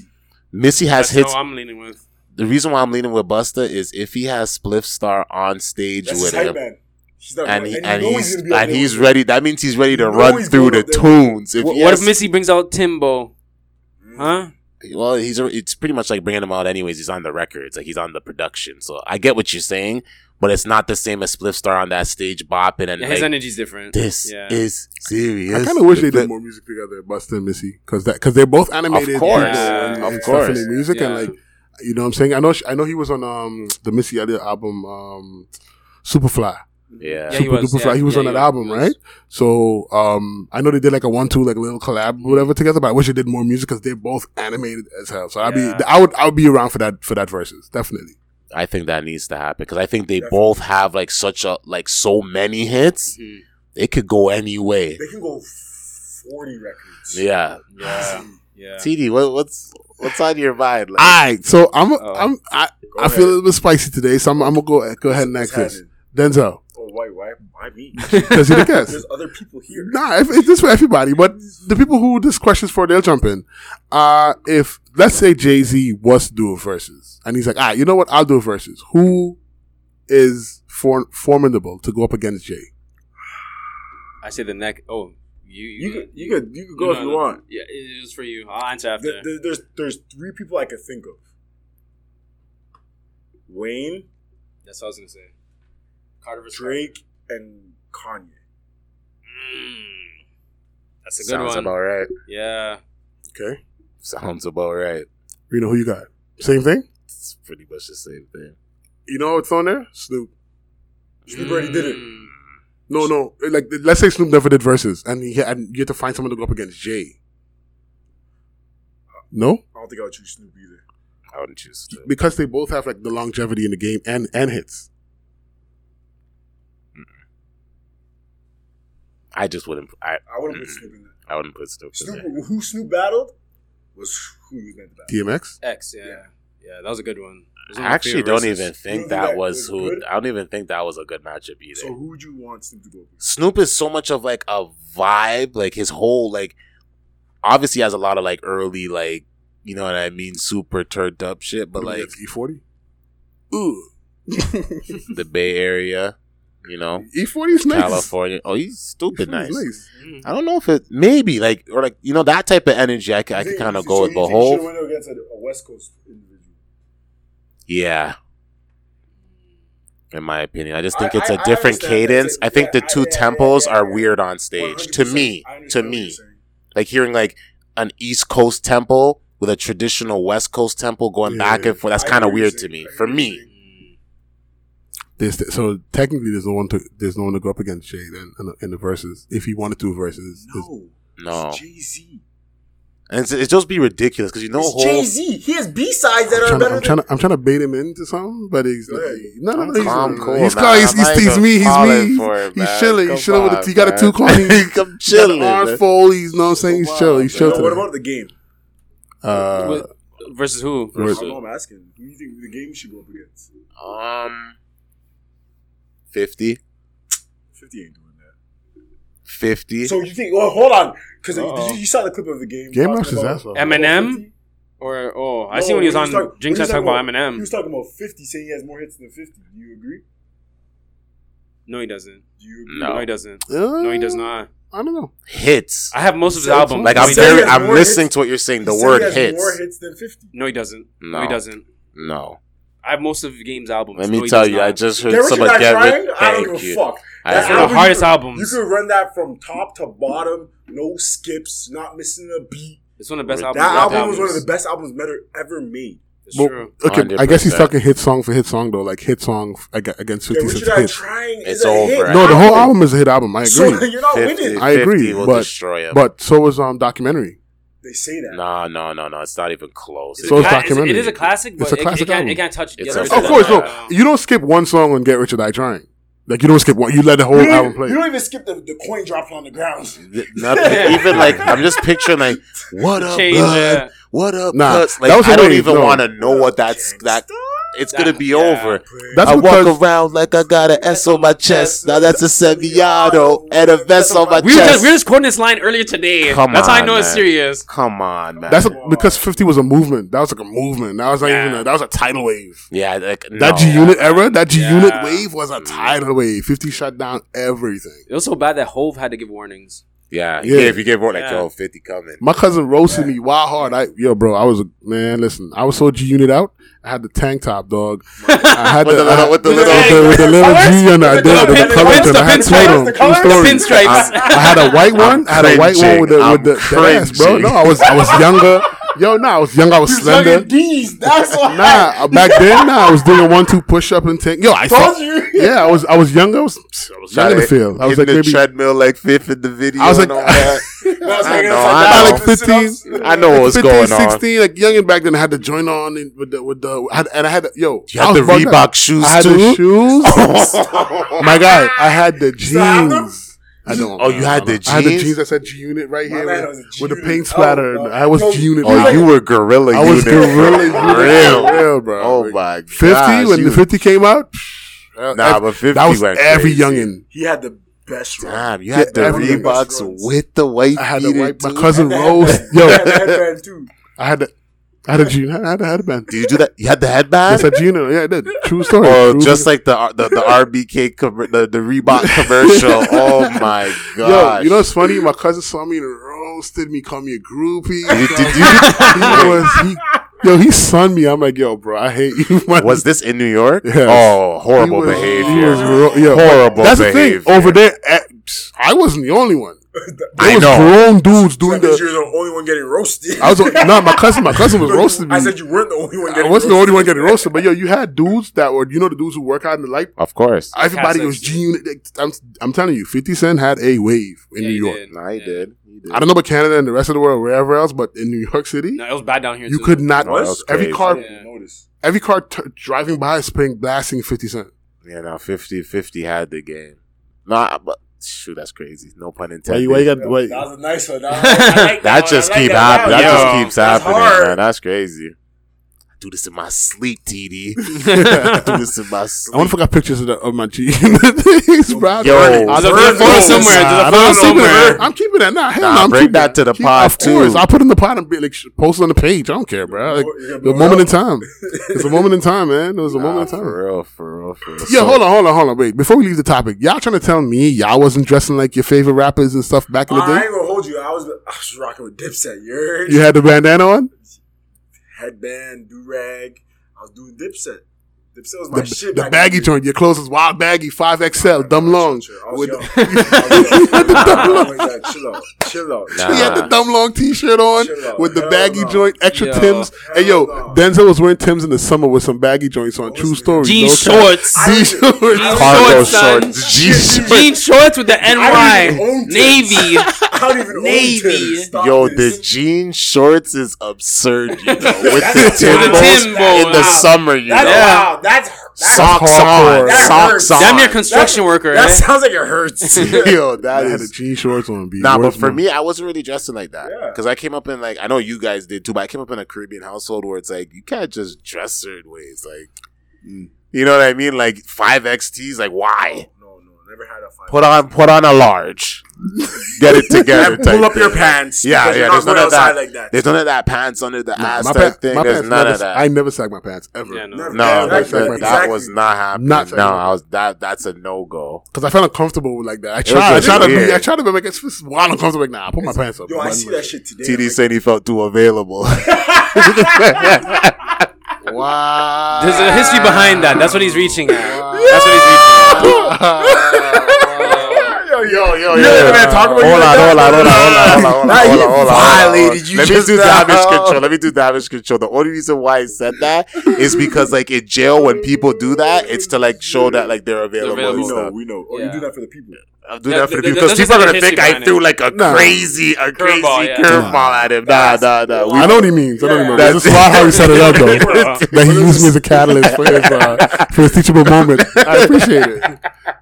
Speaker 1: Missy has
Speaker 2: That's
Speaker 1: hits.
Speaker 2: how I'm leaning with.
Speaker 1: the reason why I'm leaning with Busta is if he has Spliff Star on stage
Speaker 3: That's his
Speaker 1: with
Speaker 3: hype
Speaker 1: him,
Speaker 3: man. She's not
Speaker 1: and
Speaker 3: going-
Speaker 1: he
Speaker 3: you
Speaker 1: and
Speaker 3: know
Speaker 1: he's
Speaker 3: gonna be up
Speaker 1: and
Speaker 3: there
Speaker 1: he's
Speaker 3: with
Speaker 1: ready, that means he's ready to
Speaker 3: You know
Speaker 1: run
Speaker 3: he's
Speaker 1: through
Speaker 3: going
Speaker 1: the
Speaker 3: up there.
Speaker 1: tunes. If
Speaker 2: What,
Speaker 1: he
Speaker 2: what if
Speaker 1: has-
Speaker 2: Missy brings out Timbo?
Speaker 3: them.
Speaker 2: Huh?
Speaker 1: Well, he's it's pretty much like bringing him out anyways. He's on the records, like he's on the production. So I get what you're saying, but it's not the same as Spliff Star on that stage bopping and
Speaker 2: Yeah, his
Speaker 1: like,
Speaker 2: energy's different.
Speaker 1: this
Speaker 2: yeah.
Speaker 1: is serious.
Speaker 4: I kind of wish they
Speaker 1: But-
Speaker 4: did more music together, Buster and Missy, because that because they're both animated.
Speaker 1: Of course.
Speaker 4: people and-
Speaker 2: Yeah.
Speaker 4: and
Speaker 1: Of
Speaker 4: stuff in
Speaker 1: course.
Speaker 4: their music and
Speaker 2: Yeah.
Speaker 4: like you know what I'm saying. I know she, I know he was on um the Missy Elliott album um Superfly.
Speaker 1: Yeah.
Speaker 2: Yeah, he
Speaker 4: Super
Speaker 2: was,
Speaker 4: Duper
Speaker 2: yeah,
Speaker 4: Fly. He was
Speaker 2: yeah,
Speaker 4: on
Speaker 2: he
Speaker 4: that
Speaker 2: was,
Speaker 4: album,
Speaker 2: he was.
Speaker 4: right? So um, I know they did like a one-two, like a little collab, or whatever together. But I wish they did more music because they're both animated as hell. So I'd
Speaker 2: Yeah.
Speaker 4: be, I would, I would be around for that for that verses, definitely.
Speaker 1: I think that needs to happen because I think they
Speaker 3: Definitely.
Speaker 1: both have like such a like so many hits.
Speaker 2: Mhm.
Speaker 1: It could go any way.
Speaker 3: They can go forty records.
Speaker 1: Yeah.
Speaker 2: Yeah. Yeah. Ah,
Speaker 1: TD, what, what's what's on your mind? Like,
Speaker 4: All right, so I'm,
Speaker 2: Oh.
Speaker 4: I'm, I,
Speaker 3: Go
Speaker 4: I
Speaker 3: ahead.
Speaker 4: feel a little bit spicy today, so I'm, I'm gonna go go ahead and
Speaker 3: What's
Speaker 4: act this.
Speaker 3: happening?
Speaker 4: Denzel,
Speaker 3: Oh, why, why? Why me?
Speaker 4: Because he the guest.
Speaker 3: There's other people here.
Speaker 4: Nah, if, it's this for everybody. But the people who this question's for, they'll jump in. Uh, if let's say Jay Z was to do a versus, and he's like, ah, you know what? I'll do a versus. Who is for- formidable to go up against Jay?
Speaker 2: I say the neck. Oh, you
Speaker 3: You
Speaker 2: you,
Speaker 3: could you could you could go
Speaker 2: No,
Speaker 3: if you
Speaker 2: no.
Speaker 3: want.
Speaker 2: Yeah, it was for you. I'll answer after.
Speaker 3: There, there- there's there's three people I could think of. Wayne,
Speaker 2: That's what I was gonna say. Carter versus
Speaker 3: Drake, and Kanye.
Speaker 2: Carter. Mm. That's a good
Speaker 1: Sounds
Speaker 2: one.
Speaker 1: about right.
Speaker 2: yeah.
Speaker 4: Okay,
Speaker 1: Sounds about right.
Speaker 4: Reno, who you got? Same thing.
Speaker 1: It's pretty much the same thing.
Speaker 4: You know what's on there? Snoop.
Speaker 3: Snoop already did it.
Speaker 2: Mm.
Speaker 4: No, no. Like, let's say Snoop never did verses, and he and you have to find someone to go up against Jay. No,
Speaker 3: I don't think I would choose Snoop either.
Speaker 1: I wouldn't choose. To.
Speaker 4: because they both have like the longevity in the game and and hits.
Speaker 1: I just wouldn't. I,
Speaker 3: I wouldn't put Snoop in there.
Speaker 1: I wouldn't put Snoop in there.
Speaker 3: Snoop, who Snoop battled was who he was meant to battle.
Speaker 4: DMX.
Speaker 2: X. Yeah. yeah.
Speaker 3: Yeah.
Speaker 2: that was a good one.
Speaker 1: I
Speaker 2: Those are my
Speaker 1: actually
Speaker 2: favorite
Speaker 1: don't
Speaker 2: verses.
Speaker 1: even
Speaker 3: You
Speaker 1: think
Speaker 3: know
Speaker 1: that
Speaker 3: that
Speaker 1: was
Speaker 3: was
Speaker 1: who.
Speaker 3: good?
Speaker 1: I don't even think that was a good matchup either.
Speaker 3: So who would you want Snoop to go against?
Speaker 1: Snoop is so much of like a vibe, like his whole like obviously has a lot of like early like you know what I mean, super turned up shit, but like
Speaker 4: E forty. Ooh,
Speaker 1: the Bay Area, you know,
Speaker 4: E forty is nice.
Speaker 1: California. Oh, he's stupid
Speaker 4: E40
Speaker 1: nice.
Speaker 4: is
Speaker 2: Mm.
Speaker 1: I don't know if it maybe like or like you know that type of energy I could, I
Speaker 3: You
Speaker 1: could
Speaker 3: think-
Speaker 1: kind of
Speaker 3: so
Speaker 1: go
Speaker 3: you
Speaker 1: with,
Speaker 3: think
Speaker 1: but
Speaker 3: he should've
Speaker 1: Hov,
Speaker 3: went up against a, a West Coast individual.
Speaker 1: yeah. In my opinion, I just think
Speaker 3: I-
Speaker 1: it's a
Speaker 3: I- I
Speaker 1: different
Speaker 3: understand.
Speaker 1: cadence.
Speaker 3: That's it.
Speaker 1: I think
Speaker 3: Yeah,
Speaker 1: the
Speaker 3: I-
Speaker 1: two
Speaker 3: yeah, yeah,
Speaker 1: tempos
Speaker 3: yeah,
Speaker 1: are
Speaker 3: yeah.
Speaker 1: weird on stage to
Speaker 3: 100%.
Speaker 1: me.
Speaker 3: I
Speaker 1: To
Speaker 3: understand what you're
Speaker 1: me,
Speaker 3: saying.
Speaker 1: like hearing like an East Coast temple with a traditional West Coast temple going
Speaker 4: Yeah.
Speaker 1: back and forth. That's
Speaker 3: I
Speaker 1: kind
Speaker 3: hear
Speaker 1: of
Speaker 3: what you're
Speaker 1: weird to
Speaker 3: saying. I
Speaker 1: me.
Speaker 3: hear
Speaker 1: For
Speaker 3: what
Speaker 1: me,
Speaker 3: you're
Speaker 2: Mm.
Speaker 4: There's so technically there's no one to there's no one to go up against Jay then in, the- in the verses if he wanted to verses.
Speaker 3: No,
Speaker 1: no,
Speaker 3: it's Jay Z.
Speaker 1: and it's, it's just be ridiculous because you know
Speaker 3: It's
Speaker 1: whole
Speaker 3: Jay Z. He has B sides that
Speaker 4: I'm
Speaker 3: are
Speaker 4: trying, to,
Speaker 3: better
Speaker 4: I'm,
Speaker 3: than.
Speaker 4: trying to, I'm trying to bait him into something, but he's
Speaker 3: Go
Speaker 4: not.
Speaker 3: ahead.
Speaker 4: No, no, no. He's,
Speaker 1: calm,
Speaker 4: not.
Speaker 1: cool.
Speaker 4: he's
Speaker 1: Nah,
Speaker 4: calm. He's,
Speaker 1: I'm not
Speaker 4: he's, he's
Speaker 1: even
Speaker 4: me. He's
Speaker 1: calling
Speaker 4: me.
Speaker 1: for it,
Speaker 4: he's
Speaker 1: man.
Speaker 4: chilling. He's
Speaker 1: Come
Speaker 4: chilling with
Speaker 1: on,
Speaker 4: it. He got a
Speaker 1: man.
Speaker 4: two corny. He got
Speaker 1: I'm
Speaker 4: an
Speaker 1: chilling.
Speaker 4: arm
Speaker 1: man.
Speaker 4: fold. He's you know what I'm saying. He's chill. He's chill.
Speaker 1: Yo,
Speaker 3: No, what
Speaker 4: today.
Speaker 3: about the game?
Speaker 4: Uh,
Speaker 2: What- versus who?
Speaker 4: Versus-
Speaker 3: I don't know. I'm asking. Who do you think the game should go up against?
Speaker 1: Um, 50,
Speaker 3: Fifty ain't doing that.
Speaker 1: 50.
Speaker 3: So you think? Well, hold on, because
Speaker 2: Uh-oh.
Speaker 3: you, you saw the clip of the game.
Speaker 4: Game
Speaker 3: talking
Speaker 4: knocks his
Speaker 3: about-
Speaker 4: ass off.
Speaker 2: Eminem? Or oh, I see when he was on
Speaker 3: talk-
Speaker 2: Jinx. I
Speaker 3: when he was
Speaker 2: talking about Eminem.
Speaker 3: He was talking about 50, saying he has more hits than 50. Do you agree?
Speaker 2: no, he doesn't.
Speaker 3: Do you agree?
Speaker 1: No.
Speaker 2: no he doesn't.
Speaker 4: Uh,
Speaker 2: No, he
Speaker 3: Mm.
Speaker 2: does not.
Speaker 4: I don't know.
Speaker 1: hits.
Speaker 2: I have most of his
Speaker 4: So-
Speaker 2: album.
Speaker 1: Like
Speaker 2: No,
Speaker 1: I'm
Speaker 2: he
Speaker 3: said he
Speaker 1: very,
Speaker 2: doesn't.
Speaker 3: has
Speaker 1: I'm
Speaker 3: more
Speaker 1: listening
Speaker 3: hits.
Speaker 1: to what you're saying. The
Speaker 3: He said
Speaker 1: word
Speaker 3: he has more
Speaker 1: hits.
Speaker 3: hits than 50.
Speaker 2: No, he doesn't. No.
Speaker 1: No.
Speaker 2: he doesn't.
Speaker 1: No,
Speaker 2: I have most of Game's albums.
Speaker 1: let
Speaker 2: No,
Speaker 1: me
Speaker 2: he
Speaker 1: tell
Speaker 2: does
Speaker 1: you,
Speaker 2: not.
Speaker 1: I just heard
Speaker 3: Get Rich or
Speaker 1: someone
Speaker 3: Die
Speaker 1: get rich.
Speaker 3: Trying? I don't
Speaker 1: Thank
Speaker 3: give a
Speaker 1: you.
Speaker 3: fuck.
Speaker 1: I
Speaker 3: That
Speaker 2: That's one
Speaker 1: heard-
Speaker 2: of the
Speaker 3: album,
Speaker 2: hardest
Speaker 3: you could-
Speaker 2: albums.
Speaker 3: You could run that from top to bottom, no skips, not missing a beat.
Speaker 2: It's one of the best
Speaker 1: That
Speaker 2: albums.
Speaker 3: That
Speaker 2: of all
Speaker 3: album was
Speaker 2: times.
Speaker 3: one of the best albums Metter ever made.
Speaker 2: It's
Speaker 4: Well,
Speaker 2: true.
Speaker 4: Okay, I guess he's
Speaker 1: 100%.
Speaker 4: talking hit song for hit song though, like hit song f- ag- against
Speaker 3: Get
Speaker 4: Fifty
Speaker 3: Rich or
Speaker 4: Cent's
Speaker 3: Die
Speaker 4: hits.
Speaker 3: Trying
Speaker 1: It's
Speaker 3: is a hit
Speaker 1: over.
Speaker 4: No, the whole album is a hit album. I
Speaker 3: So
Speaker 4: agree,
Speaker 3: you're not
Speaker 1: 50,
Speaker 3: winning.
Speaker 4: I agree,
Speaker 1: will
Speaker 4: but-
Speaker 1: destroy him.
Speaker 4: but so was um documentary.
Speaker 3: They say that.
Speaker 1: no, no, no, no. It's not even close.
Speaker 4: So it's
Speaker 2: Cla-
Speaker 4: documentary.
Speaker 2: It is a classic, but
Speaker 4: It's a
Speaker 2: it-
Speaker 4: classic
Speaker 2: it, can't,
Speaker 4: album.
Speaker 2: it can't touch the
Speaker 1: It's
Speaker 2: other Um,
Speaker 1: a-
Speaker 2: shit.
Speaker 4: Of course,
Speaker 1: no.
Speaker 4: no. You don't skip one song on Get Rich or Die Trying. Like you don't skip one. You let the whole
Speaker 3: You don't,
Speaker 4: album
Speaker 3: even,
Speaker 4: play.
Speaker 3: you don't even skip the, the coin dropping on the ground.
Speaker 1: Th- nothing. even like I'm just picturing like what up,
Speaker 2: Change,
Speaker 1: blood?
Speaker 2: yeah.
Speaker 1: What up,
Speaker 4: Nah,
Speaker 1: cuts? Like
Speaker 4: that was
Speaker 1: I don't
Speaker 4: amazing,
Speaker 1: even
Speaker 4: no.
Speaker 1: want to know what that's that. It's
Speaker 2: That-
Speaker 1: gonna be
Speaker 2: yeah.
Speaker 1: over.
Speaker 4: That's
Speaker 1: I
Speaker 4: because
Speaker 1: walk around like I got an S on my chest. Now that's a Sevillato and a vest on my
Speaker 2: We were,
Speaker 1: chest.
Speaker 2: just, we were just quoting this line earlier today.
Speaker 1: Come
Speaker 2: That's how I
Speaker 1: on,
Speaker 2: know it's
Speaker 1: man.
Speaker 2: serious.
Speaker 1: Come on, man.
Speaker 4: that's a, because Fifty was a movement. That was like a movement. That was like
Speaker 2: Yeah.
Speaker 4: even a, that was a tidal wave.
Speaker 1: yeah, like,
Speaker 4: That
Speaker 1: no.
Speaker 4: G Unit era, that G Unit
Speaker 2: Yeah.
Speaker 4: wave was a tidal wave. Fifty shut down everything.
Speaker 2: It was so bad that Hove had to give warnings.
Speaker 1: Yeah,
Speaker 4: Yeah.
Speaker 1: yeah. If you give more like
Speaker 2: Yeah.
Speaker 1: yo, fifty coming.
Speaker 4: My cousin roasted me wild hard. I yo, bro, I was a man. Listen, I was so G Unit out. I had the tank top, dog. I had
Speaker 1: With the little- with the
Speaker 4: with
Speaker 1: little-
Speaker 4: the, with the little
Speaker 3: Colours?
Speaker 4: G and I
Speaker 3: With the
Speaker 4: did with
Speaker 3: pin-
Speaker 4: the colors
Speaker 3: pins,
Speaker 4: and I
Speaker 2: the
Speaker 4: had
Speaker 2: pins,
Speaker 4: two
Speaker 2: colours,
Speaker 4: of
Speaker 3: the
Speaker 4: them.
Speaker 3: colours?
Speaker 4: Two stories.
Speaker 2: Pinstripes.
Speaker 4: I, I had a white one. I had a white one with the with the, the
Speaker 1: I'm
Speaker 4: ass, bro.
Speaker 1: cringing.
Speaker 4: No, I was I was younger. Yo, no, I was younger. I was slender.
Speaker 3: D's. That's why.
Speaker 4: Nah, uh, back then, nah, I was doing one two push up and tank. Yo, I
Speaker 3: Told
Speaker 4: saw.
Speaker 3: you.
Speaker 4: Yeah, I was I was younger. I was, I was young in the field. I was like
Speaker 1: Hitting the
Speaker 4: maybe
Speaker 1: treadmill like fifth in the video.
Speaker 4: I was like-
Speaker 1: and all that.
Speaker 3: That's
Speaker 1: I
Speaker 3: like,
Speaker 1: know,
Speaker 3: like,
Speaker 1: I
Speaker 3: that,
Speaker 1: know.
Speaker 4: Like 15.
Speaker 3: the sit-ups.
Speaker 1: I know what's
Speaker 4: 15,
Speaker 1: going on.
Speaker 4: 16, like young and back then, I had to join on and with the with the I had, and I had yo.
Speaker 1: You
Speaker 4: I
Speaker 1: had
Speaker 4: was
Speaker 1: the
Speaker 4: bugged out.
Speaker 1: Reebok shoes
Speaker 4: I had the
Speaker 1: too.
Speaker 4: shoes. My guy, I had the
Speaker 3: You still have them?
Speaker 4: jeans. I don't.
Speaker 1: Oh, you had the
Speaker 4: I had the
Speaker 1: jeans?
Speaker 4: jeans that said G Unit right
Speaker 3: My
Speaker 4: here
Speaker 3: man
Speaker 4: with,
Speaker 3: was a
Speaker 4: with the
Speaker 3: G-Unit.
Speaker 4: paint splatter.
Speaker 3: Oh, no.
Speaker 4: I was
Speaker 3: Yo,
Speaker 4: G Unit.
Speaker 1: Oh, you were gorilla.
Speaker 4: I
Speaker 1: unit.
Speaker 4: was gorilla.
Speaker 1: Real.
Speaker 4: real, bro.
Speaker 1: Oh my god.
Speaker 4: Fifty when the fifty came out. Uh,
Speaker 1: Nah,
Speaker 4: ev-
Speaker 1: but 50
Speaker 4: that was
Speaker 1: went
Speaker 4: every
Speaker 1: crazy.
Speaker 4: youngin.
Speaker 3: He had the best run.
Speaker 1: Damn, you
Speaker 4: Yeah,
Speaker 1: had the
Speaker 4: everything.
Speaker 1: Reeboks with the white
Speaker 4: I had to
Speaker 1: beater,
Speaker 4: wipe my
Speaker 1: too?
Speaker 4: cousin
Speaker 3: And the
Speaker 4: Rose.
Speaker 3: headband.
Speaker 4: Yo,
Speaker 3: He had the headband too.
Speaker 4: I had to. I had a Gina. I had a headband.
Speaker 1: Did you do that? You had the headband?
Speaker 4: Yes, a Gina. Yeah, I did. True story.
Speaker 1: Or
Speaker 4: True
Speaker 1: Oh, just
Speaker 4: story.
Speaker 1: like the the, the RBK com- the, the Reebok commercial. Oh my
Speaker 4: Yo,
Speaker 1: god!
Speaker 4: you know what's funny? My cousin saw me and roasted me, called me a groupie.
Speaker 1: Did you- did you-
Speaker 4: he was, he, yo, he sunned me. I'm like, yo, bro, I hate you. man.
Speaker 1: was this in New York?
Speaker 4: Yes.
Speaker 1: Oh, horrible
Speaker 4: He was-
Speaker 1: behavior!
Speaker 4: he was ro- yo,
Speaker 1: horrible
Speaker 4: That's
Speaker 1: behavior.
Speaker 4: the thing. Over there, at, I wasn't the only one. There
Speaker 1: I
Speaker 4: was
Speaker 1: know.
Speaker 4: grown dudes doing
Speaker 3: That means
Speaker 4: the.
Speaker 3: you're the only one getting roasted.
Speaker 4: I was no, my cousin. My cousin was
Speaker 3: No, you-
Speaker 4: roasting me.
Speaker 3: I said you weren't the only one
Speaker 4: I
Speaker 3: getting
Speaker 4: wasn't the only one getting roasted, but yo, you had dudes that were, you know, the dudes who work out in the light.
Speaker 1: Of course,
Speaker 4: Everybody
Speaker 2: Cass
Speaker 4: was
Speaker 2: X.
Speaker 4: G Unit. like, I'm, I'm telling you, 50 Cent had a wave in
Speaker 2: Yeah,
Speaker 4: New
Speaker 2: he
Speaker 4: York.
Speaker 2: did.
Speaker 1: no, he
Speaker 2: Yeah.
Speaker 1: did. He did.
Speaker 4: I don't know about Canada and the rest of the world, wherever else, but in New York City,
Speaker 2: No, it was bad down here.
Speaker 4: you
Speaker 2: too.
Speaker 4: could not.
Speaker 1: No, that was
Speaker 4: every
Speaker 1: crazy.
Speaker 4: car,
Speaker 2: Yeah.
Speaker 3: Notice.
Speaker 4: every car t- driving by is playing blasting 50 Cent.
Speaker 1: Yeah, no, 50 50 had the game. Nah, but shoot, that's crazy. No pun
Speaker 4: Why
Speaker 1: intended.
Speaker 4: you, why you got,
Speaker 3: That
Speaker 4: why,
Speaker 3: was a nice one. That, was- I like
Speaker 1: that
Speaker 3: one.
Speaker 1: just
Speaker 3: I like
Speaker 1: keep
Speaker 3: that
Speaker 1: happening.
Speaker 3: one.
Speaker 1: That
Speaker 2: Yo,
Speaker 1: just keeps
Speaker 3: that's
Speaker 1: happening,
Speaker 3: hard.
Speaker 1: man. That's crazy. I do this in my sleep, TD. I do
Speaker 2: There's
Speaker 1: this in my
Speaker 4: I wonder
Speaker 1: sleep.
Speaker 4: if I got pictures of, the, of my G Unit things, bro.
Speaker 1: Yo,
Speaker 4: I
Speaker 2: a
Speaker 1: There's
Speaker 4: don't-
Speaker 2: phone somewhere.
Speaker 4: Nah,
Speaker 2: There's a
Speaker 4: I
Speaker 2: phone
Speaker 4: don't- I'm keeping
Speaker 2: somewhere.
Speaker 4: that. I'm keeping that. Nah, hell
Speaker 1: Nah,
Speaker 4: no, I'm
Speaker 1: bring
Speaker 4: keeping
Speaker 1: that to the pod,
Speaker 4: of course.
Speaker 1: too.
Speaker 4: I'll put it in the pod and be like, sh- post it on the page. I don't care, bro. Like,
Speaker 3: You're gonna
Speaker 4: the
Speaker 3: blow
Speaker 4: moment in
Speaker 3: it up.
Speaker 4: time. It's a moment in time, man. It was a
Speaker 1: Nah,
Speaker 4: moment in time.
Speaker 1: for real, for real, for real.
Speaker 4: Yeah, hold on, hold on, hold on. Wait, before we leave the topic, y'all trying to tell me y'all wasn't dressing like your favorite rappers and stuff back in the
Speaker 3: I
Speaker 4: day?
Speaker 3: ain't gonna hold you. I was, I was rocking with Dipset. You're
Speaker 4: You had the bandana on?
Speaker 3: headband, do rag. I was doing Dipset. Dipset was my
Speaker 4: The,
Speaker 3: shit.
Speaker 4: the
Speaker 3: back
Speaker 4: baggy
Speaker 3: in day.
Speaker 4: joint. Your clothes is wild baggy, 5XL, dumb long.
Speaker 3: I was
Speaker 4: With-
Speaker 3: young. I was young. I was young. Chill out. Chill out.
Speaker 1: Nah.
Speaker 4: He had the dumb long t-shirt on
Speaker 3: Chill out.
Speaker 4: with the
Speaker 3: Hell
Speaker 4: baggy
Speaker 3: no.
Speaker 4: joint, extra
Speaker 2: Yo.
Speaker 4: Tims. Hey, yo,
Speaker 3: Hell no.
Speaker 4: Denzel was wearing Tims in the summer with some baggy joints on. True
Speaker 3: Listen,
Speaker 4: story.
Speaker 2: Jean
Speaker 4: no cap.
Speaker 2: shorts.
Speaker 4: Jean
Speaker 3: Jean
Speaker 4: shorts.
Speaker 1: Cargo
Speaker 2: Shorts, son.
Speaker 1: shorts, G shorts.
Speaker 2: Jean shorts with the
Speaker 3: I don't even
Speaker 2: NY
Speaker 3: own this.
Speaker 2: Navy.
Speaker 3: I don't even own
Speaker 2: Navy.
Speaker 3: Timbs. Stop
Speaker 1: Yo,
Speaker 3: this.
Speaker 1: the jean shorts is absurd, you know, with the
Speaker 3: That's-
Speaker 1: timbos
Speaker 2: Timbo,
Speaker 1: in the
Speaker 2: wow.
Speaker 1: summer, you
Speaker 3: That's
Speaker 1: know.
Speaker 3: wow. That's that's
Speaker 1: Socks
Speaker 4: hard.
Speaker 1: on,
Speaker 3: That
Speaker 1: socks
Speaker 3: hurts.
Speaker 1: on.
Speaker 2: Damn near construction worker. eh?
Speaker 3: That sounds like it hurts.
Speaker 1: Yo, that
Speaker 4: I had the
Speaker 1: is
Speaker 4: jean shorts on. B.
Speaker 1: Nah, but
Speaker 4: Worst
Speaker 1: for
Speaker 4: one.
Speaker 1: me, I wasn't really dressing like that
Speaker 3: Yeah.
Speaker 1: because I came up in like I know you guys did too, but I came up in a Caribbean household where it's like you can't just dress certain ways, like
Speaker 4: Mm.
Speaker 1: you know what I mean, like five XTs, like why
Speaker 3: No, no, never had a fight.
Speaker 1: put on put on a large, get it together,
Speaker 3: And
Speaker 1: type
Speaker 3: pull up
Speaker 1: thing.
Speaker 3: your pants.
Speaker 1: Yeah,
Speaker 3: because
Speaker 1: yeah,
Speaker 3: you're
Speaker 1: there's
Speaker 3: not
Speaker 1: none of
Speaker 3: going outside
Speaker 1: that.
Speaker 3: like that.
Speaker 1: There's none of that pants under the
Speaker 4: Nah,
Speaker 1: ass
Speaker 4: my,
Speaker 1: type
Speaker 4: pants,
Speaker 1: thing.
Speaker 4: my
Speaker 1: There's
Speaker 4: pants
Speaker 1: none
Speaker 4: never,
Speaker 1: of that.
Speaker 4: I never sag my pants ever.
Speaker 2: Yeah, no.
Speaker 3: Never.
Speaker 1: no,
Speaker 3: Yeah,
Speaker 1: that's
Speaker 3: exactly,
Speaker 1: that, that
Speaker 3: exactly.
Speaker 1: was not happening.
Speaker 4: Not
Speaker 1: no,
Speaker 4: happening.
Speaker 1: I was that. That's a no go.
Speaker 4: Cause I felt uncomfortable like that. I
Speaker 1: was
Speaker 4: tried. I
Speaker 1: just
Speaker 4: tried to be.
Speaker 1: weird.
Speaker 4: I tried to be like it's just wild uncomfortable. Like nah, I put my pants up.
Speaker 3: Yo, I
Speaker 4: Wasn't
Speaker 3: see
Speaker 4: like-
Speaker 3: that shit today.
Speaker 1: TD
Speaker 3: I'm
Speaker 1: said he felt too available.
Speaker 4: Wow.
Speaker 2: There's a history behind that. That's what he's reaching at. That's what he's reaching at.
Speaker 4: Wow.
Speaker 1: yo, yo, yo, yo.
Speaker 4: You ain't gonna talk about you
Speaker 1: Hold
Speaker 4: like
Speaker 1: on,
Speaker 4: that,
Speaker 1: hold on, hold on, hold on, hold on,
Speaker 4: Nah,
Speaker 1: hold
Speaker 4: you
Speaker 1: on, hold on.
Speaker 4: violated you
Speaker 1: Let me
Speaker 4: just
Speaker 1: do
Speaker 4: now.
Speaker 1: damage control. Let me do damage control. The only reason why I said that is because, like, in jail, when people do that, it's to like show that like they're available.
Speaker 2: They're
Speaker 1: and
Speaker 2: available.
Speaker 3: like,
Speaker 1: stuff.
Speaker 3: we know. Oh,
Speaker 2: Yeah.
Speaker 3: that for the people.
Speaker 1: I'm doing
Speaker 2: Yeah,
Speaker 1: that for the
Speaker 2: th-
Speaker 1: people because
Speaker 2: th- there's
Speaker 1: people are
Speaker 2: just
Speaker 1: gonna
Speaker 2: a
Speaker 1: think
Speaker 2: history
Speaker 1: I threw like a
Speaker 4: Nah.
Speaker 1: crazy, a crazy
Speaker 2: Curveball, yeah.
Speaker 1: curveball at him. Nah, nah, nah. We
Speaker 4: I know what he means. I know what he means.
Speaker 1: Yeah.
Speaker 4: That's wild how he set it up though. that he used me as a catalyst for his uh, for his teachable moment. I appreciate it.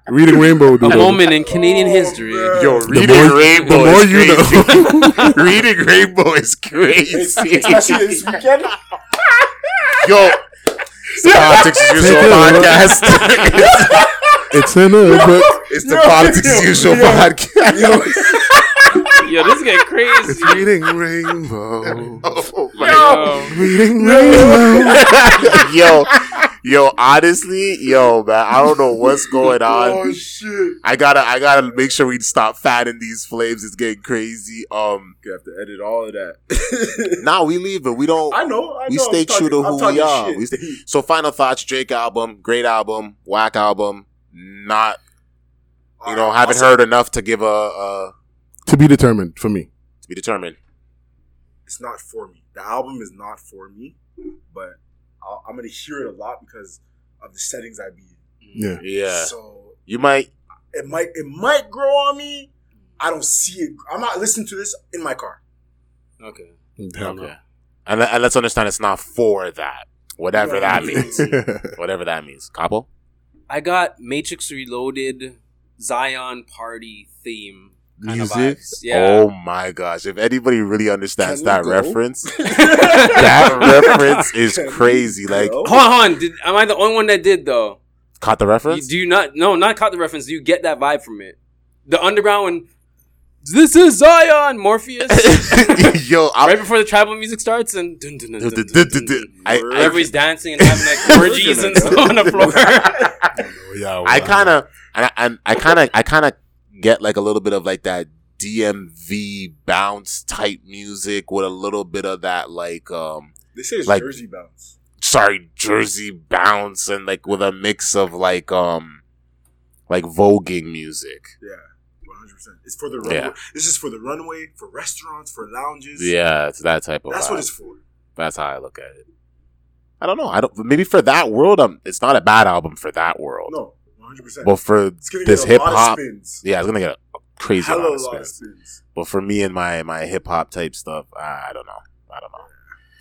Speaker 4: Reading Rainbow, dude.
Speaker 2: A moment in Canadian history.
Speaker 3: man.
Speaker 1: Yo,
Speaker 4: The
Speaker 1: reading
Speaker 4: more-
Speaker 1: rainbow
Speaker 4: the more
Speaker 1: is
Speaker 4: you
Speaker 1: crazy. reading rainbow is crazy.
Speaker 3: Especially this weekend.
Speaker 1: Yo, it's the politics is usual
Speaker 4: Take it, bro.
Speaker 1: podcast.
Speaker 4: It's in a book.
Speaker 1: it's the politics is usual podcast.
Speaker 2: Yo, this is getting crazy.
Speaker 4: It's reading Rainbow.
Speaker 1: Oh my
Speaker 2: Yo.
Speaker 4: Reading Rainbow.
Speaker 1: God. yo, yo, honestly, yo, man, I don't know what's going on.
Speaker 3: shit.
Speaker 1: I gotta, I gotta make sure we stop fanning these flames. It's getting crazy. Um,
Speaker 3: You have to edit all of that.
Speaker 1: now we leave it. We don't.
Speaker 3: I know. I
Speaker 1: we
Speaker 3: know, I'm
Speaker 1: stay true
Speaker 3: talking-
Speaker 1: to
Speaker 3: I'm
Speaker 1: who
Speaker 3: talking
Speaker 1: we are.
Speaker 3: shit.
Speaker 1: We stay, so, final thoughts: Drake album, great album, whack album. Not, you know, haven't heard enough to give a, a
Speaker 4: to be determined for me.
Speaker 1: to be determined.
Speaker 3: It's not for me. The album is not for me, but I'll, I'm gonna hear it a lot because of the settings I be in.
Speaker 4: Yeah.
Speaker 1: Yeah,
Speaker 3: So
Speaker 1: you might.
Speaker 3: it might it might grow on me. I don't see it. I'm not listening to this in my car.
Speaker 2: Okay.
Speaker 4: Hell no.
Speaker 1: Okay. And, le- and let's understand it's not for that. Whatever that means. Whatever that means. Capo?
Speaker 2: I got Matrix Reloaded Zion party theme. kinda vibes. Yeah.
Speaker 1: Oh my gosh. If anybody really understands
Speaker 3: Can
Speaker 1: that
Speaker 3: we go?
Speaker 1: reference, that reference is crazy. Like,
Speaker 3: Go?
Speaker 2: Hold on, hold on. Did, am I the only one that did though?
Speaker 1: Caught the reference?
Speaker 2: Do you not? No, not caught the reference. Do you get that vibe from it? The underground one. This is Zion Morpheus.
Speaker 1: Yo, I'm,
Speaker 2: right before the tribal music starts, and dun, dun, dun, dun, dun, dun, dun, dun.
Speaker 1: I- I-
Speaker 2: everybody's dancing and having like orgies and stuff on the floor.
Speaker 3: Oh,
Speaker 4: Yeah,
Speaker 1: I kind of, and I- and I kind of, I kind of get like a little bit of like that DMV bounce type music with a little bit of that like, um,
Speaker 3: They say it's
Speaker 1: Like-
Speaker 3: Jersey bounce.
Speaker 1: sorry, Jersey bounce and like with a mix of like, um, like voguing music.
Speaker 3: Yeah, one hundred percent. It's for the runway.
Speaker 1: Yeah.
Speaker 3: This is for the runway, for restaurants, for lounges.
Speaker 1: Yeah, it's that type of.
Speaker 3: that's
Speaker 1: vibe.
Speaker 3: what it's for.
Speaker 1: That's how I look at it. I don't know. I don't. Maybe for that world, um, it's not a bad album for that world.
Speaker 3: No, one hundred percent.
Speaker 1: But for
Speaker 3: It's gonna
Speaker 1: this
Speaker 3: get a
Speaker 1: hip
Speaker 3: lot of
Speaker 1: hop,
Speaker 3: spins.
Speaker 1: yeah, it's gonna get a crazy
Speaker 3: Hella
Speaker 1: lot of
Speaker 3: lot of
Speaker 1: spins.
Speaker 3: spins.
Speaker 1: But for me and my my hip hop type stuff, I don't know. I don't know.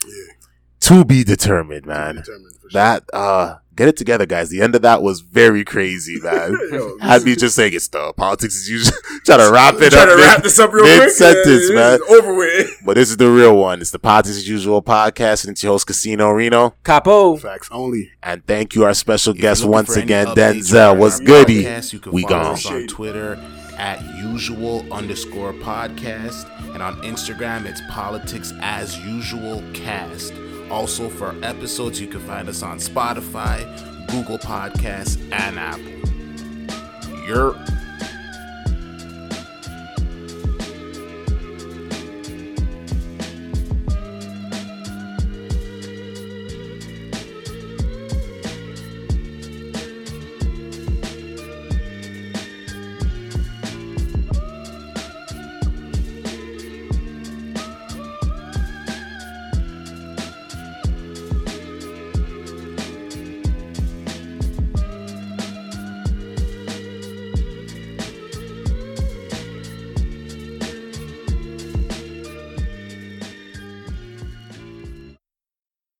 Speaker 3: Yeah,
Speaker 1: To be determined, man.
Speaker 3: determined for sure.
Speaker 1: That uh, get it together, guys. The end of that was very crazy, man.
Speaker 3: Yo,
Speaker 1: I'd be just saying it's the politics is usually trying to wrap it
Speaker 3: Try
Speaker 1: up.
Speaker 3: to
Speaker 1: man.
Speaker 3: wrap this up real quick.
Speaker 1: mid-sentence,
Speaker 3: Yeah, this is
Speaker 1: man.
Speaker 3: Over with.
Speaker 1: But this is the real one. It's the Politics as Usual podcast, and it's your host Casino Reno.
Speaker 2: Capo.
Speaker 4: facts only.
Speaker 1: And thank you, our special
Speaker 5: If
Speaker 1: guest
Speaker 5: you're looking
Speaker 1: once
Speaker 5: for any
Speaker 1: again,
Speaker 5: updates
Speaker 1: Denzel.
Speaker 5: on
Speaker 1: What's E?
Speaker 5: our
Speaker 1: goody?
Speaker 5: podcast, you can
Speaker 1: We
Speaker 5: follow
Speaker 1: gone.
Speaker 5: us on Twitter at usual underscore podcast and on Instagram it's politics as usual cast. Also for episodes, you can find us on Spotify, Google Podcasts, and Apple. You're